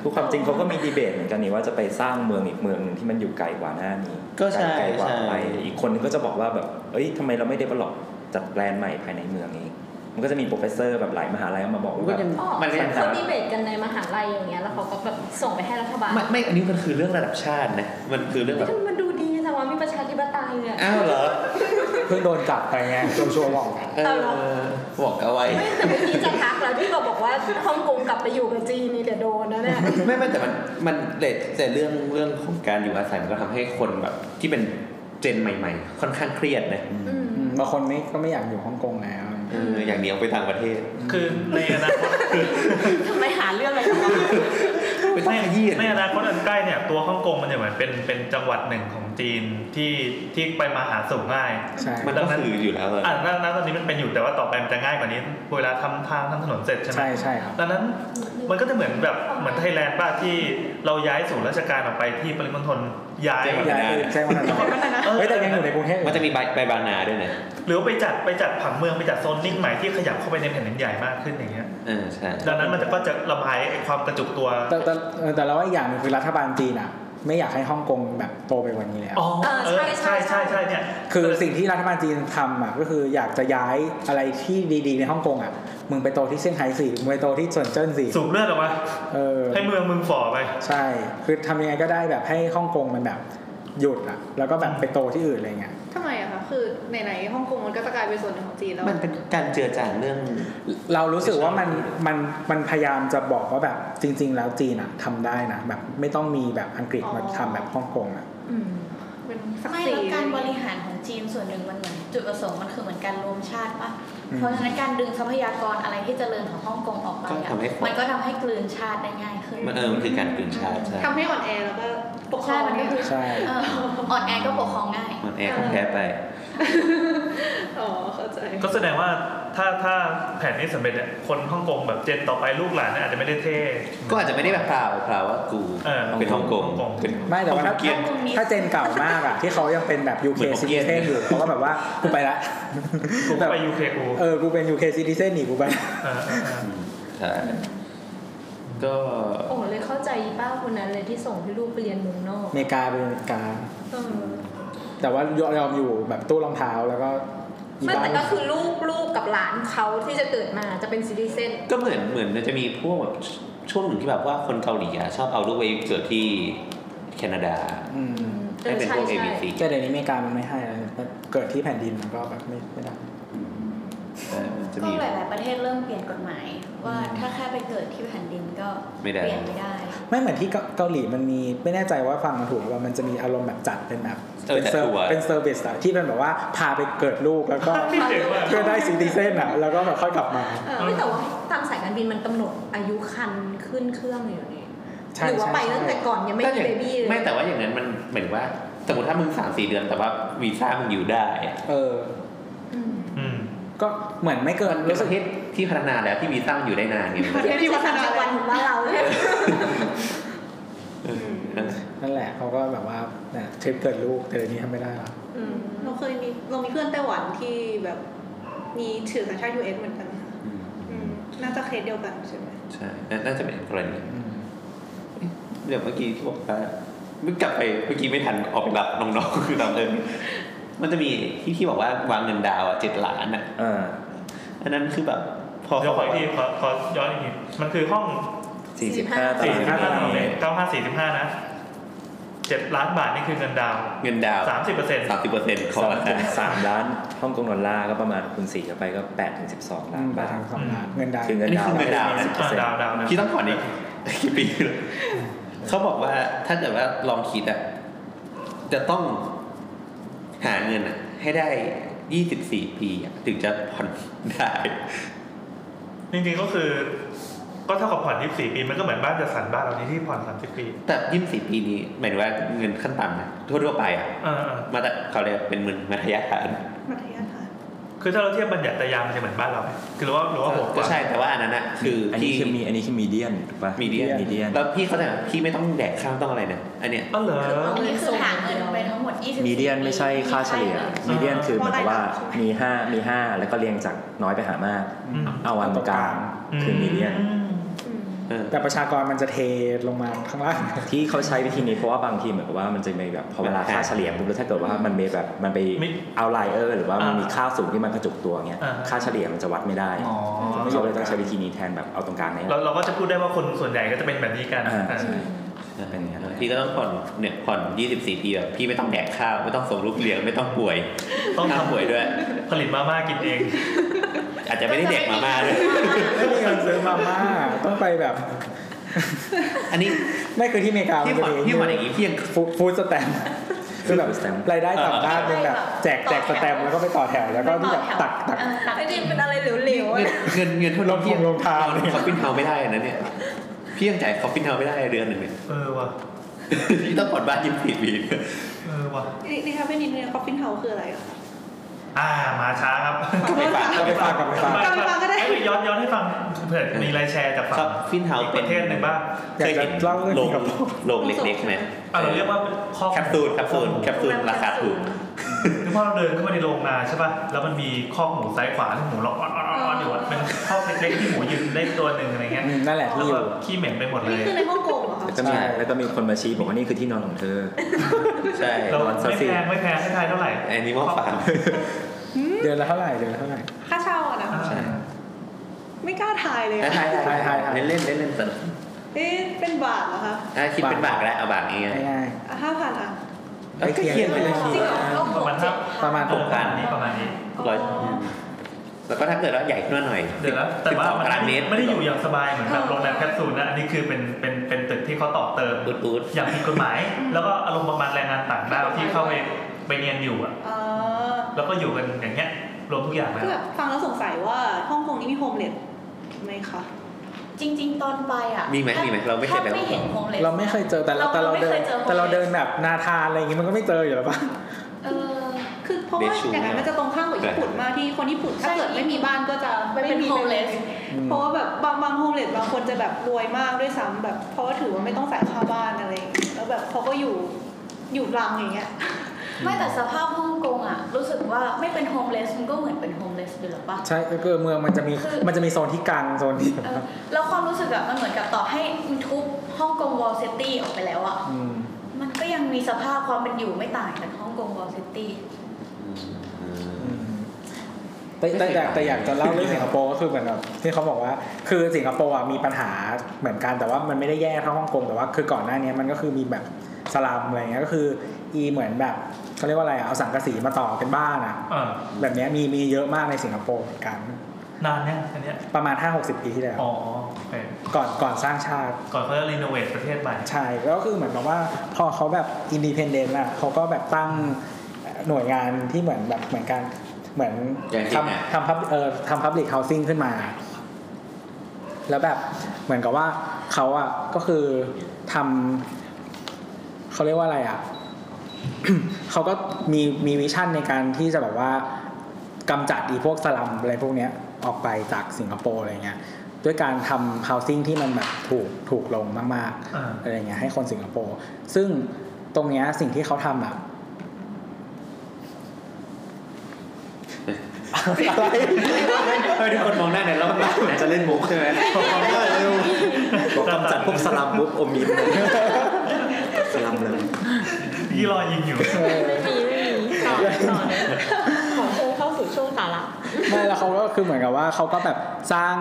คือความจริงเขาก็มีดีเบตเหมือนกันนี่ว่าจะไปสร้างเมืองอีกเมืองหนึ่งที่มันอยู่ไกลกว่าหน้านี้
ก็ใช่
ไกลกว่า
ใช่
ไปอีกคนนึงก็จะบอกว่าแบบเอ้ยทำไมเราไม่เดเวล็อปจัดแปลนใหม่ภายในเมืองเองมันก็จะมีโปรเฟสเซอร์แบบหลายมหาลัยออกมาบอก
มัน
ว่า
ก็
แบบ
ยัง
อ๋อ
มันก็ยัง
เขาดีเบตกันในมหาลัยอย่างเงี้ย แล้วเขาก็แบบส่งไปให้รัฐบาล
ไม่ไม่อันนี้มันคือเรื่องระดับชาตินะ มันคือเรื่องแบบ
มันดูดีแต่ว่ามีประชาธิปไตยเนี่ย
อ้าวเหรอ
เพิ่งโดนจับไปไงโจชัวบอก
เอ
เอา
อ
เหรอ
บอกเอาไว้
ไม่แต่เมื่อกี้จะทักแล้วที่เราบอกว่าฮ่องกงกลับไปอยู่กับจีนนี่เดี๋ยวโดนนะเนี่ย
[coughs] ไม่ไม่แต่มันมันแต่แต่เรื่องเรื่องของการอยู่อาศัยมันก็ทำให้คนแบบที่เป็นเจนใหม่ ๆ ค่อนข้างเครียดนะ
อืม
อืมบางคนไม่ก็ไม่อยากอยู่ฮ่องกงแล้ว
เอออย่างเดียวไปต่างประเทศ
คือในอนาคต
ทำไมหาเรื่องอะไรกันวะ
ไปต่างประเทศ
ในอนาคตอันใกล้เนี่ยตัวฮ่องกงมันจะเหมือนเป็นเป็นจังหวัดหนึ่งของจีนที่ที่ไปมาหาสู่ง่าย
ใช่
มันก็คืออยู่แล้วอะ
อ่าณณตอนนี้มันเป็นอยู่แต่ว่าต่อไปมันจะง่ายกว่านี้ เวลาทำทางทำถนนเสร็จใช่ไหม
ใช่ใช่ครับ
ดังนั้นมันก็จะเหมือนแบบเหมือนไทยแลนด์ป้าที่เราย้ายศูนย์ราชการออกไปที่ปริมณฑลย้าย
ใช่ใช่วันนั้น
เออ
เฮ้ยแต่ยังอยู่ในกรุงเทพ
มันจะมีใบใบบางนาด้วยนะ
หรือว่าไปจัดไปจัดผังเมืองไปจัดโซนนิ่งใหม่ที่ขยับเข้าไปในแผ่นดินใหญ่มากขึ้นอย่างเงี้ย
เออใช่
ดังนั้นมันจะก็จะระบายไอ้ความกระจุกตัว
แต่แต่เออแต่เราว่าอีกอย่างหนึงคือรัฐบาลจีนอะไม่อยากให้ฮ่องกงแบบโตไปกว่านี้แล้ว
อ๋อเออใช่ใช่ใช่เนี่ย
คือสิ่งที่รัฐบาลจีนทำอ่ะก็คืออยากจะย้ายอะไรที่ดีๆในฮ่องกงอ่ะมึงไปโตที่เซี่ยงไฮ้สิมึงไปโตที่เซินเจิ้นสิ
สูบเลือดออกมา
เออ
ให้เมืองมึงฝ่อไป
ใช่ คือทำยังไงก็ได้แบบให้ฮ่องกงมันแบบหยุดอ่ะแล้วก็แบบไปโตที่อื่นอะไรเงี้ย
ทำไมอะคะคือไหนๆฮ่องกงมันก็จะกลายเป็นส่วนหนึ่งของจีนแล้ว
มันเป็นการเจือจางเรื่อง
เรารู้สึกว่ามันมันมันพยายามจะบอกว่าแบบจริง ๆ แล้วจีนอ่ะทำได้นะแบบไม่ต้องมีแบบอังกฤษมาทำแบบฮ่องกงอ่ะ
เป็นศัก
ไม่
ดิ์ศรี
แล้วการบริหารของจี จีนส่วนหนึ่งมันเหมือนจุดประสงค์มันคือเหมือนการรวมชาติปะเพราะฉะนั้นการดึงทรัพยากรอะไรที่เจริญของฮ่องกงออกไป
ก็
อะ
ทำให้
มันก็ทำให้กลืนชาติได้ง่ายขึ้น
มันเออมันคือการกลืนชาติใช่
ทำให้อ่อนแอแล้วก็ปกคร
ใช่
อง
มันก็คือ
ใช่
เอ่ออ่อนแอก็ปกครองง่าย
มันแอร์ของแท้ไป
อ๋อเข้าใจ
ก็แสดงว่าถ้าถ้าแผนนี้สำเร็จเนี่ยคนฮ่องกงแบบเจนต่อไปลูกหลานเนี่ยอาจจะไม่ได้เท่
ก็อาจจะไม่ได้แบบเปล่าเปล่าว่ากู
เออ
เป็นฮ่องกงเป็น
ไม่แต่ว่า
ผ
ถ้า
มเกลียด
ถ้าเจนเก่ามากอะที่เขายังเป็นแบบ
เห
UK
มือน [laughs] ผมเกลียด
citizen อยู่เขาก็แบบว่ากูไปละ
กู
แบ
ก็
บ
ไปยูเคกู
เออกูเป็น UK citizen หนีกูไปละ
เออเออเออ
ใช่ก็
โอ้เลยเข้าใจป้าคนนั้นเลยที่ส่งให้ลูกไปเรียนเมืองนอก
อเมริกาเป็นอเมริกา
เออ
แต่ว่ายอมอยู่แบบตู้รองเท้าแล้วก็อี
ไม่
บ้า
แต่
น
ก็คือลูกลูกกับหลานเขาที่จะเกิดมาจะเป็นซิติเซน
ก็เหมือนเหมือนจะมีพวกแบบช่วงหนึ่งที่แบบว่าคนเกาหลีอะชอบเอาลูกไปเกิดที่แคนาดา
อืม
เอ
ให้
อ
เป็น
ใช่
พวก
ใช่
ABC
แต่เดี๋ยวนี้อเมริกามันไม่ให้แล้วเนี่ยเกิดที่แผ่นดินมันก็แบบไม่ไม่ได้
เออมันจะ
ก็
มี
หลาย ๆ ประเทศเริ่มเปลี่ยนกฎหมาย ว่าถ้าแค่ไปเกิดที่แผ่นดินก็
ไม่ได้
เปลี่ยนไม่ได้
ไม่เหมือนที่เกาเกาหลีมันมีไม่แน่ใจว่าฟังมันถูกหรือเปล่ามันจะมีอารมณ์แบบจัดเป็นแบบ
เออ
เป็นเซอ
จัดทั
ร์
วร์
เป็นเซอร์วิสอะที่เป็นแบบว่าพาไปเกิดลูกแล้วก็
[laughs] นี่เจ๋งว่ะ
เพื่อได้ซีดีเซนอะแล้วก็แบบค่อยกลับมา
เออไม่แต่ว่าตามสายการบินมันกำหนดอายุคันขึ้นเครื่องอยู่นี่
ใช่
หรือว่า
ใช่
ไป
ใช่
ตั้งแต่ก่อนยังไม่มีเบบี้เล
ไม่
ย
แต่ว่าอย่างนั้นมันเหมือนว่าสมมติถ้ามึงสามสี่เดือนแต่ว่าวีซ่ามึงอยู่ได้
เออ
อืม
อืม
ก็เหมือนไม่เกิน
มันเป็น
รู้
ป
สึก
ระเทศที่พัฒนาแล้วที่วีซ่ามันอยู่ได้นานไง
ประเทศที่พัฒนาแล้ว
วันของบ้านเราเนี่ย
นั่นแหละเขาก็แบบว่าเนี่ยทริปเกิดลูกแต่เดี๋ยวนี้ทำไม่ได้ละ
อืมเราเคยมีเรามีเพื่อนไต้หวันที่แบบมีถือสัญชาติ US เหมือนกันค่ะ
อืม
อืมน่าจะเคสเดียวกันใช่ไหม
ใช่น่าน่าจะเป็นกรณี
อืม
เดี๋ยวเมื่อกี้ที่บอกว่าเมื่อกลับไปเมื่อกี้ไม่ทันออกไปรับน้องๆคือตามเดิมมันจะมีที่ที่บอกว่าวางเงินดาวอ่ะเจ็ดล้านอ่ะ
เออ
อันนั้นคือแบบพอ
เดี๋ยวขออีกทีขอขอย้อนอีกทีมันคือห้อง
สี่สิบห้า
45
ตา
สี่สิ
ราง
บ
เม
ห้า
ตร
ตารางเมตรเก้าห้าสี่สิบห้านะเจ็ดล้านบาทนี่คือเงินดาว
เงินดาว
สามสิบเปอร์เซ็นต์
สามสิบเปอร์เซ็นต์ของราคา
สามล้านฮ่องกงดอลลาร์ก็ประมาณคูณสี่เข้าไปก็แปดถึงสิบสองล้าน
ไป
บาท
ทางสองล้านเงินได้
คือเงินดาว
อันนี้คือเงินดาวนะ
เปอร์เซ็นต์
ดาวดาวนะ
คิดต้องผ่อนอีกกี่ปีเลยเขาบอกว่าถ้าเกิดว่าลองคิดอ่ะ จะต้องหาเงินอ่ะ ให้ได้ยี่สิบสี่ปีอะถึงจะผ่อนได้
จริงๆก็คือ ก็เท่ากับผ่อนยี่สิบสี่ปีมันก็เหมือนบ้านจัดสรรบ้านเรานี้ที่ผ่อนสามสิบปี
แต่ยี่สิบสี่ปีนี้หมายถึงว่าเงินขั้นต่ำนะทั่วทั่วๆไปอ่ะ
เออเออ
มาแต่เขาเรียกเป็นเงินมัธยฐาน
มัธยมฐาน
คือถ้าเราเทียบบัญญัติยามมันจะเหมือนบ้านเราไหมคือหรือว่าหรือว่าโหดก
ก็
ว่า
ใช่แต่ว่าอันนั้นอ่ะคือ
อันนี้
พี่
คือมีอันนี้คือมีเดียนถูกปะ
มีเดียน
มีเดียน
แล้วพี่เขาใจปะพี่ไม่ต้องแดกข้าวต้องอะไรนะอันเนี้ย
อ๋อเหรอ
อันนี้คือหาเงินไปทั้งหมด20
มีเดียนไม่ใช่ค่าเฉลี่ย มีเดียนคือเหมือนกับว่ามีห้ามีห้าแล้วก็เรียงจากน้อยไปหามาก
อืม
เอาอันกลางคือมีเดียน
อืม
เออ
แต่ประชากรมันจะเทลงมาข้างล่าง
ที่เขาใช้วิธีนี้เพราะว่าบางทีเหมือนกับว่ามันจะมีแบบพอเวลาค่าเฉลี่ยปุ๊บแล้วถ้าเกิดว่ามันมีแบบมันไปเอาไลเออร์หรือว่ามันมีค่าสูงที่มันกระจุกตัวเงี้ยค่าเฉลี่ยมันจะวัดไม่ได้
อ๋อ
เขาเลยต้องใช้วิธีนี้แทนแบบเอาตรงกลางเนี่ย
เราเราก็จะพูดได้ว่าคนส่วนใหญ่ก็จะเป็นแบบนี้กัน
อ่า
อ่า
เป็นอย่างนั้นเลย
พี่ก็ต้องผ่อนเนี่ยผ่อน 24 ปีแบบพี่ไม่ต้องแดกข้าวไม่ต้องส่งลูกเลี้ยงไม่ต้องป่วย
ต้อง
ห้าม
ทำ
ป่วยด้วย
ผลิตมาม่ากินเอง
อาจจะไม่ได้แดกมาม่าด้วย
ไม่มีเงินซื้อมาม่าต้องไปแบบ
อันนี้
ไม่คือที่อเมริกา
พี่ผ่อนพี่ผ่อนอย่างนี้พี่ยัง
ฟู้ดส
[laughs]
แตมคือแบบ
Food stamp
รายได้ต่ำมากเป็นแบบ แจกแจกสแตมป์แล้วก็ไปต่อแถวแล้วก็ที่แบบตักตัก
ไอ้นี่เป็นอะไรเหลวๆอะ
เงินเงินเงินเท่า
ลงทุนลงทาน
คอฟฟินเฮาไม่ได้นะเนี่ยพี่ยังจ่ายคอฟฟินเฮาไม่ได้เดือนหนึ่งเนี่ย
เออว่ะ
พี่ต้องผ่อนบ้าน24ปีด้วย
เออว่ะ
นี่นี่ครับเป็นนิดนึงคอฟฟินเฮาคืออะไรอะคะ
อ่า มาช้าครับ
ไปฝาก
ก็ไปฝากกับไปฝาก
กลับไปฟังก็ได้
เอ้ยย้อนย้อนให้ฟังเผื่อมีรายแชร์จาก
ค
ฝั่
อง ฟฟินเฮา
อีกป
เป็
ระ
น
เทศหนึ่งบ้าง
อยา
เค
ก
ย
จะ
เห็น
เล่าเรื่อง
โลง
เกี่ยวกับ
โลงเล็กๆใช่ไหม
อ่ะเราเรียกว่าเป็นข้อ
แคปซูลแคปซูลแคปซูลราคาถูก
คือพอเราเดินเข้ามาในโรงนาใช่ป่ะ แล้วมันมีข้อกหมูซ้ายขวาที่หมูร้องอ้อนๆอยู่อะเป็นข้อกเล็กๆที่หมูยืนได้ตัวหนึ่งอะไรเงี้ย
อืมนั่นแหละที่
แล้ว
อ
ก็
ยู่
ขี้เหม็นไปหมดเล
นี่
ย
คือในฮ่องกงเหรอคะ
แล้วก็มีแล้วก็มีคนมาชี้บอกว่านี่คือที่นอนของเธอ
ใช่
เรา
นอนซะ
ไม่
สิ
แพงไม่แพงให้ทายเท่าไหร่
แอนิมอลฟาร์ม
เดือนละเท่าไหร่เดือนละเท่าไหร่
ค่าเช่าอะนะ
อ่า
ใช่
ไม่กล้าทายเลย
ได้
อะ
ได้ได้
ได้ได้
เล่นเล่นเล่นเล่นสนุก
เอ๊ะเป็นบาทเหรอคะ
อ่ะคิดเป็นบาทก็ได้เอาบาทนี้ไง
ง่าย
ห้าพันอะ
เอ้ยก็เคียนไปเลย
จริง
จริงเหรอก็ห
ประ
ก
มาณ
เจ็ด
ห้า
ๆประมาณ
หกพันนี้ประมาณนี้
ร้อยแล้วก็ถ้าเกิดว่าใหญ่ขึ้นมาหน่อย
เดี๋ยวนะแต่
สิบ
ว่า
สอง
มัน
ตารางเมตร
ไม่ได้อยู่อย่างสบายเหมือนแบบโรงแรมแคปซูลนะ อันนี้คือเป็นเป็นเป็นตึกที่เขาต่อเติม
อุดอุด
อย่างผิดกฎหมาย แล้วก็อารมณ์ประมาณแรงงานต่างด้าวที่เข้าไปไปเรียนอยู่อ่ะ
อ๋อ
แล้วก็อยู่กันอย่างเงี้ยรวมทุกอย่างแล้
คื
ว
อแบบฟังแล้วสงสัยว่าฮ่องกงนี้มีโฮมเลสไหมคะ
จริง ๆ ตอนไปอ่ะ
มีไหมมีไหมเราไม่เคยไป
แทบไม่เห็นโฮมเลส
เราไม่เคยเจอแต่เราแต่เรา
เราไม่
เดิ
เคน ยเจอ
แต่เราเดินแบบนาทานอะไรอย่างงี้มันก็ไม่เจออยู่แล้วปะ
เออคือเพราะว่า
เดชู
อย่างนั้นมันจะตรงข้ามกับญี่ปุ่นมากที่คนญี่ปุ่นถ้าเกิดไม่มีบ้านก็จะ
ไม่เป็น
มี
homeless
อืม
เพราะว่าแบบบางบางโฮมเลสบางคนจะแบบรวยมากด้วยซ้ำแบบเพราะว่าถือว่าไม่ต้องจ่ายค่าบ้านอะไรอย่างเงี้ยแล้วแบบเขาก็อยู่อยู่รังอย่างเงี้ย
ไม่แต่สภาพฮ่องกงอ่ะ รู้สึกว่าไม่เป็นโฮมเลสมันก็เหมือนเป็นโฮมเลสไปหรอปะ
ใช่ก็คือเมืองมันจะมี
คือ
มันจะมีโซนที่กลางโซนที่
เออแล้วความรู้สึกอะมันเหมือนกับต่อให้มันทุบฮ่องกงวอลซิตี้ออกไปแล้วอะ
ม
มันก็ยังมีสภาพความเป็นอยู่ไม่ต่างจากฮ่องกงวอลซิตี้
อืมแต่แต่แต่แต่อยากจะเล่าเรื่องสิงคโปร์ก็คือเหมือนแบบที่เขาบอกว่า คือสิงคโปร์อะมีปัญหาเหมือนกันแต่ว่ามันไม่ได้แย่เท่าฮ่องกงแต่ว่าคือก่อนหน้านี้มันก็คือมีแบบสลัมอะไรเงี้ยก็คือ อีเหมือนแบบเขาเรียกว่าอะไรอะเอาสังกะสีมาต่อเป็นบ้านอะ
เออ
แบบเนี้ยมีมีเยอะมากในสิงคโปร์เหมือนกัน
นานเนี่ยอันเนี้ย
ประมาณ 5-60 ปีที่แล้ว
อ๋อโอเค
ก่อนก่อนสร้างชาติ
ก่อนเขาจะรีโนเวทประเทศใหม่
ใช่แล้วก็คือเหมือนกับว่าพอเขาแบบอินดีเพนเดนต์อ่ะเขาก็แบบตั้งหน่วยงานที่เหมือนแบบเหมือนกันเหมือน
อย่างที่ไหน
ทำทำพับเออทำพับลิกเฮาสิ่งขึ้นมา แล้วแบบเหมือนกับว่าเขาอ่ะก็คือทำเขาเรียกว่าอะไร [coughs] อ่ะ เขาก็มีมีวิชั่นในการที่จะแบบว่ากำจัดอีพวกสลัมอะไรพวกเนี้ยออกไปจากสิงคโปร์อะไรเงี้ยด้วยการทำ housing ที่มันแบบถูกถูกลงมาก ๆ
อ่า
อะไรเงี้ยให้คนสิงคโปร์ ซึ่งตรงเนี้ยสิ่งที่เขาทำอ่ะ [laughs] อะไร
เฮ้ยทุกคนมองหน้าเนี่ยแล้วมันน่าเหมือนจะเล่นมุกใช่ไหม
บอกกำจัดพวกสลัมบุ๊บอมยิ้มเลยสลัมเลย
ที่รอยิงอยู่
เออ
ไม่มีไม่มีต่อต่อเลยขอเชิญเข้าสู่ช่วงสาระ
ไม่แล้วเขาก็คือเหมือนกับว่าเขาก็แบบสร้าง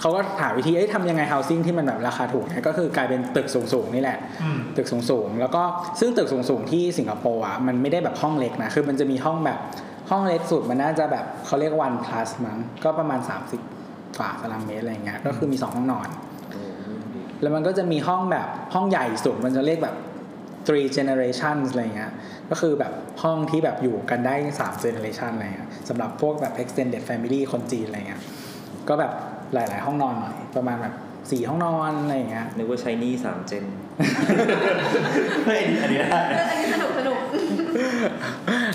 เขาก็หาวิธีเอ้ยทำยังไง housing ที่มันแบบราคาถูกเนี่ยก็คือกลายเป็นตึกสูงๆนี่แหละ
อืม
ตึกสูงๆ แล้วก็ซึ่งตึกสูงๆ ที่สิงคโปร์อ่ะมันไม่ได้แบบห้องเล็กนะ คือมันจะมีห้องแบบห้องเล็กสุดมันน่าจะแบบเขาเรียกวัน plus มั้งก็ประมาณ 30กว่าตารางเมตรอะไรเงี้ยก็คือมีสองห้องนอน แล้วมันก็จะมีห้องแบบห้องใหญ่สุดมันจะเรียกแบบ three generations อะไรเงี้ย ก็คือแบบห้องที่แบบอยู่กันได้ 3 generation อะไรเงี้ยสำหรับพวกแบบ extended family คนจีนอะไรเงี้ย ก็แบบหลาย ๆ ห้องนอนหน่อยประมาณแบบสี่ห้องนอนอะไรเงี้ย
นึกว่าใช้หนี่สามเจน
เฮ้ยอันนี้ได้
อันนี้สนุกสนุก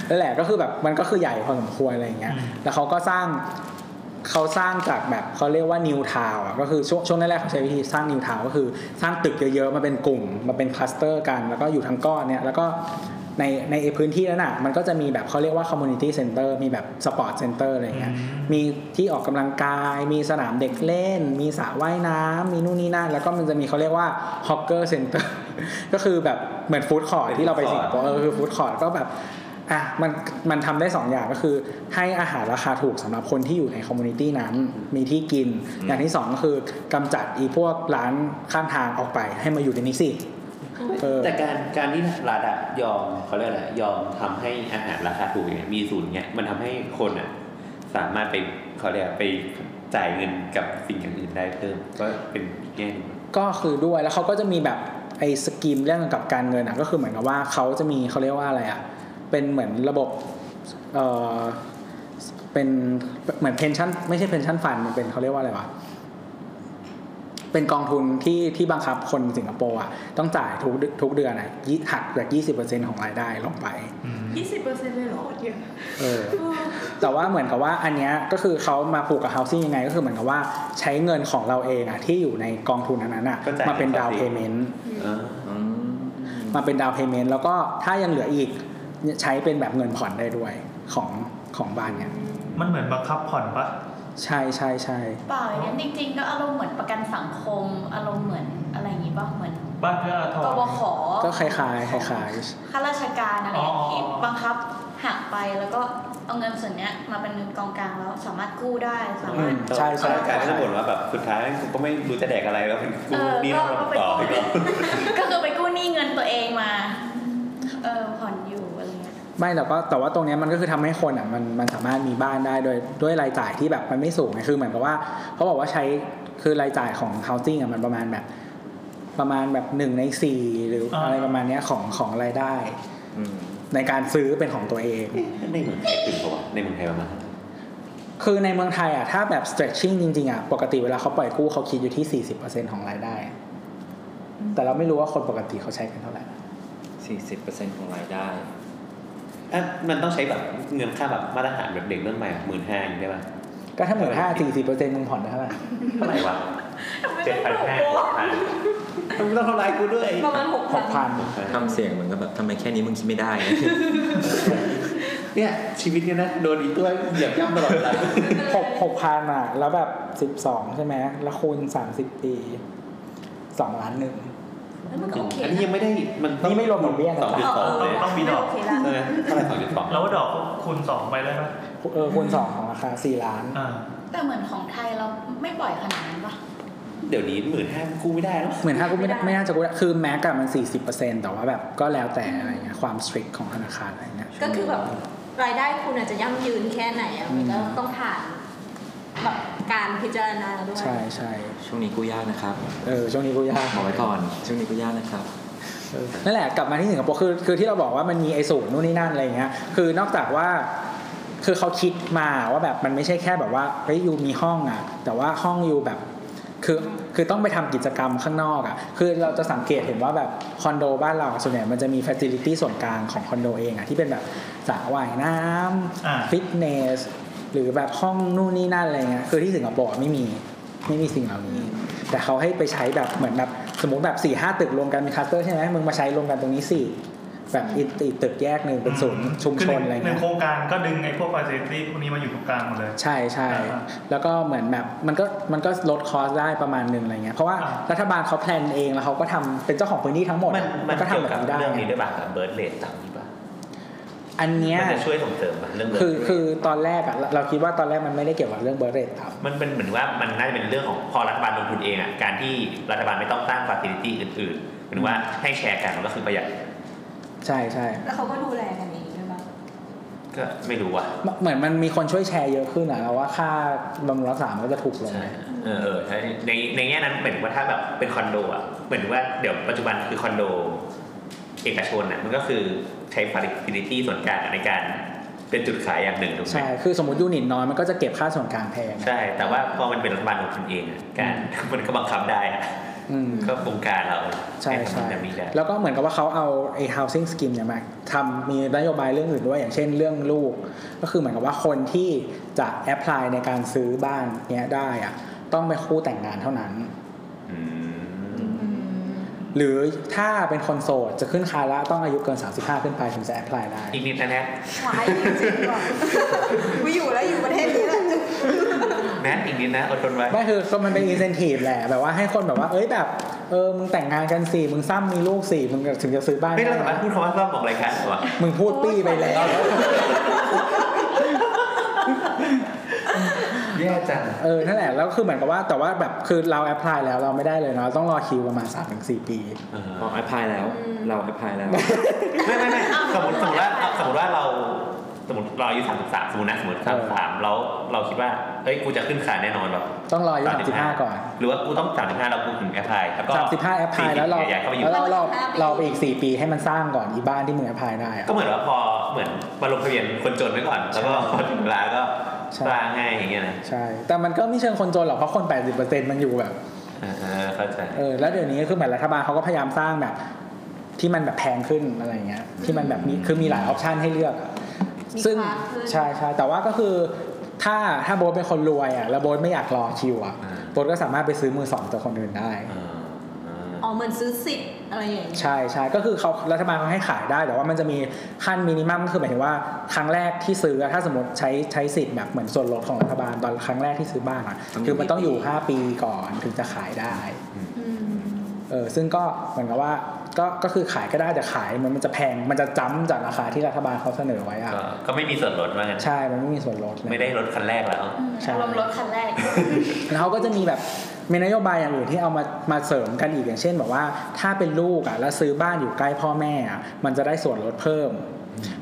นั่นแหละก็คือแบบมันก็คือใหญ่พอสมควรอะไรอย่างเงี้ย
อืม
แล้วเขาก็สร้างเขาสร้างจากแบบเขาเรียกว่านิวทาวก็คือช่วงช่วงแรกๆเขาใช้วิธีสร้างนิวทาวก็คือสร้างตึกเยอะๆมาเป็นกลุ่มมาเป็นคลัสเตอร์กัน แล้วก็อยู่ทั้งก้อนเนี่ยแล้วก็ในในพื้นที่นั้นอ่ะมันก็จะมีแบบเขาเรียกว่าคอมมูนิตี้เซ็นเตอร์มีแบบสปอร์ตเซ็นเตอร์อะไรอย่างเงี้ย มีที่ออกกำลังกาย มีสนามเด็กเล่น มีสระว่ายน้ำ มีนู่นนี่นั่น แล้วก็มันจะมีเขาเรียกว่าฮอกเกอร์เซ็นเตอร์ [laughs] ก็คือแบบเหมือนฟู้ดคอร์ทที่เราไปสิงคโปร์เออคือฟู้ดคอร์ทก็แบบ อ่ะมันมันทำได้สองอย่างก็คือ ให้อาหารราคาถูกสำหรับคนที่อยู่ในคอมมูนิตี้นั้น มีที่กิน อย่างที่สองก็คือกำจัดอีพวกร้านข้างทางออกไปให้มาอยู่ในนี้สิเออ
แต่การการที่รัฐอะยอมเขาเรียกอะไรยอมทำให้อาหารราคาถูกอย่างเงี้ยมีศูนย์เงี้ยมันทำให้คนอะสามารถไปเขาเรียกไปจ่ายเงินกับสิ่งอย่างอื่นได้เพิ่มก็เป็นอีกแง่หนึง
ก็คือด้วยแล้วเขาก็จะมีแบบไอ้สกิมเรื่องเกี่ยวกับการเงินอะก็คือเหมือนกับว่าเขาจะมีเขาเรียกว่าอะไรอ่ะเป็นเหมือนระบบเออเป็นเหมือนเพนชั่นไม่ใช่เพนชั่นฟันมันเป็นเขาเรียกว่าอะไรวะเป็นกองทุนที่ที่บังคับคนสิงคโปร์อ่ะต้องจ่ายทุกเดือนทุกเดือนอ่ะยี่หักจากยี่สิบเปอร์เซ็นของรายได้ลงไป
อืม
20%เลยเหรอโคตรเยอะ
เออ แต่ว่าเหมือนกับว่าอันเนี้ยก็คือเขามาผูกกับ housing ยังไง ก็คือเหมือนกับว่าใช้เงินของเราเองอ่ะที่อยู่ในกองทุนอันนั้นอ่ะ
ก็จ่าย
มาเป็นดาว
ภาษี
payment
อ่า
มาเป็นดาวเพย์เมนต์แล้วก็ถ้ายังเหลืออีกใช้เป็นแบบเงินผ่อนได้ด้วยของของบ้านเนี่ย
มันเหมือนบังคับผ่อนปะ
ใช่ใช่ใช่
เปล่าอย่างนั้นจริงๆ ก็อารมณ์เหมือนประกันสังคม อารมณ์เหมือนอะไรอย่างงี้ป่ะเหมือน
บ้านเพื่ออาท
ก
ร
บข
ก็คล้ายๆคล้าย
ข้าราชการอะไรอย่างงี้
อ๋อ
บังคับหักไปแล้วก็เอาเงินส่วนเนี้ยมาเป็นเงินกองกลางแล้วสามารถกู้ได้สา
ๆอื
มาร
ม
ถ
ใช่
ข้า
ใช่
ราชการก็จะบ่นว่าแบบสุดท้ายกูก็ไม่รู้จะแดกอะไรแล้วมันกูนี่ต้องมาต่อไปก่อน
ก็คือไปกู้หนี้เงินตัวเองมา เออผ่อนอยู่อะไรเงี้ย
ไม่แต่ก็แต่ว่าตรงเนี้ยมันก็คือทำให้คนอ่ะมันมันสามารถมีบ้านได้โดยด้วยรายจ่ายที่แบบมันไม่สูงไงคือเหมือนกับว่าเขาบอกว่าใช้คือรายจ่ายของ housing อ่ะมันประมาณแบบ ประมาณแบบหนึ่งในสี่หรืออะไรประมาณเนี้ยของของรายได้ ในการซื้อเป็นของตัวเอง
ในเมืองไทยถึงปะวะในเมืองไทยประมาณ
คือในเมืองไทยอ่ะถ้าแบบ stretching จริงๆอ่ะปกติเวลาเขาปล่อยกู้เขาคิดอยู่ที่ 40%ของรายได้ แต่เราไม่รู้ว่าคนปกติเขาใช้กันเท่าไหร่
สี่สิบเปอร์เซ็นต์ของรายได้
อ่ะมันต้องใช้แบบเงินค่าแบบมาตรฐานแบบเด็กเรื่องใหม่หมื่นห้าอย่างนี้ได้ปะ
ก็ถ้าหมื่นห้าสี่สิบเปอร์เซ็นต์มึงผ่อนได้เท่าไหร่
เท่าไหร่วะเจ็ดพันห้าต้องทำลายกูด้วย
ประมาณหก
ห
พัน
กพัน
ทำเสียงเหมือนกับแบบทำไมแค่นี้มึงคิดไม่ได้ [laughs]
เนี่ยชีวิตเนี่ยนะโดนอีตัวเหยียบย่ำตลอดเวลา
หกหกพันอ่ะ แล้วแบบสิบสองใช่ไหมแล้วคูณสามสิบปีสองล้านหนึ่ง
แล้วมันก็โอเค
อันนี้
นะ
ยังไม่ได้มันต้อ
นี่
ง
ไม่รวมดอกเบี้ยนะ
สองจุดสองเลย
ต้องมีดอก
โอเคละ
ใช่ไหมเท่าไหร่สองจุดสอง
แล้วว่าดอกคูณสองไปได้ไหม
เออคูณสองของราคาสี่ล้าน
อ่า
แต่เหมือนของไทยเราไม่ปล่อยขนาดนั้นปะ
เดี๋ยวนี้หมื่นห้ากู้ไม่ได้แล้ว
เหมือนถ้ากูไม่ได้ไม่น่าจะกูได้คือแม้กับมัน 40%แต่ว่าแบบก็แล้วแต่อะไรเงี้ยความ strict ของธนาคารอะไรเงี้ย
ก็คือแบบรายได้คุณอาจจะยั่งยืนแค่ไหนอะมันก็ต้องผ่านแบบการพิจารณาด้วย
ใช่ใช่
ช่วงนี้กู้ยากนะครับ
เออช่วงนี้กูยาก
บอกไว้ก่อน ช่วงนี้กู้ยากนะครับ
เออนั่นแหละกลับมาที่สิงคโปร์คือคือที่เราบอกว่ามันมีไอ้สูงนู่นนี่นั่นอะไรเงี้ยคือนอกจากว่า คือเขาคิดมาว่าแบบมันไม่ใช่แค่แบบว่าเฮ้ยยูมีห้องอ่ะ แต่ว่าห้องยูแบบ คือคือต้องไปทำกิจกรรมข้างนอกอ่ะคือเราจะสังเกตเห็นว่าแบบคอนโดบ้านเราส่วนใหญ่มันจะมีฟ a ซิลิตี้ส่วนกลางของคอนโดเองอ่ะที่เป็นแบบสระว่ายน้
อ่า
ำฟิตเนส หรือแบบห้องนู่นนี่นั่นอะไรเงี้ยคือที่สิงคโปร์ไม่มีไม่มีสิ่งเหล่านี้ แต่เขาให้ไปใช้แบบเหมือนแบบสมมติแบบ4ี่ห้าตึกรวมกันเป็นคลัสเตอร์ใช่ไหมมึงมาใช้รวมกันตรงนี้สิแบบอีกอีกตึกแยกหนึ่งเป็นศูนย์ชุมชนอะไร
คืห
เงี้
นึ่
ย
งโครงการก็ดึงไอ้พวกฟาซิลิตี้พวกนี้มาอยู่ตรงกลางหมดเลย
ใช่ใช่
อ่าฮะ
แล้วก็เหมือนแบบมันก็มันก็ลดคอสได้ประมาณหนึ่งอะไรเงี้ยเพราะว่า
อ่า
รัฐบาลเขาแพลนเองแล้วเขาก็ทำเป็นเจ้าของพื้นที่ทั้งหมด
มันมัน
ก็
เกี่ยว
ทำแบบ
กับ
นี้ได้
เรื่องนี้ด้วยป่ะเบิร์ดเลทต่ำนี่ป่ะ
อันเนี้ย
มันจะช่วยส่งเสริมป่ะเรื่อง birth
คือ
rate
คือตอนแรกอะเราเราคิดว่าตอนแรกมันไม่ได้เกี่ยวกับเรื่องเบอร์เรทครับ
มันเป็นเหมือนว่ามันน่าจะเป็นเรื่องของพอรัฐบาลลงทุนเองอ่ะการที่รัฐบาลไม่ต้องสร้างฟาซิลิตี้อื่นๆเหมือนว่าให้แชร์กันมันก็คือประหยัด
ใช่ใช่
แล้วเขาก็ดูแลกันอย่างนี้ด้วยปะ
ก็ไม่รู้ว่ะ
เหมือนเหมือนมันมีคนช่วยแชร์เยอะขึ้นอะเราว่าค่าบำรุงรักษามันก็จะถูกลง
ใช่เออเออใช่ในในแง่นั้นเหมือนว่าถ้าแบบเป็นคอนโดอ่ะเหมือนว่าเดี๋ยวปัจจุบันคือคอนโด เอกชนอ่ะมันก็คือใช้ฟาซิลิตี้ส่วนกลางในการเป็นจุดขายอย่างหนึ่งถูกไหม
ใช่คือสมมติยูนิตน้อยมันก็จะเก็บค่าส่วนกลางแพง
ใช่ แต่ว่าพอมันเป็นรัฐบาลลงทุนเองอะการ มันก็บังคับได้อะ
อืม
ก็โครงการเรา
ใช่
ห้ทำ
ใช่
แบบนี้ได้
แล้วก็เหมือนกับว่าเขาเอาไอ้ housing scheme เนี่ยมาทำมีนโยบายเรื่องอื่นด้วยอย่างเช่นเรื่องลูก ก็คือเหมือนกับว่าคนที่จะแอพพลายในการซื้อบ้านเนี้ยได้อะต้องเป็นคู่แต่งงานเท่านั้น
อืม
หรือถ้าเป็นคนโสดจะขึ้นคาระต้องอายุเกิน 35 ขึ้นไปถึงจะแอพพลายได้
อีกนิดนะแนท
หวายจริงๆ [laughs] ว่ะกูอยู่แล้วอยู่ประเทศนี้แหละ
แนทอีกนิดนะอดทนไว้
ไม่คือมันเป็น incentive แหละแบบว่าให้คนแบบว่าเอ้ยแบบเออมึงแต่งงานกันสิมึงซ้ำมีลูกสิมึงถึงจะซื้อบ้าน
ไม่
ได้
เราสามารถ
นะ
พูดคำว่าซ่อมของรายการหรอวะ
มึงพูดปี้ไปแล้ว
แย่จัง
เออ นั่นแหละ แล้วคือเหมือนกับว่า แต่ว่าแบบ คือเราแอพพลายแล้วเราไม่ได้เลยเนาะ ต้องรอคิวประมาณ3าถึงสปี
พอแอพพลายแล้ว เราแอพพลาย
[laughs]
แล้ว
ไม่ไม่ไม่สมมติสมมติว่าสมมติว่าเราสมมติเราอายุสามสามสมมตินะสมมติสามสามเราเราคิดว่าเฮ้ยกูจะขึ้นขาแน่นอนแบบ
ต้องรออายุสามสิบห้าก่อน
หรือว่ากูต้องสามสิบห้าเรากูถึงแอพพลายแล้วก็
สามสิบห้าแอพพลายแล้วเรา
ใหญ่ๆเข้าไปอยู่
แล้วเราเราเราไปอีก 4 ปีให้มันสร้างก่อนอีบ้านที่มึงแอพพลายได้อะ
ก็เหมือนว่าพอเหมือนมาลงทะเบียนคนจนไว้ก่อน แล้วก็พอถึงเวลาก็
ใช่
สร้างให้อย่างเงี้ยนะ
ใช่ แต่มันก็ไม่เชิงคนจนหรอก เพราะคน 80%มันอยู่แบบ
เออเข้าใจ
เออ แล้วเดี๋ยวนี้คือเหมือนรัฐบาลเขาก็พยายามสร้างแบบ ที่มันแบบแพงขึ้นอะไรอย่างเงี้ย ที่มันแบบมีคือมีหลายออปชันให้เลือกอะซึ่งใช่ใช่แต่ว่าก็คือ ถ้าถ้าโบ๊ทเป็นคนรวยอ่ะ แล้วโบ๊ทไม่อยากรอคิวอ่ะ
อ่า
โบนก็สามารถไปซื้อมือสองจากคนอื่นได้
อ่าอ่า
อ๋อเหมือนซื้อสิทธิ์อะไรอย่างเงี้ย
ใช่ใช่ก็คือเขารัฐบาลเขาให้ขายได้ แต่ว่ามันจะมีขั้นมินิมัมก็คือหมายถึงว่าครั้งแรกที่ซื้ออะถ้าสมมติใช้ใช้สิทธิ์แบบเหมือนส่วนลดของรัฐบาลตอนครั้งแรกที่ซื้อบ้านอ่ะ
ต้องอยู่
คือมันต้องอยู่
กี่ปี
5 ปีก่อนถึงจะขายได้
อืม
เออซึ่งก็เหมือนกับว่าก็ก็คือขายก็ได้แต่ขายมันมันจะแพงมันจะจ้ำจากราคาที่รัฐบาลเขาเสนอไว้อ่ะ
ก็ก็ไม่มีส่วนลดว่างั้น
ใช่มันไม่มีส่วนลดเลย
ไม่ได้รถคันแรกแล้ว
ใช่
อารมณ์รถคันแรก
แล้วเขาก็จะมีแบบมีนโยบายอย่างอื่นที่เอามามาเสริมกันอีกอย่างเช่นแบบว่า ถ้าเป็นลูกอ่ะแล้วซื้อบ้านอยู่ใกล้พ่อแม่อ่ะมันจะได้ส่วนลดเพิ่ม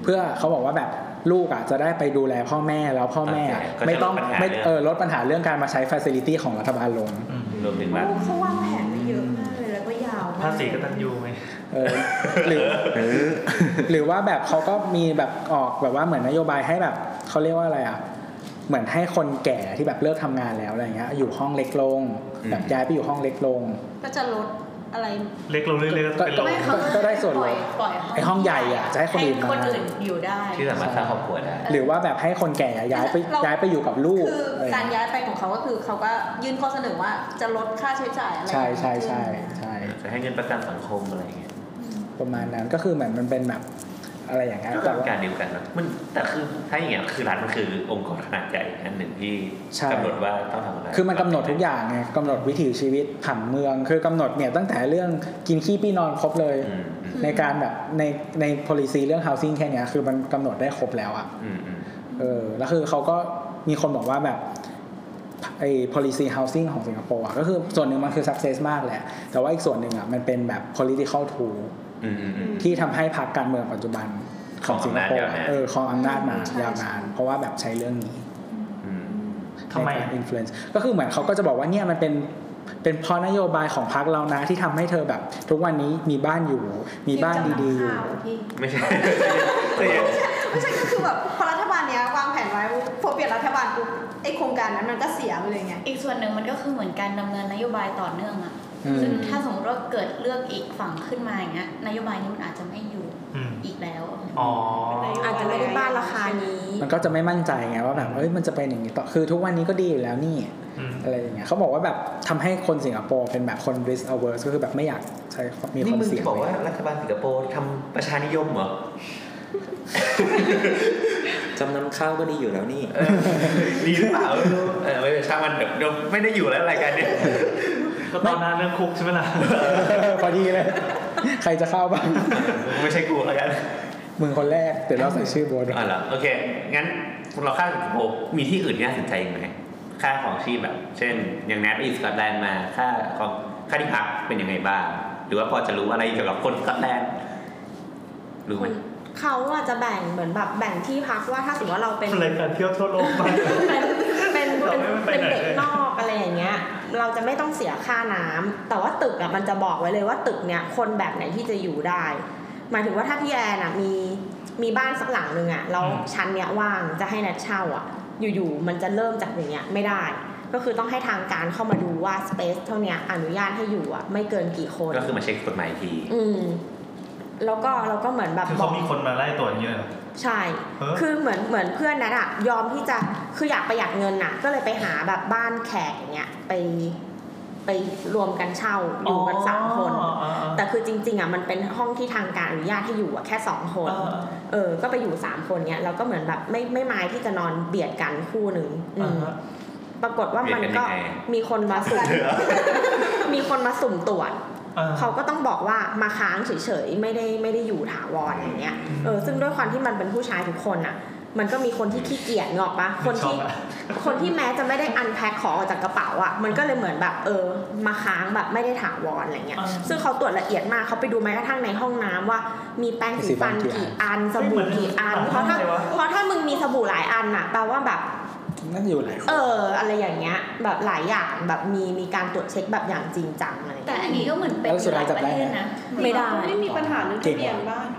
เพื่อเขาบอกว่าแบบลูกอ่ะจะได้ไปดูแลพ่อแม่แล้วพ่อแม่อ่ะ
โอเคก็จะ
ไม่ต้อง
ลดปัญหา
ไม่
เรื่อง
เออลดปัญหาเรื่องการมาใช้ฟ a ซิลิตี้ของรัฐบาลลง
รวมถึงว่า
เขาวางแผนไว้เยอะมากเลยแล้วก็ยาวม
ภาษีกตัญญูไหม
เออหรือหรือว่าแบบเขาก็มีแบบออกแบบว่าเหมือนนโยบายให้แบบเขาเรียกว่าอะไรอ่ะเหมือนให้คนแก่ที่แบบเลิกทำงานแล้วอะไรเงี้ยอยู่ห้องเล็กลง
อืม
แบบย้ายไปอยู่ห้องเล็กลง
ก็จะลดอะไร
เล็กลงเรื่อยๆก็เป็นลง
ไม่เขา
ก็ได้ส่วนลด
ปล่อย
ไอ้ห้องใหญ่อะจะให้คนอื่นมา
คนอื่นอยู่ได้
ที่สามารถสร้างครอบครัวได้
หรือว่าแบบให้คนแก่ย้ายไป
เรา
ย้ายไปอยู่กับลูก
คือ
อะไร
การ
เงี้ย
ย้ายไปของเขาก็คือเขาก็ยื่นข้อเสนอว่าจะลดค่าใช้จ่ายอะไร
ใช่ใช่ใช่ใช่
จะให้เงินประกันสังคมอะไรเงี้ย
ประมาณนั้นก็คือเหมือนมันเป็นแบบอะไรอย่างเงี้ย
ก็
แต่
เป็น
ว่า
การเดียวกันนะมันแต่คือถ้าอย่างเงี้ยคือรัฐมันคือองค์กรขนาดใหญ่อันหนึ่งที่
ใช่
กำหนดว่าต้องทำอะไร
คือมันกำหนดทุกอย่างไงกำหนดวิถีชีวิตผังเมือง คือกำหนดเนี่ยตั้งแต่เรื่องกินขี้ปี้นอนครบเลย
อืมอืม
ในการแบบในใน policy เรื่อง housing แค่เนี้ยคือมันกำหนดได้ครบแล้วอะ่ะ
อืมอืม
เออแล้วคือเขาก็มีคนบอกว่าแบบไอ้ policy housing ของสิงคโปร์อ่ะก็คือส่วนหนึ่งมันคือ success มากแหละ แต่ว่าอีกส่วนหนึ่งอ่ะมันเป็นแบบ political tool
อืมอืมอืม
ที่ทำให้พรรคการเมืองปัจจุบันของสิงคโป
ค
ร์
รองอำนาจยาวนาน
เออครองอำนาจมา
ใช่
ยาวนาน เพราะว่าแบบใช้เรื่องนี้
อืม
ทำไม
อินฟลูเอนซ์ก็คือเหมือนเขาก็จะบอกว่าเนี่ยมันเป็นเป็นเพราะนโยบายของพรรคเรานะที่ทำให้เธอแบบ ทุกวันนี้มีบ้านอยู่ มีบ้านดีๆอยู่
ไม่ใช่ไม่ใช่
ไม่ใช่ก็คือแบบพอรัฐบาลเนี้ยวางแผนไว้พอเปลี่ยนรัฐบาลปุ๊บไอโครงการนั้นมันก็เสียไปเลยไง
อีกส่วนหนึ่งมันก็คือเหมือนการดำเนินนโยบายต่อเนื่องอะ
อืม
ซึ่งถ้าสมมติว่าเกิดเลือกอีกฝั่งขึ้นมาอย่างเงี้ยนโยบายนี้มันอาจจะไม่อยู่
อืม
อีกแล้ว
อ๋อ
อาจจะไม่ได้บ้านราคานี้
มันก็จะไม่มั่นใจไงว่าแบบเอ้ยมันจะเป็นอย่างนี้ต่อคือทุกวันนี้ก็ดีอยู่แล้วนี่
อืม
อะไรอย่างเงี้ยเขาบอกว่าแบบทำให้คนสิงคโปร์เป็นแบบคน risk averse ก็คือแบบไม่อยากใช้มีค
นี่
วาม
มึง
เสี่ยง
จะบอกว่ารัฐบาลสิงคโปร์ทำประชานิยมเหรอ
จำนำข้าวก็ดีอยู่แล้วนี่
ดีหรือเปล่า [laughs] ไม่รู้เออไม่เป็นช่างมันเดี๋ยวเดี๋ยวไม่ได้อยู่แล้วรายการเนี้ย [laughs]
ก็ตอนหนั้นเรื่องคุกใช่ไหมล่ะ
พอดีเลย [laughs] ใครจะเข้าบ้าง
ไม่ใช่กูแล้วกัน
[laughs] มึงคนแรกเดี๋ยวเราใส่ชื่อโบน
อ่าล่ะโอเค งั้นเราค่าสิงคโปร์มีที่อื่นที่น่าสนใจอีกไหมค่าของชีพแบบ เช่น อย่างแนทไปอยู่สกอตแลนด์มาค่าของค่าที่พักเป็นยังไงบ้าง หรือว่าพอจะรู้อะไรเกี่ยวกับคนสกอตแลนด์รู้ไหม
เขาอาจจะแบ่งเหมือนแบบแบ่งที่พักว่าถ้าสมมติว่าเราเป็น
รายการเที่ยวทั่วโลกไป
เป็นเป็นเป็นเป็
เราไม่
น
ไปไหน
เด็ก
เลย
นอกอะไรอย่างเงี้ย เราจะไม่ต้องเสียค่าน้ำแต่ว่าตึกอ่ะมันจะบอกไว้เลยว่าตึกเนี้ยคนแบบไหนที่จะอยู่ได้ หมายถึงว่าถ้าพี่แอนอ่ะมีมีบ้านสักหลังหนึ่งอ่ะแล้วชั้นเนี้ยว่างจะให้นัดเช่าอ่ะ อยู่ๆมันจะเริ่มจากอย่างเงี้ยไม่ได้ ก็คือต้องให้ทางการเข้ามาดูว่าสเปซเท่าเนี้ยอนุญาตให้อยู่อ่ะไม่เกินกี่คน
ก็คือมาเช็คกฎหมายอีกที
อืมแล้วก็เราก็เหมือนแบบ
คือ
บอก
เขามีคนมาไล่ตรวจอย่างเงี้ยเหรอ
ใช่
เออ
คือเหมือนเหมือนเพื่อนนัดอะยอมที่จะ คืออยากประหยัดเงินน่ะ ก็เลยไปหาแบบบ้านแขกอย่างเงี้ย ไปไปรวมกันเช่าอยู่กันสามคน
อ๋ออ๋ออ๋อ
แต่คือจริง ๆอะมันเป็นห้องที่ทางการอนุญาตให้อยู่อะแค่สองคน
อ๋อ
เออ ก็ไปอยู่สามคนเนี้ยแล้วก็เหมือนแบบไม่ไม่ไม้ที่จะนอนเบียดกันคู่หนึ่งอืม
อ่าฮะ
ปรากฏว่ามัน
เบียดกั
ก็
นยังไง
มีคนมาสุ่ม มีคนมาสุ่มตรวจ
อ่า
เขาก็ต้องบอกว่ามาค้างเฉยๆ ไม่ได้ไม่ได้อยู่ถาวรอย่างเงี้ย เออ ซึ่งด้วยความที่มันเป็นผู้ชายทุกคนอ่ะ มันก็มีคนที่ขี้เกียจเงาะปะคนที่
ชอบอะ
คนที่แม้จะไม่ได้อันแพ็คของออกจากกระเป๋าอ่ะ มันก็เลยเหมือนแบบเออ มาค้างแบบไม่ได้ถาวรอะไรเงี้ย ซึ่งเขาตรวจละเอียดมาก เขาไปดูแม้กระทั่งในห้องน้ำว่า มีแป้งสีฟันกี่อัน สบู่กี่อัน เพราะถ้า เพราะถ้ามึงมีสบู่หลายอันอ่ะ แปลว่าแบบ
นั่นอยู่หลายคน
เออ อะไรอย่างเงี้ย แบบหลายอย่าง แบบมีมีการตรวจเช็คแบบอย่างจริงจังอะไรเงี้ย
แต่อันนี้ก็เหมือนเป็นหลายประเทศนะ
ไม่ได้
ไม่ได้มีปัญหาเรื่องทะเบียนบ้าน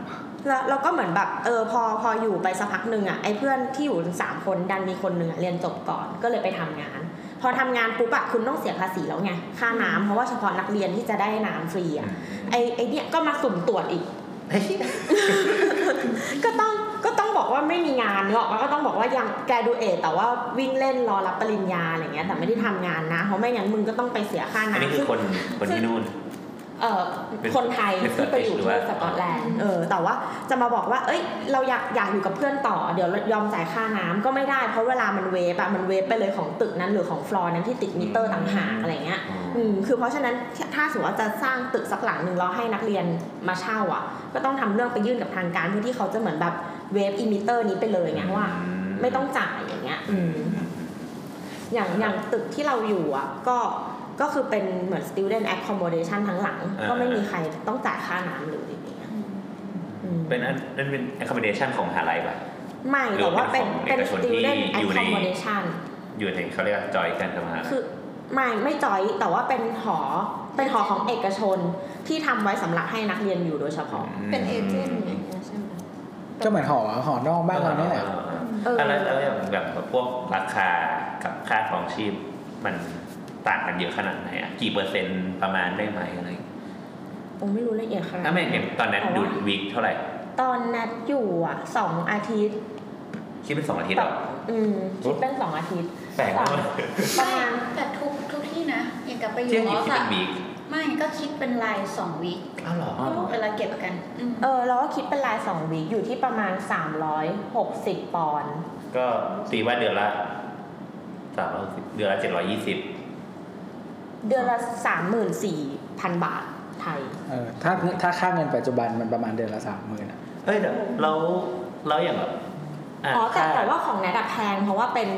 แล้วเราก็เหมือนแบบเออพอพออยู่ไปสักพักหนึ่งอ่ะไอ้เพื่อนที่อยู่สามคนดันมีคนหนึ่งอะเรียนจบก่อนก็เลยไปทำงาน พอทำงานปุ๊บอะคุณต้องเสียภาษีแล้วไงค่าน้ำเพราะว่าเฉพาะนักเรียนที่จะได้น้ำฟรีอ่ะไอ้ไอ้เนี่ยก็มาสุ่มตรวจอีก ก็ต้องก็ต้องบอกว่าไม่มีงานเนอะมันก็ต้องบอกว่ายังแกดูเอทแต่ว่าวิ่งเล่นรอรับปริญญาอะไรเงี้ยแต่ไม่ได้ทำงานนะ เพราะไม่งั้นมึงก็ต้องไปเสียค่า
อันนี้
น้ำ
คื
ซึ่
อง คนคนที่นู่น
เอ่อ
เป็น
คนไทย
เป็น
ที่ไปอยู่
หรือ
ที่
ว่า
สกอตแลนด์เออแต่ว่าจะมาบอกว่า เอ้ย เราอยากอยากอยู่กับเพื่อนต่อเดี๋ยวยอมจ่ายค่าน้ำก็ไม่ได้เพราะเวลามันเวฟอะมันเวฟไปเลยของตึกนั้นหรือของฟลอร์นั้นที่ติดมิเตอร์ต่างหากอะไรเงี้ยอืมคือเพราะฉะนั้นถ้าสมมติว่าจะสร้างตึกสักหลังหนึ่งเราให้นักเรียนมาเช่าอ่ะ ก็ต้องทำเรื่องไปยื่นกับทางการเพื่อที่เขาจะเหมือนแบบเวฟอิมิเตอร์นี้ไปเลยไงว่า ไม่ต้องจ่ายอย่างเงี้ย อืม อย่างอย่างตึกที่เราอยู่อ่ะ ก็ก็คือเป็นเหมือน student accommodation ทั้งหลัง
อ่า
ก็ไม่มีใครต้องจ่ายค่าน้ำหรืออย่างเงี้ยอืม
เป็นอันนั่นเป็น accommodation ของมหาลัยป่ะ
ไม่
หรือ
แต่ว่าเป็น
เป็นของ
เป็น
เอก
student
ชนที่อยู่ใน
accommodation
อยู่ในเขาเรียกว่าจอยกันกับมหาลัย
คือไม่ไม่จอยแต่ว่าเป็นหอ เป็นหอของเอกชนที่ทำไว้สำหรับให้นักเรียนอยู่โดยเฉพาะ
เป็นเอเจนต์อย่างเงี้ยใช่ไหม
ก็เหมือนหอหอนอกบ้านเราเนี่ยแหละ
เออ
อ่ะแล้วแล้วอย่างแบบพวกราคากับค่าของชีพมันต่างกันเยอะขนาดไหนอ่ะกี่เปอร์เซ็นต์ประมาณได้ไหมอะไรอย่างเงี้ย
โอ้ไม่รู้ละเอียดขนาด
ถ้า
นั้น
ไม่เห็นตอนนั้นดูดวีคเท่าไหร่
ตอนนัดอยู่อ่ะสองอาทิตย์
คิดเป็นสองอาทิตย์เหรอ
อืมคิดเป็นสองอาทิตย์
แปลก
สอ
มา
ง
ก
ประมาณ
แต่ทุกทุกที่นะอย่างกับไปอ
เที่ย
ยู่
ง
อ
หยิ
อบ ส
คิด
อะ
เป็นวีค
ไม่ก็คิดเป็นรายสองวีค
อ้าวเหรอ
เวลาเก็บกันอืม
เออเราก็คิดเป็นรายสองวีคอยู่ที่ประมาณ 360 ปอนด์
ก็ตีว่าเดือนละสามร้อยสิบเดือนละเจ็ดร้อยยี่สิบ
เดือนละ 34,000 บาทไทย
เออถ้าถ้าค่าเงินปัจจุบันมันประมาณเดือนละสามหมื่นอะ
เอ้ยเดี๋ยวเราเราอย่างแบบะ
อ๋อ แต่
ค่า
แต่ว่าของแนทอะแพง เพราะว่าเป็น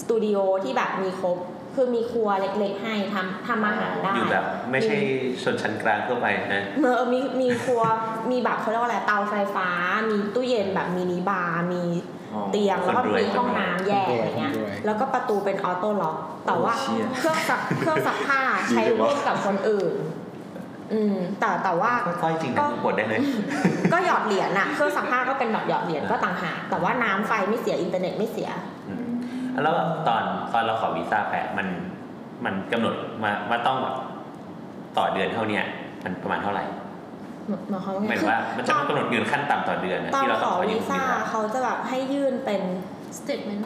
สตูดิโอที่แบบมีครบ คือมีครัวเล็กๆให้ทำทำอาหารได้
อยู่แบบไม่ใช่ชนชั้นกลางทั่วไปนะ
เออมีมีครัว มีแบบเขาเรียกว่าอะไร เตาไฟฟ้า มีตู้เย็นแบบมินิบาร์ มีเตียง แล้วก็มีห้องน้ำแยกอะไรเงี้ย แล้วก็ประตูเป็นออโต้ล็อก แต่ว่า
โอ้เชี่ย
เครื่องซักเครื่องซักผ้าใช้ร่วมกับคนอื่น อืม แต่แต่ว่า
ก็ค่อยจริงนะบดได้เลย
ก็หยอดเหรียญน่ะ เครื่องซักผ้าก็เป็นแบบหยอดเหรียญก็ต่างหาก แต่ว่าน้ำไฟไม่เสีย อินเทอร์เน็ตไม่เสีย
แล้วตอนตอนเราขอวีซ่าแปะมันมันกำหนดมาว่าต้องแบบต่อเดือนเท่าเนี้ยมันประมาณเท่าไหร่
หมายความว่า
หมายถึงว่ามันจะต้องกำหนดเงินขั้นต่ำต่อเดือนนะ
ตอน
ที่เรา
ข
ต้อ
อง
ขอยื
วี
ม
ซ่า
เงินนะ
เขาจะแบบให้ยื่นเป็น
สเตทเมนต์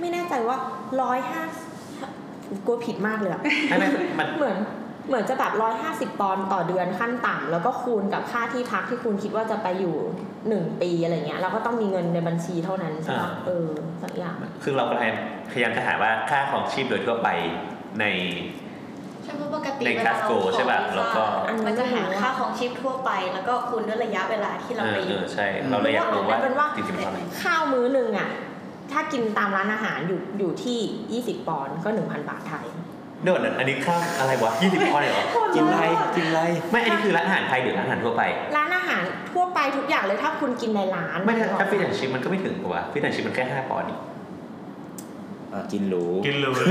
ไม่แน่ใจว่าร้อยห้ากลัวผิดมากเลยอะ
ไม่ไม่มัน
เหมือนเหมือนจะแบบร้อยห้าสิบปอนด์ต่อเดือนขั้นต่ำแล้วก็คูณกับค่าที่พักที่คุณคิดว่าจะไปอยู่หนึ่งปีอะไรเงี้ยแล้วก็ต้องมีเงินในบัญชีเท่านั้นใช่ปะเออสักอย่าง
คือเราพยายามพยายามจะหาว่าค่าของชีพโดยทั่วไปใน
ใช่เพราะปกติ
ใน
เวลาเรา
Glasgow
ขอ
ใช่ป่ะแล้วก็
มันจะหาค่าของชีพทั่วไป แล้วก็คูณด้วยระยะเวลาที่เรา
เอ
ไป
อ
อ
เอยู่ อใช่ เราเลยอยากรู้ว่า
เป็นว่า
จริงๆเท่าไหร่
ข้าวมื้อหนึ่งอะถ้ากินตามร้านอาหารอยู่อยู่ที่ยี่สิบปอนด์ก็หนึ่งพันบาทไทย
เดี๋ยวก่อนนะอันนี้ค่าอะไรวะยี่สิบปอนด์เลยเหรอ
กินไรกินไร
ไม่อันนี้คือร้านอาหารไทยหรือร้านอาหารทั่วไป
ร้านอาหารทั่วไปทุกอย่างเลยถ้าคุณกินในร้าน
ไม่ถ้าถ้าฟิชแอนชิพมันก็ไม่ถึงกว่าฟิชแอนชิพมันแค่ห้าปอนด์นี่
อ่ะกินหรู
กินเลย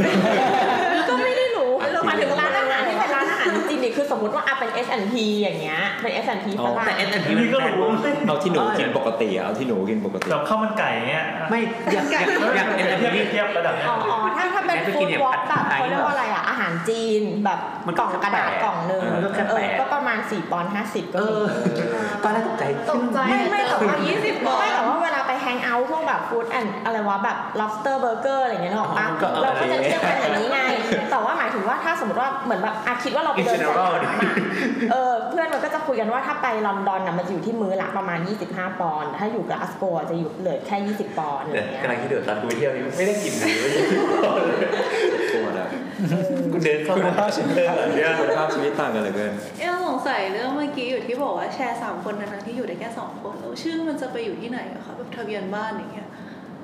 ก็ไม่ได้รู้
อ่ะ
หมายถึงร้านอาหารที่เป็นร้านอาหารจริงๆดิคือสมมติว่าอ่ะเป็น S&P อย่างเงี้ย เป็น S&P
อ๋
ฝ
อ
รั่ง
แต่เอ็นแอน
นี่ก็รู้
เอาที่หนูกินปกติอ่ะเอาที่หนูกินปกติ
แบบข้าวมันไก่อย่างเงี้ยอ่ะ
ไม่อย่างอย่างอย่างเอ็นแอน
เทียบ
นี่
เทียบระดับเนี้ย
อ๋ออ๋อถ้าถ้าเป็น
แม่ไป
ฟู้
กิ
ด
นเนี่ยว
อล์กแบบ
ผัดไทย
เขาเรียกว่าอะไรอ่ะ อาหารจีนแบบ
มัน
ก
ก็
ล่องกระดาษ
แปด
กล่องหนึ่ง
เออมันก็แค่
เอ
แป
อ
ด
ก็ประมาณ 4 ปอนด์50 ก็
เอ
มี
อตอนแรกตกใจ
ตกใจ
ไม่ไม่แต่ว่า
ยี่สิบปอนด์
ไม่แต่ว่าเวลาไปแฮงเอาท์พวกแบบฟู้ดแอนอะไรวะแบบ lobster burger อะไรเงี้ยนึกออกปะเราก็จะเทียบกันอย่างนี้ไง แต่ว่าหมายถึงว่าถ้าสมมติว่าเหมือนแบบอะคิดว่าเราไป
อิน
เดิ
เจ
น
เน
ส
อรั
ยา
ล
ม
เนี่ย
อะ เออเพื่อนมันก็จะคุยกันว่าถ้าไปลอนดอนน่ะมันจะอยู่ที่มื้อละประมาณ 25 ปอนด์ถ้าอยู่กลาสโกว์จะอยู่เหลือแค่ 20 ปอนด์อะไร
เดี๋
เงี้ย
ยวกำลังคิดเดี๋ยวตอนกูไปเที่ยวนี่ไม่ได้กิน
[laughs]
เลยเว้ยกูเดินเข้า
คุณ
มา
ภาพชีวิต
เออเนี่ย
คุณภาพชีวิตต่างกันเหลือเกิน
เอ๊ะเราสงสัยเรื่องเมื่อกี้อยู่ที่บอกว่าแชร์สามคนทั้งๆที่อยู่ได้แค่สองคนแล้วชื่อมันจะไปอยู่ที่ไหนอะคะแบบทะเบียนบ้านอย่างเงี้ย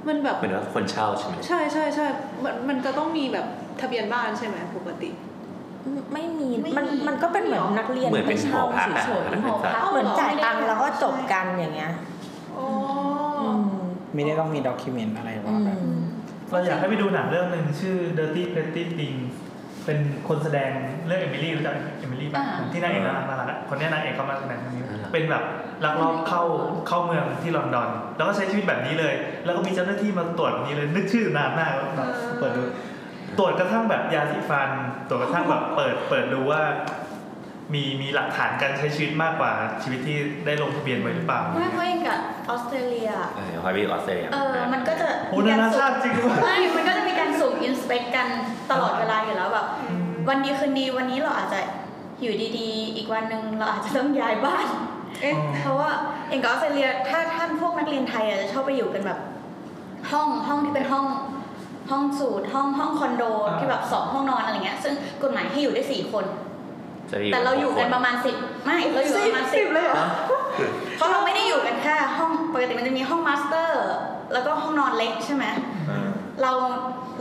มันแบบ
เหมือนว่าคนเช่าใช่ไหม
ใช่ใช่ใช่มันมันจะต้องมีแบบทะเบียนบ้านใช่ไหมปกติ
ไม่มี
ไม่มี
มันมันก็เป็นเหมือนนักเรียน
เหมือนเป็นหอพักอะ
เฉย
หอพัก
ๆเหมือนจ่ายตังค์แล้วก็จบกันอย่างเงี้ย
อ๋อ
อืม
ไม่ได้ต้องมีด็อกิเมนต์อะไร
อื
ว่าแบบ
ม
เราอยากให้ไปดูหนังเรื่องหนึ่งชื่อ Dirty Pretty Thing เป็นคนแสดงเรื่องเอมิลี่รู้จักเอมิลี่ไหม
อ่า
ที่นางเอกน่ารักน่ารักอะคนเนี้ยนางเอกเขามาแสดงเรื่องนี้เป็นแบบลักลอบเข้าเข้าเมืองที่ลอนดอน แล้วก็ใช้ชีวิตแบบนี้เลย แล้วก็มีเจ้าหน้าที่มาตรวจแบบนี้เลยนึกชื่อนานมากแล้วแบบเปิดดูตรวจกระทั่งแบบยาสีฟัน ตรวจกระทั่งแบบเปิดเปิดดูว่า มีมีหลักฐานการใช้ชีวิตมากกว่าชีวิตที่ได้ลงทะเบียนไว้หรือเปล่า
ไม่เพราะอย่างกับออสเตรเลีย
เออฮอยบี้ออสเตรเลีย
เออ มันก็จะ
โอ้
มีา
นากนา
สุ่
ชาติจริงด้วย
ไม่มันก็จะมีการสุ่มอินสเปกกันตลอดเวลาอยู่แล้วแบบวันดีคืนดีวันนี้เราอาจจะอยู่ดีๆ อีกวันหนึ่งเราอาจจะต้องย้ายบ้าน
เอ๊ะ
เพราะว่าอย่างกับออสเตรเลียถ้าท่านพวกนักเรียนไทยอาจจะชอบไปอยู่กันแบบ ห้องห้องที่เป็นห้องห้องสูตรห้องห้องคอนโด
อ่า
ที่แบบสองห้องนอนอะไรเงี้ยซึ่งกฎหมายให้อยู่ได้สี่คน
จะไป
แต่เราอยู่กัน
ห
ป
ค
ระมาณสิบไม่เราอยู่กันประมาณสิบเลยเหรอเพราะเราไม่ได้อยู่กันแค่ห้องปกติมันจะมีห้องมาสเตอร์ แล้วก็ห้องนอนเล็กใช่ไหม เรา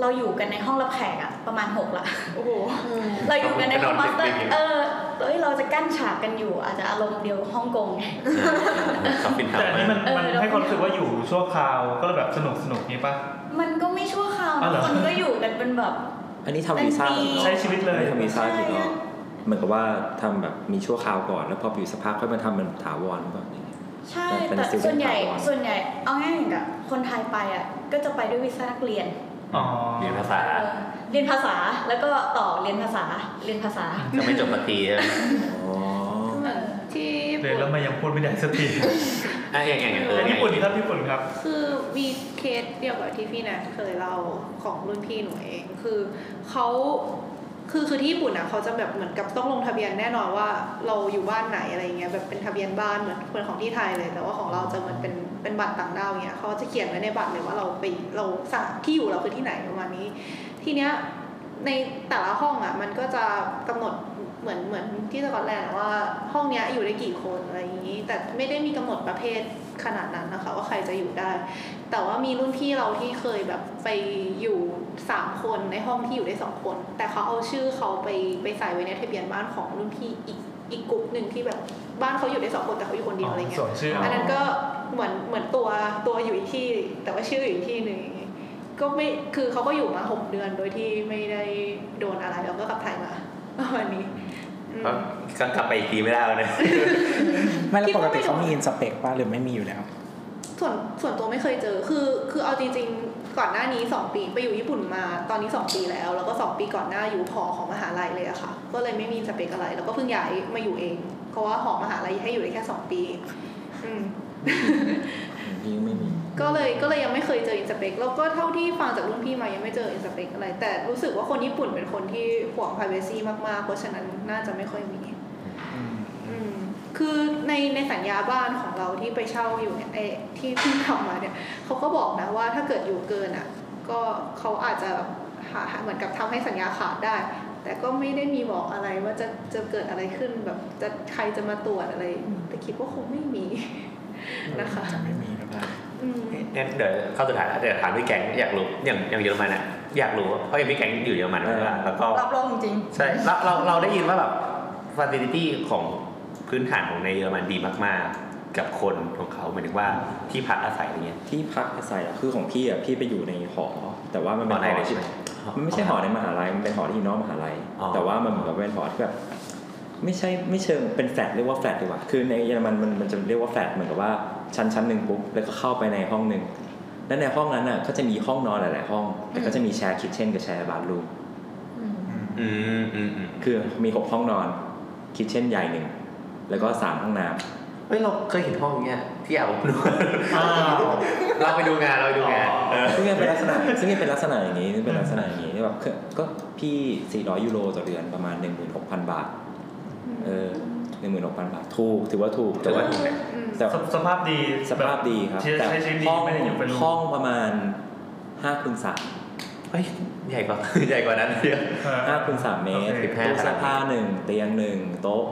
เราอยู่กันในห้องรับแขกอะประมาณหกละ
โอ้โห
อืม
เราอยู่กันในห้อง
นอน
มา
ติ
ส
ด
เตอร์
กันอยู่
เออเอ้ยเราจะกั้นฉากกันอยู่ อาจจะอารมณ์เดียวกับฮ่องกงไง
[laughs] เขาปินเทา
แต่อันนี้มัน
เออ
มัน
แล้ว
ให้ความรู้สึกว่าอยู่ชั่วคราวก็เลยแบบสนุกสนุกนี้ปะ
มันก็ไม่ชั่วคราว
อ๋
นะ
อเหรอ
คนก็อยู่กันเป็นแบบ
อันนี้ทำวีซ่า
เป็นปี
ใช้ชีวิตเลย
อันนี้ทำวีซ่า
ใช่
กี่รอบ เหมือนกับว่าทำแบบมีชั่วคราวก่อน แล้วพอไปอยู่สักพักค่อยมาทำเป็นถาวรแบบนี้
ใช่
เป็น
แต่
student
ส่วนใหญ่
power
ส่วนใหญ่เอาง่ายๆกับคนไทยไปอ่ะก็จะไปด้วยวีซ่านักเรียน
อ๋อ
เรียนภาษา
เออเรียนภาษาแล้วก็ต่อเรียนภาษาเรียนภาษา
จะไม่จบปฏีใช่ไหม
อ๋อ
ที่ญี่
เรียน
ปุ่น
แล้วมายังพูดไม่ได้สักที
อ่ะอย่างอย่างอย่างเอออย่าง
ญี่ปุ่นครับญี่ปุ่นครับ
คือมีเคสเดียวกับที่พี่แนทเคยเล่าของรุ่นพี่หนูเองคือเขาคือคือที่ญี่ปุ่นอ่ะเขาจะแบบเหมือนกับต้องลงทะเบียนแน่นอนว่าเราอยู่บ้านไหนอะไรเงี้ยแบบเป็นทะเบียนบ้านเหมือนเหมือนของที่ไทยเลย แต่ว่าของเราจะเหมือนเป็นเป็นบัตรต่างด้าวเงี้ยเขาจะเขียนไว้ในบัตรเลยว่าเราไปเราสถานที่อยู่เราคือที่ไหนประมาณนี้ ทีเนี้ยในแต่ละห้องอ่ะมันก็จะกำหนดเหมือนเหมือนที่สกอตแลนด์อะว่าห้องเนี้ยอยู่ได้กี่คนอะไรอย่างนี้ แต่ไม่ได้มีกำหนดประเภทขนาดนั้นนะคะ ว่าใครจะอยู่ได้ แต่ว่ามีรุ่นพี่เราที่เคยแบบไปอยู่สามคนในห้องที่อยู่ได้สองคน แต่เขาเอาชื่อเขาไปไปใส่ไว้ในทะเบียนบ้านของรุ่นพี่อีกอีกกลุ่มหนึ่งที่แบบบ้านเขาอยู่ได้สองคนแต่เขาอยู่คนเดียวอะไรเงี้ย
ส่วนชื่อ
อันนั้นก็เหมือนเหมือนตัวตัวอยู่อีกที่ แต่ว่าชื่ออยู่อีกที่หนึ่งก็ไม่คือเขาก็อยู่มาหกเดือนโดยที่ไม่ได้โดนอะไรแล้วก็กลับไทยมาประมาณนี้อืม
ก็ก็กลับไปอีกทีไม่ได้แล้วนะ
ไม่แล้ว
คิด
ปก
ว่าไม่
ติเขา
โดน
มีอินสเปกป่ะหรือไม่มีอยู่แล้ว
ส่วนส่วนตัวไม่เคยเจอคือคือเอาจริงๆ ก่อนหน้านี้สองปีไปอยู่ญี่ปุ่นมาตอนนี้สองปีแล้ว แล้วก็สองปีก่อนหน้าอยู่หอของมหาลัยเลยอะค่ะ ก็เลยไม่มีสเปคอะไร แล้วก็เพิ่งย้ายมาอยู่เองเพราะว่าหอมหาลัยให้อยู่ได้แค่สองปี อืม
พี่ไม่มี
ก็เลยก็เลยยังไม่เคยเจออินสเปกแล้วก็เท่าที่ฟังจากรุ่นพี่มายังไม่เจออินสเปกอะไร แต่รู้สึกว่าคนญี่ปุ่นเป็นคนที่ห่วง p r i เวซีมากๆ เพราะฉะนั้นน่าจะไม่ค่อยมีอืมคือในในสัญญาบ้านของเราที่ไปเช่าอยู่เนี่ยไอ้ที่เพิ่งทำมาเนี่ยเขาก็บอกนะว่าถ้าเกิดอยู่เกินอ่ะ ก็เขาอาจจะหาเหมือนกับทำให้สัญญาขาดได้ แต่ก็ไม่ได้มีบอกอะไรว่าจะจะเกิดอะไรขึ้นแบบจะใครจะมาตรวจอะไร แต่คิดว่าคงไม่มี นะคะ
จะไม่มีก็ได้
อืม
เนี่ยเดี๋ยวเข้าสุดท้ายแล้วเดี๋ยวถามพี่แก๊งอยากรู้อย่างอย่างเยอรมันอ่ะอยากรู้เพราะอย่างพี่แก๊งอยู่เยอรมัน
เออ
ใช่ปะแล้วก็
รับรองจริง
ใช่เราเราเราได้ยินว่าแบบฟาซิลิตี้ของพื้นฐานของในเยอรมันดีมากๆ กับคนของเขาหมายถึงว่าที่พักอาศัยอะไรเงี้ย
ที่พักอาศัยอะคือของพี่อ่ะพี่ไปอยู่ในหอ แต่ว่ามัน
ห
เป็
อน
ห
ไหน
อ
เลยใช่ไหม
มันไม่ใช่หอในมหาลัยมันเป็นหอที่อยู่นอกมหาลัย
อ๋อ
แต่ว่ามันเหมือนกับเป็นหอที่แบบไม่ใช่ไม่เชิงเป็นแฟลตเรียกว่าแฟลตดีกว่าคือในเยอรมันมันมันจะเรียกว่าแฟลตเหมือนกับว่าชั้นชั้นหนึ่งปุ๊บแล้วก็เข้าไปในห้องหนึ่งและในห้องนั้นอ่ะก็จะมีห้องนอนหลาย ๆ ห้อง แต่ก็จะมีแชร์คิทเช่นกับแชร์บาร์รูม
อืม
อืมอืมอืม
คือมีหกห้องนอนคิทเช่นใหญ่หนึ่งแล้วก็สามห้องน้ำ
เฮ้ยเราเคยเห็นห้องเนี้ยที่อาบอบนวดเราไปดูงานเราไปดูงานเออ
ซึ่งเป็นลักษณะซึ่งเป็นลักษณะอย่างนี้ซึ่งเป็นลักษณะอย่างนี้แบบคือก็พี่ 400 ยูโรต่อเดือนประมาณ 16,000 บาท เออ16,000 บาท ถูก ถือว่าถูก แต่ว่าแต่
สสภาพดี
สภาพดีครับ
แต่
แต่
ใช้ชีวิตดี
ห้อง
ไม่ได้อยู่เป็นรู
ห้องประมาณ5คูณ3
เฮ้ยใหญ่กว่า ใหญ่กว่านั้นเยอะ
เออ
5คูณ3เมตร
โอเค
ตู้เสื้อผ้าหนึ่งเตียงหนึ่งโต๊ะ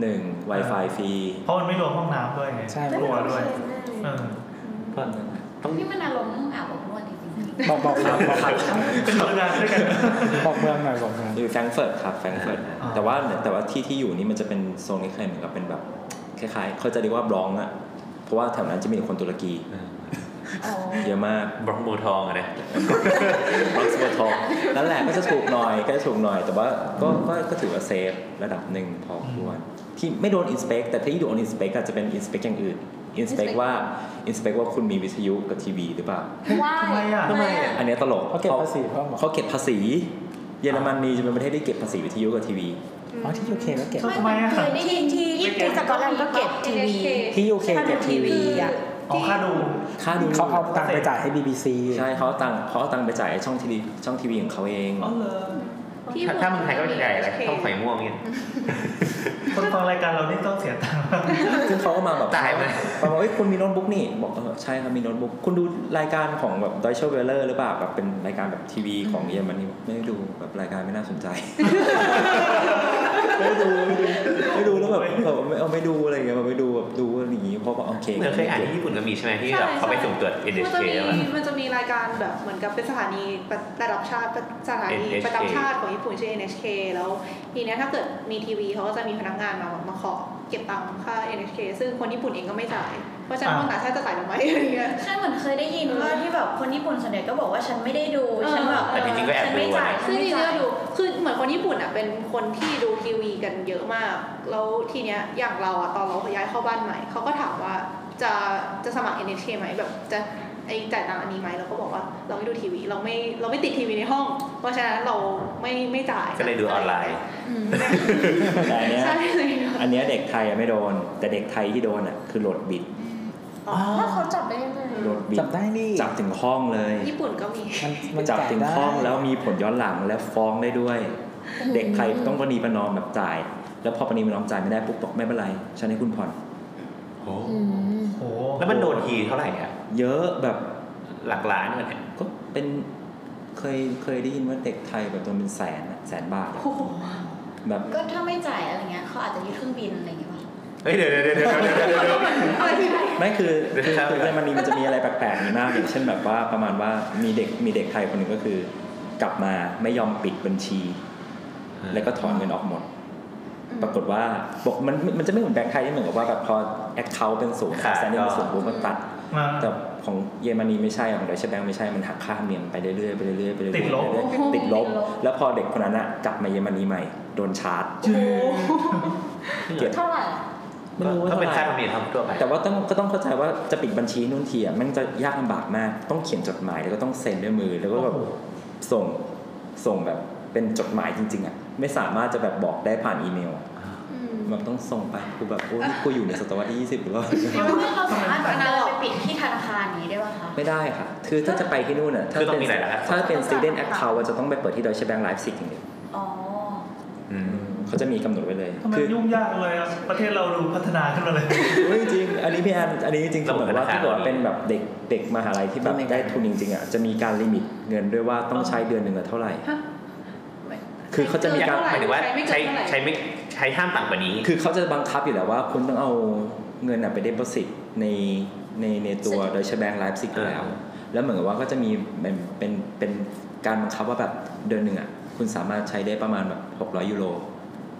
หนึ่ง Wi-Fi ฟรี
เพราะมันไม่รวมห้องน้ำด้วยไง
ใช่
รัวด้วยเออ
ก็
นี่มันอารมณ์อาบอบนวดจริงๆ
บอกบอกเมืองบอก
เป็นโรงงานด้วยกัน
[laughs]
บอกเมืองหน่อยบอกเมือง
อยู่แฟรงก์เฟิร์ตครับแฟรงก์เฟิร์ต
อ๋อ
แต่ว่าแต่ว่าที่ที่อยู่นี่มันจะเป็นโซนนี้เคยเหมือนกับเป็นแบบคล้ายๆ เขาจะเรียกว่าบล็องอะเพราะว่าแถวนั้นจะมีแต่คนตุรกี
อืม
เยอะมาก
บล็อกโมทองอะนะ
บล็อกสปอร์ทองนั่นแหละก็จะถูกหน่อยก็จะถูกหน่อย แต่ว่าก็ก็ก็ถือว่าเซฟระดับหนึ่งพอควรที่ไม่โดนอินสเปกแต่ที่โดนอินสเปกอาจจะเป็นอินสเปกอย่างอื่นอินสเปกว่าอินสเปกว่าคุณมีวิทยุกับทีวีหรือเปล่า
ว่า
ทำไมอ่ะ
ทำไมอ่ะ
อันเนี้ยตลก
เขาเก็บภาษีเพิ่มเหรอ
เขาเก็บภาษีเยอรมนีจะเป็นประเทศที่เก็บภาษีวิทยุกับทีวี
อ๋อที่ยูเคก็เก็บ
ทำไมอ่ะ
เคยได้ยิน
ที่ญี่ปุ่นสกอตแลนด์ก็เก็บทีวี
NHK
ที่ยูเคเก็บทีวีอะ
อ๋อค่าดู
ค่าดู
เขาเอาตังค์ไปจ่ายให้ BBC
ใช่เขาเอาตังค์เขาเอาตังค์ไปจ่ายให้ช่องทีวีช่องทีวีของเขาเอง
อ๋อเหรอ
ที่
ถ้าถ้าเมึงไทยก็ใหญ่อะไรต้องไข่ม่วงเนี่ย
คนฟังรายการเรานี่ต้องเสียตังค์
ซึ่งเขาก็มาแบบ
จ่ายไหม
บอกว่าเอ้ยคุณมีโน้ตบุ๊กนี่บอกเออใช่ครับมีโน้ตบุ๊กคุณดูรายการของแบบดอยเชลเวลเลอร์หรือเปล่าแบบเป็นรายการแบบทีวีของเยอรมนีไม่ได้ดูแบบรายการไม่น่าสนใจ ไม่ดูไม่ดูแล้วแบบแบบไม่เอาไม่ดูอะไรอย่างเงี้ยแบบไม่ดูแบบดูอะไรอย่างงี้เพราะว่าโอเค
เหมือนเคยอ่านที่ญี่ปุ่นก็มีใช่ไหมที่แบบเขาไปสุ่มตรวจ
มันจะ
NHK
มี
แล้วอะ
มันจะมีรายการแบบเหมือนกับเป็นสถานีระดับชาติสถานี
NHK
ประจำชาติของญี่ปุ่นชื่อ NHK แล้วทีเนี้ยถ้าเกิดมีทีวีเขาก็จะมีพนักงานมามาขอเก็บตังค่า NHK ซึ่งคนญี่ปุ่นเองก็ไม่จ่าย เพราะฉะนั้นห้องต่างชาติจะขายทำไมอะไรเงี้ย
ใช่เหมือนเคยได้ยินว่าที่แบบคนญี่ปุ่นส่วนใหญ่ก็บอกว่าฉันไม่ได้ดู ฉันแบบ
แต่จริงๆก็แอบ
ฉัน
ดู
ไม่จ่าย
นะ
ฉั
คื
น
อจ
ไม่
ริงๆ
จ่าย
ก็ดูคือเหมือนคนญี่ปุ่นอ่ะเป็นคนที่ดูทีวีกันเยอะมาก แล้วทีเนี้ยอย่างเราอ่ะตอนเราย้ายเข้าบ้านใหม่เขาก็ถามว่าจะจะสมัคร NHK ไหมแบบจะไอจ่ายตังค์อันนี้ไหมเราก็บอกว่าเราไม่ดูทีวีเราไม่เราไม่ติดทีวีในห้อง เพราะฉะนั้นเราไม่ไม่จ่าย
ก็เลยดูออนไลน์
แต่อันเนี้ย
ใช่เลย
อันเนี้ยเด็กไทยอะไม่โดน แต่เด็กไทยที่โดนอ่ะคือโหลดบิด
อ๋อ
ถ้าเขาจับได้ยังไง
โหลดบิด
จำได้นี่
จับถึงห้องเลย
ญี่ปุ่นก็มี
มันมัน
จับถึง
ายได้
ห้องแล้วมีผลย้อนหลังแล้วฟ้องได้ด้วย เด็กไทยต้องประนีประนอมแบบจ่าย แล้วพอประนีประนอมจ่ายไม่ได้ปุ๊บบอกไม่เป็นไรฉันให้คุณผ่อน
โอ้
แล้วมันโดนทีเท่าไหร่อะ
เยอะแบบ
หลักล้านเลยเนี่ย
ก็เป็นเคยเคยได้ยินว่าเด็กไทยแบบโดนเป็นแสนอะแสนบาทอะแบบ
ก็ถ้าไม่จ่ายอะไรเงี้ยเขาอาจจะยึดเครื่องบินอะไรอย่างเงี้ยป่ะ
เฮ้ยเดี๋ยวเดี๋ยวเดี๋ยวเดี๋ยวเดี๋ยวเดี๋ยว
ไม่คือคือ
ครับ
คือมันมีมันจะมีอะไรแปลกๆนี้มากอย่างเช่นแบบว่าประมาณว่ามีเด็กมีเด็กไทยคนหนึ่งก็คือ กลับมาไม่ยอมปิดบัญชี แล้วก็ถอนเงินออกหมด ปรากฏว่าบอกมันมันจะไม่เหมือนแบงค์ไทยที่เหมือนกับว่าแบบพอแอคเคาท์เป็นศูนย์
ขาด
แซนด์เป็นศูนย์
ก็
ปุ๊บมันตัด
มา
แต่ของเยอรมนีไม่ใช่ของดอยเชแบงไม่ใช่มันหักค่าธรรมเนียมไปเรื่อยๆไปเรื่อยๆไปเรื่อยๆ
ติดลบ
ไปเรื่อยๆติดลบ แล้วพอเด็กคนนั้นอะกลับมาเยอรมนีใหม่โดนชาร์จ
เท่าไหร่อะ
ไม่รู้ว่า
ก็เป็น
เท่า
ค่า
ไห
ธรร
ร่
มเนียมทำทั่วไป
แต่ว่าต้องก็ต้องเข้าใจว่าจะปิดบัญชีนู่นทีอะแมันจะยากลำบากมากต้องเขียนจดหมายแล้วก็ต้องเซ็นด้วยมือแล้วก็แบบส่งส่งแบบเป็นจดหมายจริง ๆอะไม่สามารถจะแบบบอกได้ผ่านอีเมลอะมันต้องส่งไปกูแบบโอ้ยนี่กูอยู่ในศตวรรษที่ 20 หรือว่า
เราเราสามารถแบบเดินไปปิดที่ธนาคารนี้ได้ป่ะคะ
ไม่ได้ค่ะ คือถ้าจะไปที่นู่นน่ะถ้า
คือต้อง
เป็น
มีหลายรหัส
ถ้าเป็น student account ว่าจะต้องไปเปิดที่ Deutsche Bank Leipzig อย่างเดียว
อ๋อ
อืม
เขาจะมีกำหนดไว้เลย
ทำไม
คือ
ยุ่งยากเลยอะประเทศเราดูพัฒนาขึ้นมาเลย
เฮ้ยจริง อันนี้พี่แอนอันนี้จริงๆ
ระบบ
เหมือน
ธ
ว่า
นาคาร
ถ้าเกิดว่าเป็นแบบเด็กเด็กมหาลัยที่แบบได้ทุนจริงๆอ่ะ จะมีการลิมิตเงินด้วยว่าต้องใช้เดือนหนึ่งละเท่าไหร่ คือเขาจะมี
อยาก
การ
หมายถึงว่าใช้ใช้ไม่ใช้ห้ามต่ำกว่านี้
คือเขาจะบังคับอยู่แล้วว่าคุณต้องเอาเงินน่ะไปเด p o s i t ในในในตัว
Certificate
โดยใช้แบงก์ไลฟ์ซิก
อ่า
แล้ว แล้วเหมือนกับว่าก็จะมีเป็นเป็นเป็นการบังคับว่าแบบเดือนหนึ่งอ่ะคุณสามารถใช้ได้ประมาณแบบ600 ยูโร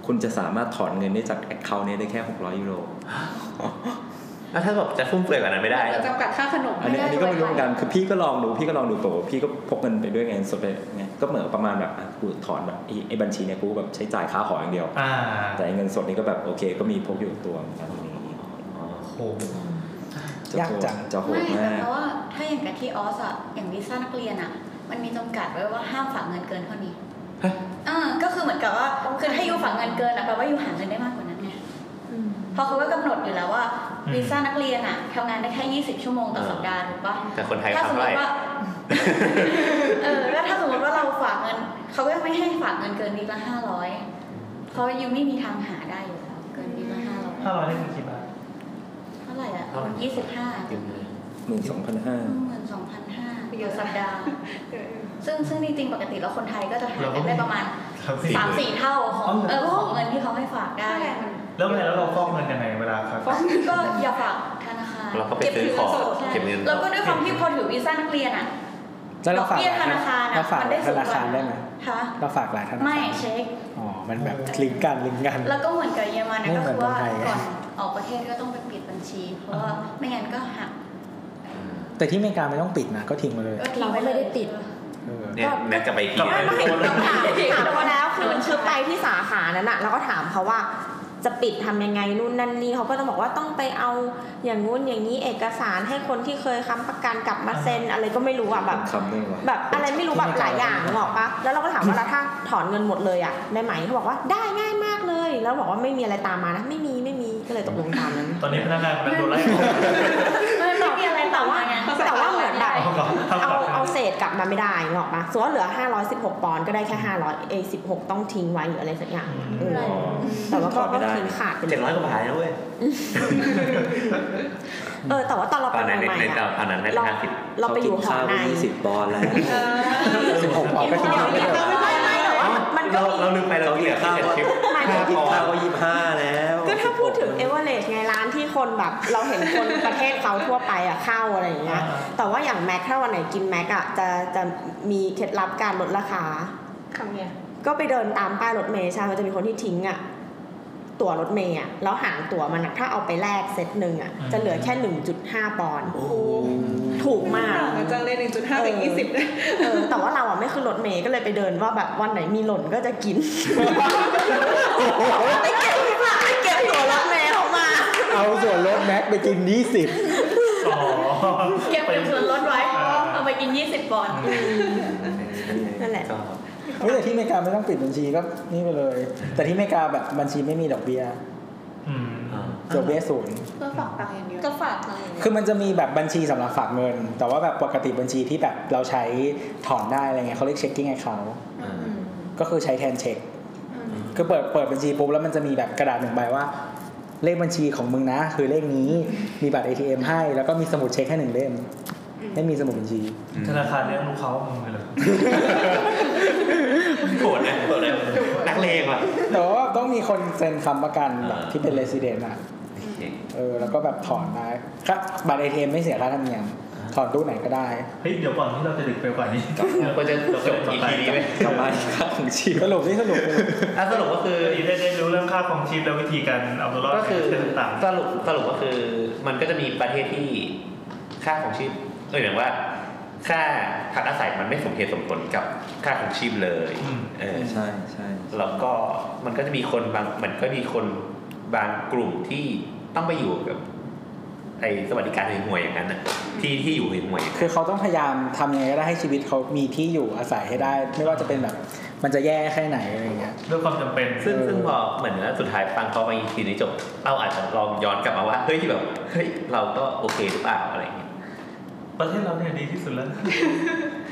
คุณจะสามารถถอนเงินได้จากแอคเคาท์นี้ยได้แค่ 600 ยูโร
แล้วถ้าแบบจะฟุ่มเฟือยกว่านั้นไม่ได้
มันจำกัดค่าขนม
อันนี้
ไม่ได้
อันนี้ก็ไม่รู้เหมือนกันคือพี่ก็ลองดูพี่ก็ลองดูบอกว่าพี่ก็พกเงินไปด้วยไงสดไปไงก็เหมือนประมาณแบบอ่ะกูถอนแบบไอ้ไอ้บัญชีเนี่ยกูแบบใช้จ่ายค่าหออย่างเดียว
อ่า
แต่ไอ้เงินสดนี่ก็แบบโอเค ก็มีพกอยู่ตัวเหมือนกันอะไรอย่างงี้
โอ้โห
ยากจัง
จะโห
ไม่
ด
แต่
มาก
เพราะว่าถ้าอย่างกับที่ออสอะอย่างวีซ่านักเรียนอะมันมีจำกัดไว้ว่าห้ามฝากเงินเกินเท่านี้อ่าก็คือเหมือนกับว่าคือถ้าอยู่ฝากเงินเกินอะแปลว่าอยู่หาเงินได้มากกว่านั้นไงเพราะเขาก็กำหนดอยู่แล้วว่า
อืม
วีซ่านักเรียนอะทำงานได้แค่ 20 ชั่วโมงต่อสัปดาห์ถูกปะ
แต่คนไทย
ถ้าสม
ทำ
ม
ไร
ติว่า เออก็ถ้าสมมติว่าเราฝากเงิน เขาก็ไม่ให้ฝากเงินเกินวีคละห้าร้อยเพราะยูไม่มีทางหาได้อยู่แล้วเกินวีคละห้าร้อย
ห้าร้อยนี่คือกี่บาท
เท่าไหร่อ่ะยี่สิบห้า
หมื่นสองพันห้า
หมื่นสองพันห้าต่อสัปดาห์
เออ
ซึ่งซึ่งจริงๆปกติแล้วคนไทยก็จะหา
เรา
กั
ก็
น
ไม่
ได้ประมาณ
ครับ
สามสี่เท่าของ
อ๋อเหรอ
เออของเงินที่เขาให้ฝากได้
แล้วไงแล้วเราฟอกเงินยังไงเวลาครับ
ก็อย่าฝากธนาคาร
เราก็ไปซื้อของเก็บเงิน
แล้วก็ด้วยความที่พอถือวีซ่านักเรียนอ่ะ
แล้ว
ด
เรา
อก
ฝาก
เบี้ยธนาคาร
เรา
อ่ะ
ฝาก
มัน
ห
ได้
ลาย
สูงกว่า
ธนาคารได้ไหม
คะ
เราฝากหลายธนาคาร
ไม่เช็ค
อ๋อ มันแบบคลิกกันลิงก์กัน
แล้วก็เหมือนกับเยอรมันนะ
ไม่
ก็
เหมื
คือ อน ว่า
คนไทย
ก่อนออกประเทศก็ต้องไปปิดบัญชี เพราะว่าไม่งั้นก็หัก
แต่ที่อเมริกาไม่ต้องปิดนะ ก็ทิ้งมาเลย
ทิ้งว้ล
เราก็
ย
ไม่ได้ติด
เออ
เนี่ยแม็กจะไปที่
ไม่ไม่ถามถามเขาแล้วคือคือไปที่สาขานั้นอะแล้วก็ถามเขาว่าจะปิดทำยังไงนู่นนั่นนี่เขาก็จะบอกว่าต้องไปเอาอย่างงู้นอย่างนี้เอกสารให้คนที่เคยค้ำประกันกลับมาเซ็นอะไรก็ไม่รู้อะแบบ
คำได้วะ
แบบอะไรไม่รู้แบบหลายอย่างนึกออกปะแล้วเราก็ถามว่าแล้วถ้าถอนเงินหมดเลยอะได้ไหมเขาบอกว่าได้ง่ายมากเลย แล้วบอกว่าไม่มีอะไรตามมานะไม่มีไม่มีก็เลยตกลงตามนั้น
ตอนนี้พนักงานกำลังโดนไล่ออก
ไม่ไม่มีอะไร
แต่
ต่อ
ว่า
มาไง
แต่ว่าเหมือนแบบ
เอาก่อนเอา
เอา
ก่อน
เอาเศษกลับมาไม่ได้หรอกปะสมมติว่าเหลือ 516 ปอนด์ก็ได้แค่ 500เอย16 ต้องทิ้งไว้หรืออะไรสักอย่างเออ
อ๋อ
แต่ว่า
ถ
ก็
อด
ก็
ไม่ได้
ทิ้งขาดไปเล
เจ็ด
ย
ร้อยกว่าบาทนะเว้ย
เออแต่ว่าตอนเรา
ต
ไป
อนนั้น
ใหม่ๆ
ในตอ
อะ
นตอนนั้นได้
เรา
ห้าสิบ
เราไปอยู่ห
ข
อใน
กินข้าวยี่สิบปอนด์แล้ว
สิบหกปอนด์ก็กินข้าวไม่ได้
ไม่ไม่แต่ว่ามันก็
เรา
มี
เราลืมไปเราเหลือข้าวชิป
หมายถึง
กิน
ข้า
ข้าว
ว
ก็ยี่ห้าแล้ว
ก็ถ้าพูดถึงเอเวอเรสต์ไงร้านที่คนแบบ เราเห็นคนประเทศเขาทั่วไปอะเข้าอะไรอย่างเงี้ยแต่ว่าอย่างแม็กถ้าวันไหนกินแม็กอะจะจะมีเคล็ดลับการลดราคา
คำเนี้ย
ก็ไปเดินตามป้ายรถเมล์ใช่ไหมมันจะมีคนที่ทิ้งอะ ตั๋วรถเมย์อะแล้วหารตั๋วมันอะถ้าเอาไปแลกเซตหนึ่งอะ
อืม
จะเหลือแค่ 1.5 ปอนด์ถูกมาก
ต่างกันจังเลยหนึ่งจุดห้าถึง
เออ
ยี่สิบ [laughs] เลย
เออแต่ว่าเราอ่ะไม่ขึ้นรถเมย์ก็เลยไปเดินว่าแบบวันไหนมีหล่นก็จะกินไปเก็บค่ะไปเก็บตั๋วรถเมย์เขามา
เอาส่วนลดแม็กไปกินยี่สิบ
อ๋อ
เก็บเป็นส่วนลดไว้ เอาไปกิน 20ปอนด์
นั่นแหละ
เฮ้ยแต่ที่อเมริกาไม่ต้องปิดบัญชีก็นี่ไปเลย แต่ที่อเมริกาแบบบัญชีไม่มีดอกเบี้ย
อืม
ดอกเบี้ยศูนย์
เพื่อฝากตังค์อย่างเดียว
ก็ฝากมาอย่างเงี้ย
คือมันจะมีแบบบัญชีสำหรับฝากเงิน แต่ว่าแบบปกติบัญชีที่แบบเราใช้ถอนได้อะไรเงี้ยเขาเรียกเช็คกิ้งไอเขาก็คือใช้แทนเช็ค คือเปิดเปิดบัญชีปุ๊บแล้วมันจะมีแบบกระดาษหนึ่งใบว่า เลขบัญชีของมึงนะ คือเลขนี้มีบัตร ATM ให้ แล้วก็มีสมุดเช็คให้หนึ่งเล่มไม่มีสมุดบัญชี
ธนาคารเลี้ยงลูกเขาเอามือเลย
โกรธนะโกรธนะนักเลงว่ะ
แต่ว่าต้องมีคนเซ็นค้ำประกันแบบที่เป็นเลส i เดนอะ
โอเค
เออแล้วก็แบบถอนได้ครับบัตร ATM ไม่เสียค่าธรรมเนียมถอนตู้ไหนก็ได้
เฮ้ยเดี๋ยวก่อนที่เราจะดึกไปกว่านี้
เราควรจะจบอีพีนี้ไหม
กลับมาที่ค่าของชีพ
สรุปที่สรุปคือ
อ่ะสรุปก็คือ
อีได้ได้รู้เรื่องค่าของชีพและวิธีการเอาตัวรอด
ก็คือ
ในประเทศต่าง
สรุปสรุปก็คือมันก็จะมีประเทศที่ค่าของชีพเอออย่างว่า ค่าพักอาศัยมันไม่สมเหตุสมผลกับค่าของชีพเลยเออ
ใช่ใช่
แล้วก็มันก็จะมีคนบางมันก็มีคนบางกลุ่มที่ต้องไปอยู่กับไอ้สวัสดิการห่วยๆอย่างนั้นน่ะที่ที่อยู่ห่วยๆอย่างนั้น
คือเขาต้องพยายามทำยังไงก็ได้ให้ชีวิตเขามีที่อยู่อาศัยให้ได้ ไม่ว่าจะเป็นแบบ มันจะแย่แค่ไหนอะไรเงี้ย
ๆด้วยความจำเป็น
ซึ่งซึ่งพอเหมือนว่าสุดท้ายฟังเขาไปอีกทีในจบเราอาจจะลองย้อนกลับมาว่าเฮ้ยแบบเฮ้ยเราก็โอเคหรือเปล่าอะไรอย่างเงี้ย
ประเทศเราเนี่ยดีที่สุดแล้ว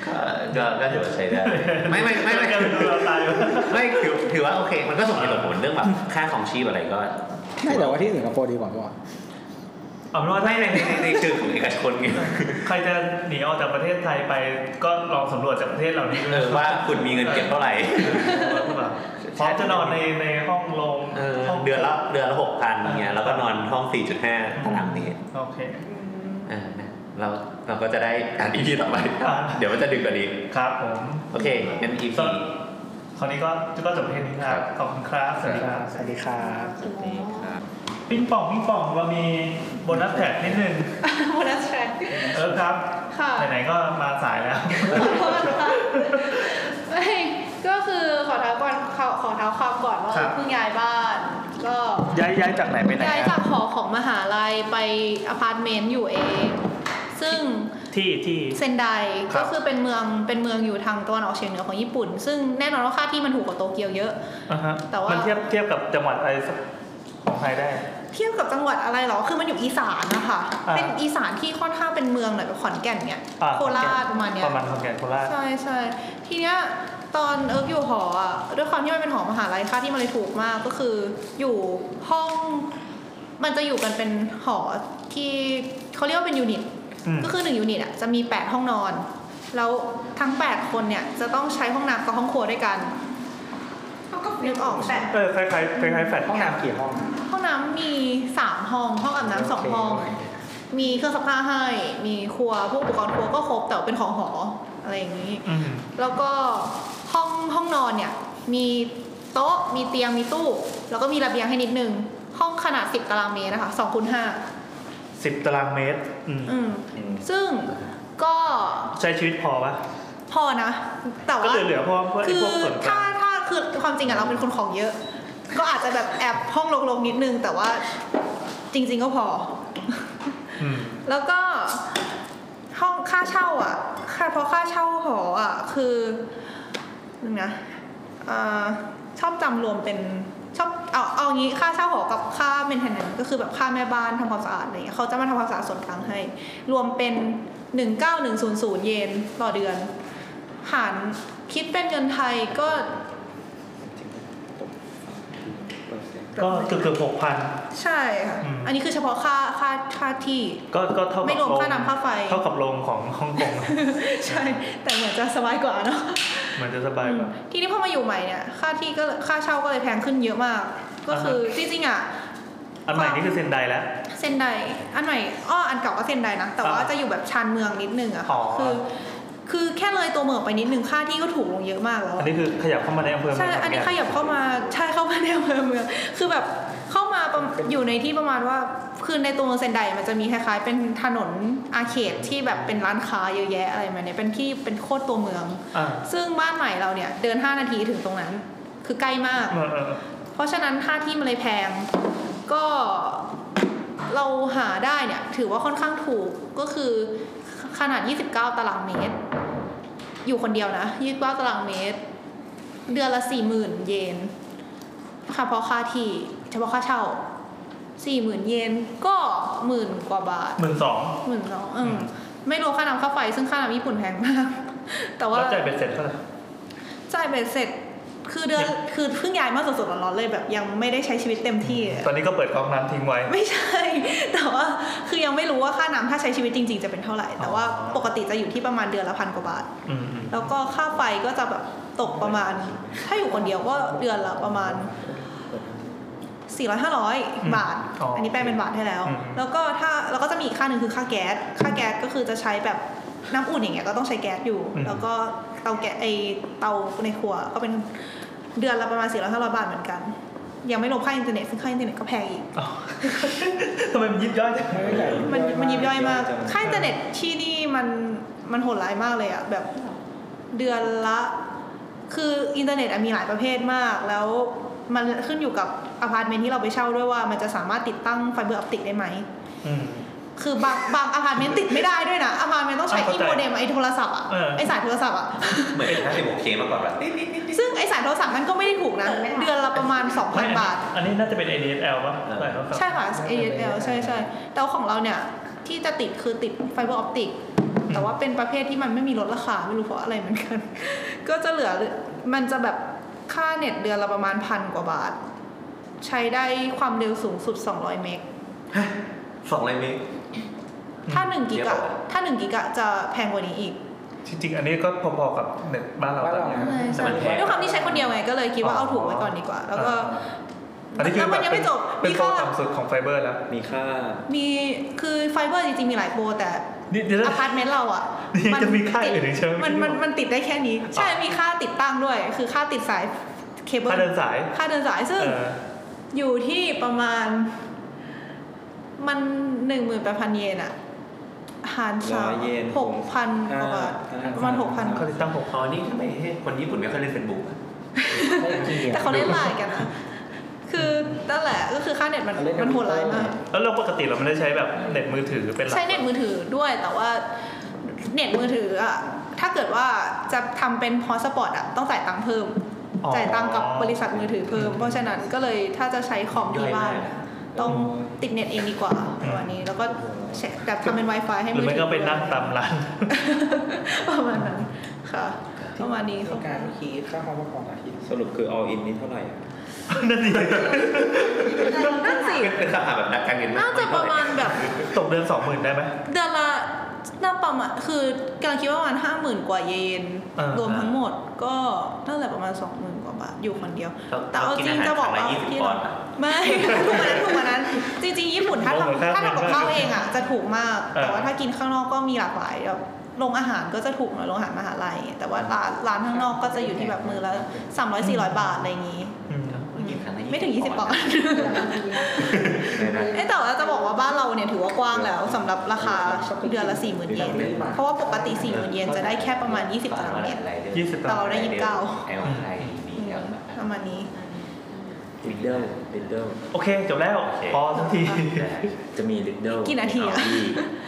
ก็ก็ก็ถือว่าใช้ได้ ไม่ไม่ไม่ไม่
การดูเราตายไป
ไม่ถือถือว่าโอเค มันก็สมเหตุสมผลเรื่องแบบค่าของชีพอะไรก็
ไม่แต่ว่าที่สิงคโปร์ดีกว่าป่ะ
เอาเป็นว่า
ไม่
ถ้า
ในในในในเชิงของเอกชนไง
ใครจะหนีออกจากประเทศไทยไป ก็ลองสำรวจจากประเทศเหล่านี้ดู
เออว่าคุณมีเงินเก็บเท่าไหร่
[laughs] พร้อมจะนอนในในห้องโรง
เออ
ห้ง
เดือนละเดือนละหกพันอย่างเงี้ยแล้วก็นอนห้อง 4.5ตารางเมตร
โอเค
เออนะเราเราก็จะได้อ่านอีพีต่อไป
ครับ
เดี๋ยวมันจะดึกกว่านี้
ครับผม
โอเคงั้นอี
ส
พี
วัสดี คราวนี้ก็ก็จบเพียงนี้ค
ค
รับ
รับ
ขอบคุณครับสวัสดีครับ
สวัสดีครับ
ปิ้งป่องปิ้งป่องเรามีโบนัสแท็กนิดนึง
โบนัสแทร็ก
เออครับ
ค่ะ
ไหนๆก็มาสายแล้ว
ไม่ก็คือขอเท้าก่อนขอขอเท้าความก่อนว่า
ครับ
เพิ่งย้ายบ้าน ก็
ย้ายย้ายจากไหนไปไหน
ย้ายจากหอของมหาลัยไปอพาร์ตเมนต์อยู่เอง ซึ่ง
[laughs] ที่ที่
เซนได
ครั
ก็
บ
คือเป็นเมืองเป็นเมืองอยู่ทางตะวันออกเฉียงเหนือของญี่ปุ่น ซึ่งแน่นอนว่าค่าที่มันถูกกว่าโตเกียวเยอะ
อ่าฮะ
แต่ว่ามั
นเทียบเทียบกับจังหวัดอะไรสักของไทยได้
เทียบกับจังหวัดอะไรเหรอ คือมันอยู่อีสานนะคะ
อ่า
เป็นอีสานที่ค่อนข้างเป็นเมืองหน่อยแบบขอนแก่นเนี่ย
อ่า
โคราช
ข
ป
อนแก่น
ระมาณเนี้
ป
ย
ระมาณของแก่นโคราช
ใช่ใช่ทีเนี้ยตอนเอิร์กอยู่หออ่ะด้วยความที่มันเป็นหอมหาลัยค่าที่มันเลยถูกมากก็คืออยู่ห้อง มันจะอยู่กันเป็นหอที่เขาเรียกว่าเป็นยูนิต
อืม
ก็คือหนึ่งยูนิตอ่ะจะมี 8 ห้องนอน แล้วทั้ง 8 คนเนี่ยจะต้องใช้ห้องน้ำกับห้องครัวด้วยกัน นึกออกใช่ไหม
เออคล้ายคล้ายคล้ายคล้ายๆแฟลต
ห้องน้ำกี่ห้อง
ห้องน้ำมี 3 ห้อง ห้องอาบน้ำสองห้อง มีเครื่องซักผ้าให้ มีครัวพวกอุปกรณ์ครัวก็ครบแต่ว่าเป็นของหออะไรอย่างนี้
อืม
แล้วก็ห้องห้องนอนเนี่ยมีโต๊ะมีเตียงมีตู้ แล้วก็มีระเบียงให้นิดนึง ห้องขนาด 10 ตารางเมตรนะคะ2คูณ5
สิบตารางเมตรอืม
อืมซึ่งก็
ใช้ชีวิตพอปะ
พอนะ แต่
ก็
ว่า
เหลือๆพอเพื่อไอ้
คื
พ
อ
วกส่วนกลา
ถ้าง ถ้าคือความจริงอะเราเป็นคนของเยอะ ก็อาจจะแบบแอบห้องลงๆนิดนึง แต่ว่าจริง ๆก็พอ
อืม
แล้วก็ห้องค่าเช่าอ่ะค่าเพราะค่าเช่าหออ่ะคือนึงนะเอ่อชอบจำรวมเป็นชอบเอาเอางี้ค่าเช่าหอกับค่าเมนเทนแนนก็คือแบบค่าแม่บ้านทำความสะอาดอะไรเงี้ยเขาจะมาทำความสะอาดส่วนกลางให้ รวมเป็นหนึ่งเก้าหนึ่งศูนย์ศูนย์เยนต่อเดือน หารคิดเป็นเงินไทยก็
ก็เกือบเกือบหกพัน
ใช่ค่ะ
อืม
อันนี้คือเฉพาะค่าค่าค่าที่ [laughs]
ก็ก็เท่ากับ
ไม่รวม
โง
ค่าน้ำค่าไฟ
เท่ากับโรงของ [laughs] ฮ่องกง
ใช่ แต่เหมือนจะสบายกว่าเนาะ
เหมันจะสบายกว่า
ทีนี้พอมาอยู่ใหม่เนี่ยค่าที่ก็ค่าเช่าก็เลยแพงขึ้นเยอะมาก ก็คือจริงๆอ่ะ
อันใหม่นี่คือเซนไดแล้ว
เซนไดอันใหม่อ้ออันเก่าก็เซนไดนะ แต่ว่า
อ่า
จะอยู่แบบชานเมืองนิดนึงอะ
อ๋อ
ค่ะคือ คือแค่เลยตัวเมืองออกไปนิดนึงค่าที่ก็ถูกลงเยอะมากแล้ว
อัน
อะ
นี้คือขยับเข้ามาในอำเภอเมื
ใช่
ง
อันนี้ข
ขแก่
ยับเข้ามา ใช่ เข้ามาในอำเภอเมือง คือแบบเข้ามาประมาณอยู่ในที่ประมาณว่า คือในตัวเมืองเซนไดมันจะมีคล้ายๆ เป็นถนนอาเขตที่แบบเป็นร้านค้าเยอะแยะอะไรมาเนี่ย เป็นที่เป็นโคตรตัวเมือง
อ่ะ
ซึ่งบ้านใหม่เราเนี่ย เดิน 5 นาทีถึงตรงนั้น คือใกล้มาก
เออเออ
เพราะฉะนั้นค่าที่มันเลยแพง ก็เราหาได้เนี่ย ถือว่าค่อนข้างถูกก็คือขนาด 29 ตารางเมตร อยู่คนเดียวนะ29ตารางเมตร เดือนละ 40,000 เยนค่ะเพราะค่าที่เฉพาะค่าเช่า 40,000 เยนก็หมื่นกว่าบาท
หมื่นสอง
หมื่นสองอืมไม่รวมค่าน้ำค่าไฟ ซึ่งค่าน้ำญี่ปุ่นแพงมาก [laughs] แต่ว่า
แล้วจ่ายเบ็ดเสร็จเท่าไหร่
จ่ายเบ็ดเสร็จ คือเดือน คือเพิ่งย้ายมาสดๆร้อนๆเลยแบบยังไม่ได้ใช้ชีวิตเต็มที่อะ
ตอนนี้ก็เปิดก๊อกน้ำทิ้งไว้
ไม่ใช่ [laughs] แต่ว่าคือยังไม่รู้ว่าค่าน้ำถ้าใช้ชีวิตจริง ๆ จะเป็นเท่าไหร่ แต่ว่า
อ๋อ
ปกติจะอยู่ที่ประมาณเดือนละพันกว่าบาท
อืมอืม
แล้วก็ค่าไฟก็จะแบบตกประมาณ ถ้าอยู่คนเดียวก็เดือนละประมาณ 4 0 0 500 บาท
อ๋ออั
อันนี้แปลเป็นบาทให้แล้ว
อืม
แล้วก็ถ้าแล้วก็จะมีอีกค่าหนึ่งคือค่าแก๊ส ค่าแก๊สก็คือจะใช้แบบน้ำอุ่นอย่างเงี้ยก็ต้องใช้แก๊สอยู่ แล้วก็เตาแก๊สไอเตาในครัวก็เป็นเดือนละประมาณ4 0 0 500 บาทเหมือนกัน ยังไม่รวมค่าอินเทอร์เน็ตซึ่งค่าอินเทอร์เน็ตก็แพงอีก
อ๋อ [laughs] ทำไมมันยิบย่อยจัง
ไม่ใหญ่
มันมันยิบย่อยมาก
จัง
ค่าอินเทอร์เน็ตที่นี่มันมันโหดร้ายมากเลยอะแบบเดือนละ คืออินเทอร์เน็ตอะมีหลายประเภทมาก แล้วมันขึ้นอยู่กับอพาร์ตเมนต์ที่เราไปเช่าด้วยว่ามันจะสามารถติดตั้งไฟเบอร์ออปติกได้ไหม
อืม
คือบางบางอพาร์ตเมนต์ติดไม่ได้ด้วยนะอพาร์ตเมนต์ต้องใช้
อ่ะเข้า
อี
ใจ
โมเดมไอโทรศัพท์อะ
เออ
ไอสายโทรศัพท์อะ
เหมือนเป็นห้าสิบหกเคมาก่อนแบบนิดนิดนิดนิด
ซึ่งไอสายโทรศัพท์มันก็ไม่ได้ถูกนะ
เออไม่ได้
เดือนละประมาณ
ไม่
2,000 บาท
อันนี้น่าจะเป็น ADSL ป่ะใช่ครับ
ใช่ค่ะ ASL ใช่ใช่แต่ว่าของเราเนี่ย ที่จะติดคือติดไฟเบอร์ออปติก แต่ว่าเป็นประเภทที่มันไม่มีลดราคา ไม่รู้เพราะอะไรเหมือนกัน [laughs] ก็จะเหลือ มันจะแบบค่าเน็ตเดือนละประมาณพันกว่าบาท ใช้ได้ความเร็วสูงสุด 200 เมก
สองเลยเมก
ถ้า 1 กิกะ
เยอะกว่า
ถ้า 1 กิกะจะแพงกว่านี้อีก
จริงๆอันนี้ก็พอๆกับเน็ตบ้านเรา
บ้าน
ตอน
เรา
นี้
แต่มันแพง
ด้วยความที่ใช้คนเดียวไง ก็เลยคิดว่าเอาถูกไว้ก่อนดีกว่า แล้วก็
อันนี้คื
แล้ว
อ
มันยังไม่จบ
เป็น
มี
โซน
ค่า
ต่ำสุดของไฟเบอร์แล้ว
มีค่า
มี คือไฟเบอร์จริงๆ มีหลายโปรแต่
นี่เดี๋ยวนะ
[laughs] อพาร์ตเมนต์เราอ่ะ
ยังจะมีค่าอื่นอีกใช่ไหม
นมันมันติดได้แค่นี้ ใช่
อ๋อ
มีค่าติดตั้งด้วย คือค่าติดสายเคเบิล
ถ้าเดินสาย
ค่าเดินสาย ซึ่ง
เออ
อยู่ที่ประมาณ มันหนึ่งหมื่นแปดพันเยนอ่ะหารสาม
ร้อยเยน
หกพันกว่าบาทประมาณหกพัน
เขาติดตั้งหก
อ๋อนี่ทำไมคนญี่ปุ่นไม่ค่อยเล่นเฟซบุ๊กอะ
แต่เขาเล่นไลน์กันนะ คือนั่นแหละก็คือค่าเน็ตมัน
เขาเล่นกัน
มันโหดร้ายมาก
แล้วเราปกติเราไม่ได้ใช้แบบเน็ตมือถือเป็นหลัก
ใช้เน็ตมือถือด้วยแต่ว่าเน็ตมือถืออ่ะถ้าเกิดว่าจะทำเป็นพอสปอร์ตอ่ะต้องจ่ายตังค์เพิ่ม
อ๋อ
จ่ายตังค์กับบริษัทมือถือเพิ่ม เพราะฉะนั้นก็เลยถ้าจะใช้คอม
ย่อ
ที่บ้าม
ยาน ก
ต้องติดเน็ตเองดีกว่าประมาณนี้ แล้วก็แชร์แบบทำเป็น Wi-Fi ให้
ห
มื
รือ
อ
ไม่
ถื
ก็ไปนั่งตามร้าน
ประมาณนั้นค่ะประมาณนี้ค่ะ
การคีดค่าความประกอบอาชีพ
สรุปคือ all in นี่เท่าไหร่
นั่น
[laughs]
ดิ
นั่นสิ
เป็นคำถามแบบนักการเงินมก
น่าจะประมาณแบบ
ตกเดือนสองหมื่นได้ไหม
เดือนละน่าประมาณคือกำลังคิดว่าประมาณห้าหมื่นกว่าเยน
เออ
รวมทั้งหมดก็นั่นแหละประมาณสองหมื่นกว่าบาทอยู่คนเดียว แต่
แต่
เอา
เอา
จ
จ
ริ
ริ
ง
ง
จะ
จะ
บบ อ
อก ก
ว่า
ว่า
ที่
ที่
เรา
เรา
ไม่ [laughs] ถูกกว่านั้นถูกกว่านั้น จริงๆ ญี่ปุ่นถ้าทำถ้าทำกับข้าวเองอ่ะ จะถูกมาก แต่ว่าถ้ากินข้างนอกก็มีหลากหลายแบบโรงอาหารก็จะถูกหน่อยโรงอาหารมหาลัยแต่ว่าร้านร้านข้างนอกก็จะอยู่ที่แบบมือละสามร้อยสี่ร้อยบาทอะไรอย่างงี้
อืม
ไม่ถึงยี่สิบปอนด์เอ้ยแต่ว่าจะบอกว่าบ้านเราเนี่ยถือว่ากว้างแล้วสำหรับราคาเดือนละสี่หมื่นเยนเพราะว่าปกติสี่หมื่นเยนจะได้แค่ประมาณยี่สิบตารางเมตร
ยี่สิบ
แต่เราได้ยี่สิบเก้า
แอลไทยมีแอลมา
ประมาณนี้
Riddle Riddle
โอเค จบแล้ว
โอเค
พอทันที
จะมี Riddle
กี่นาทีอะ
มี Audi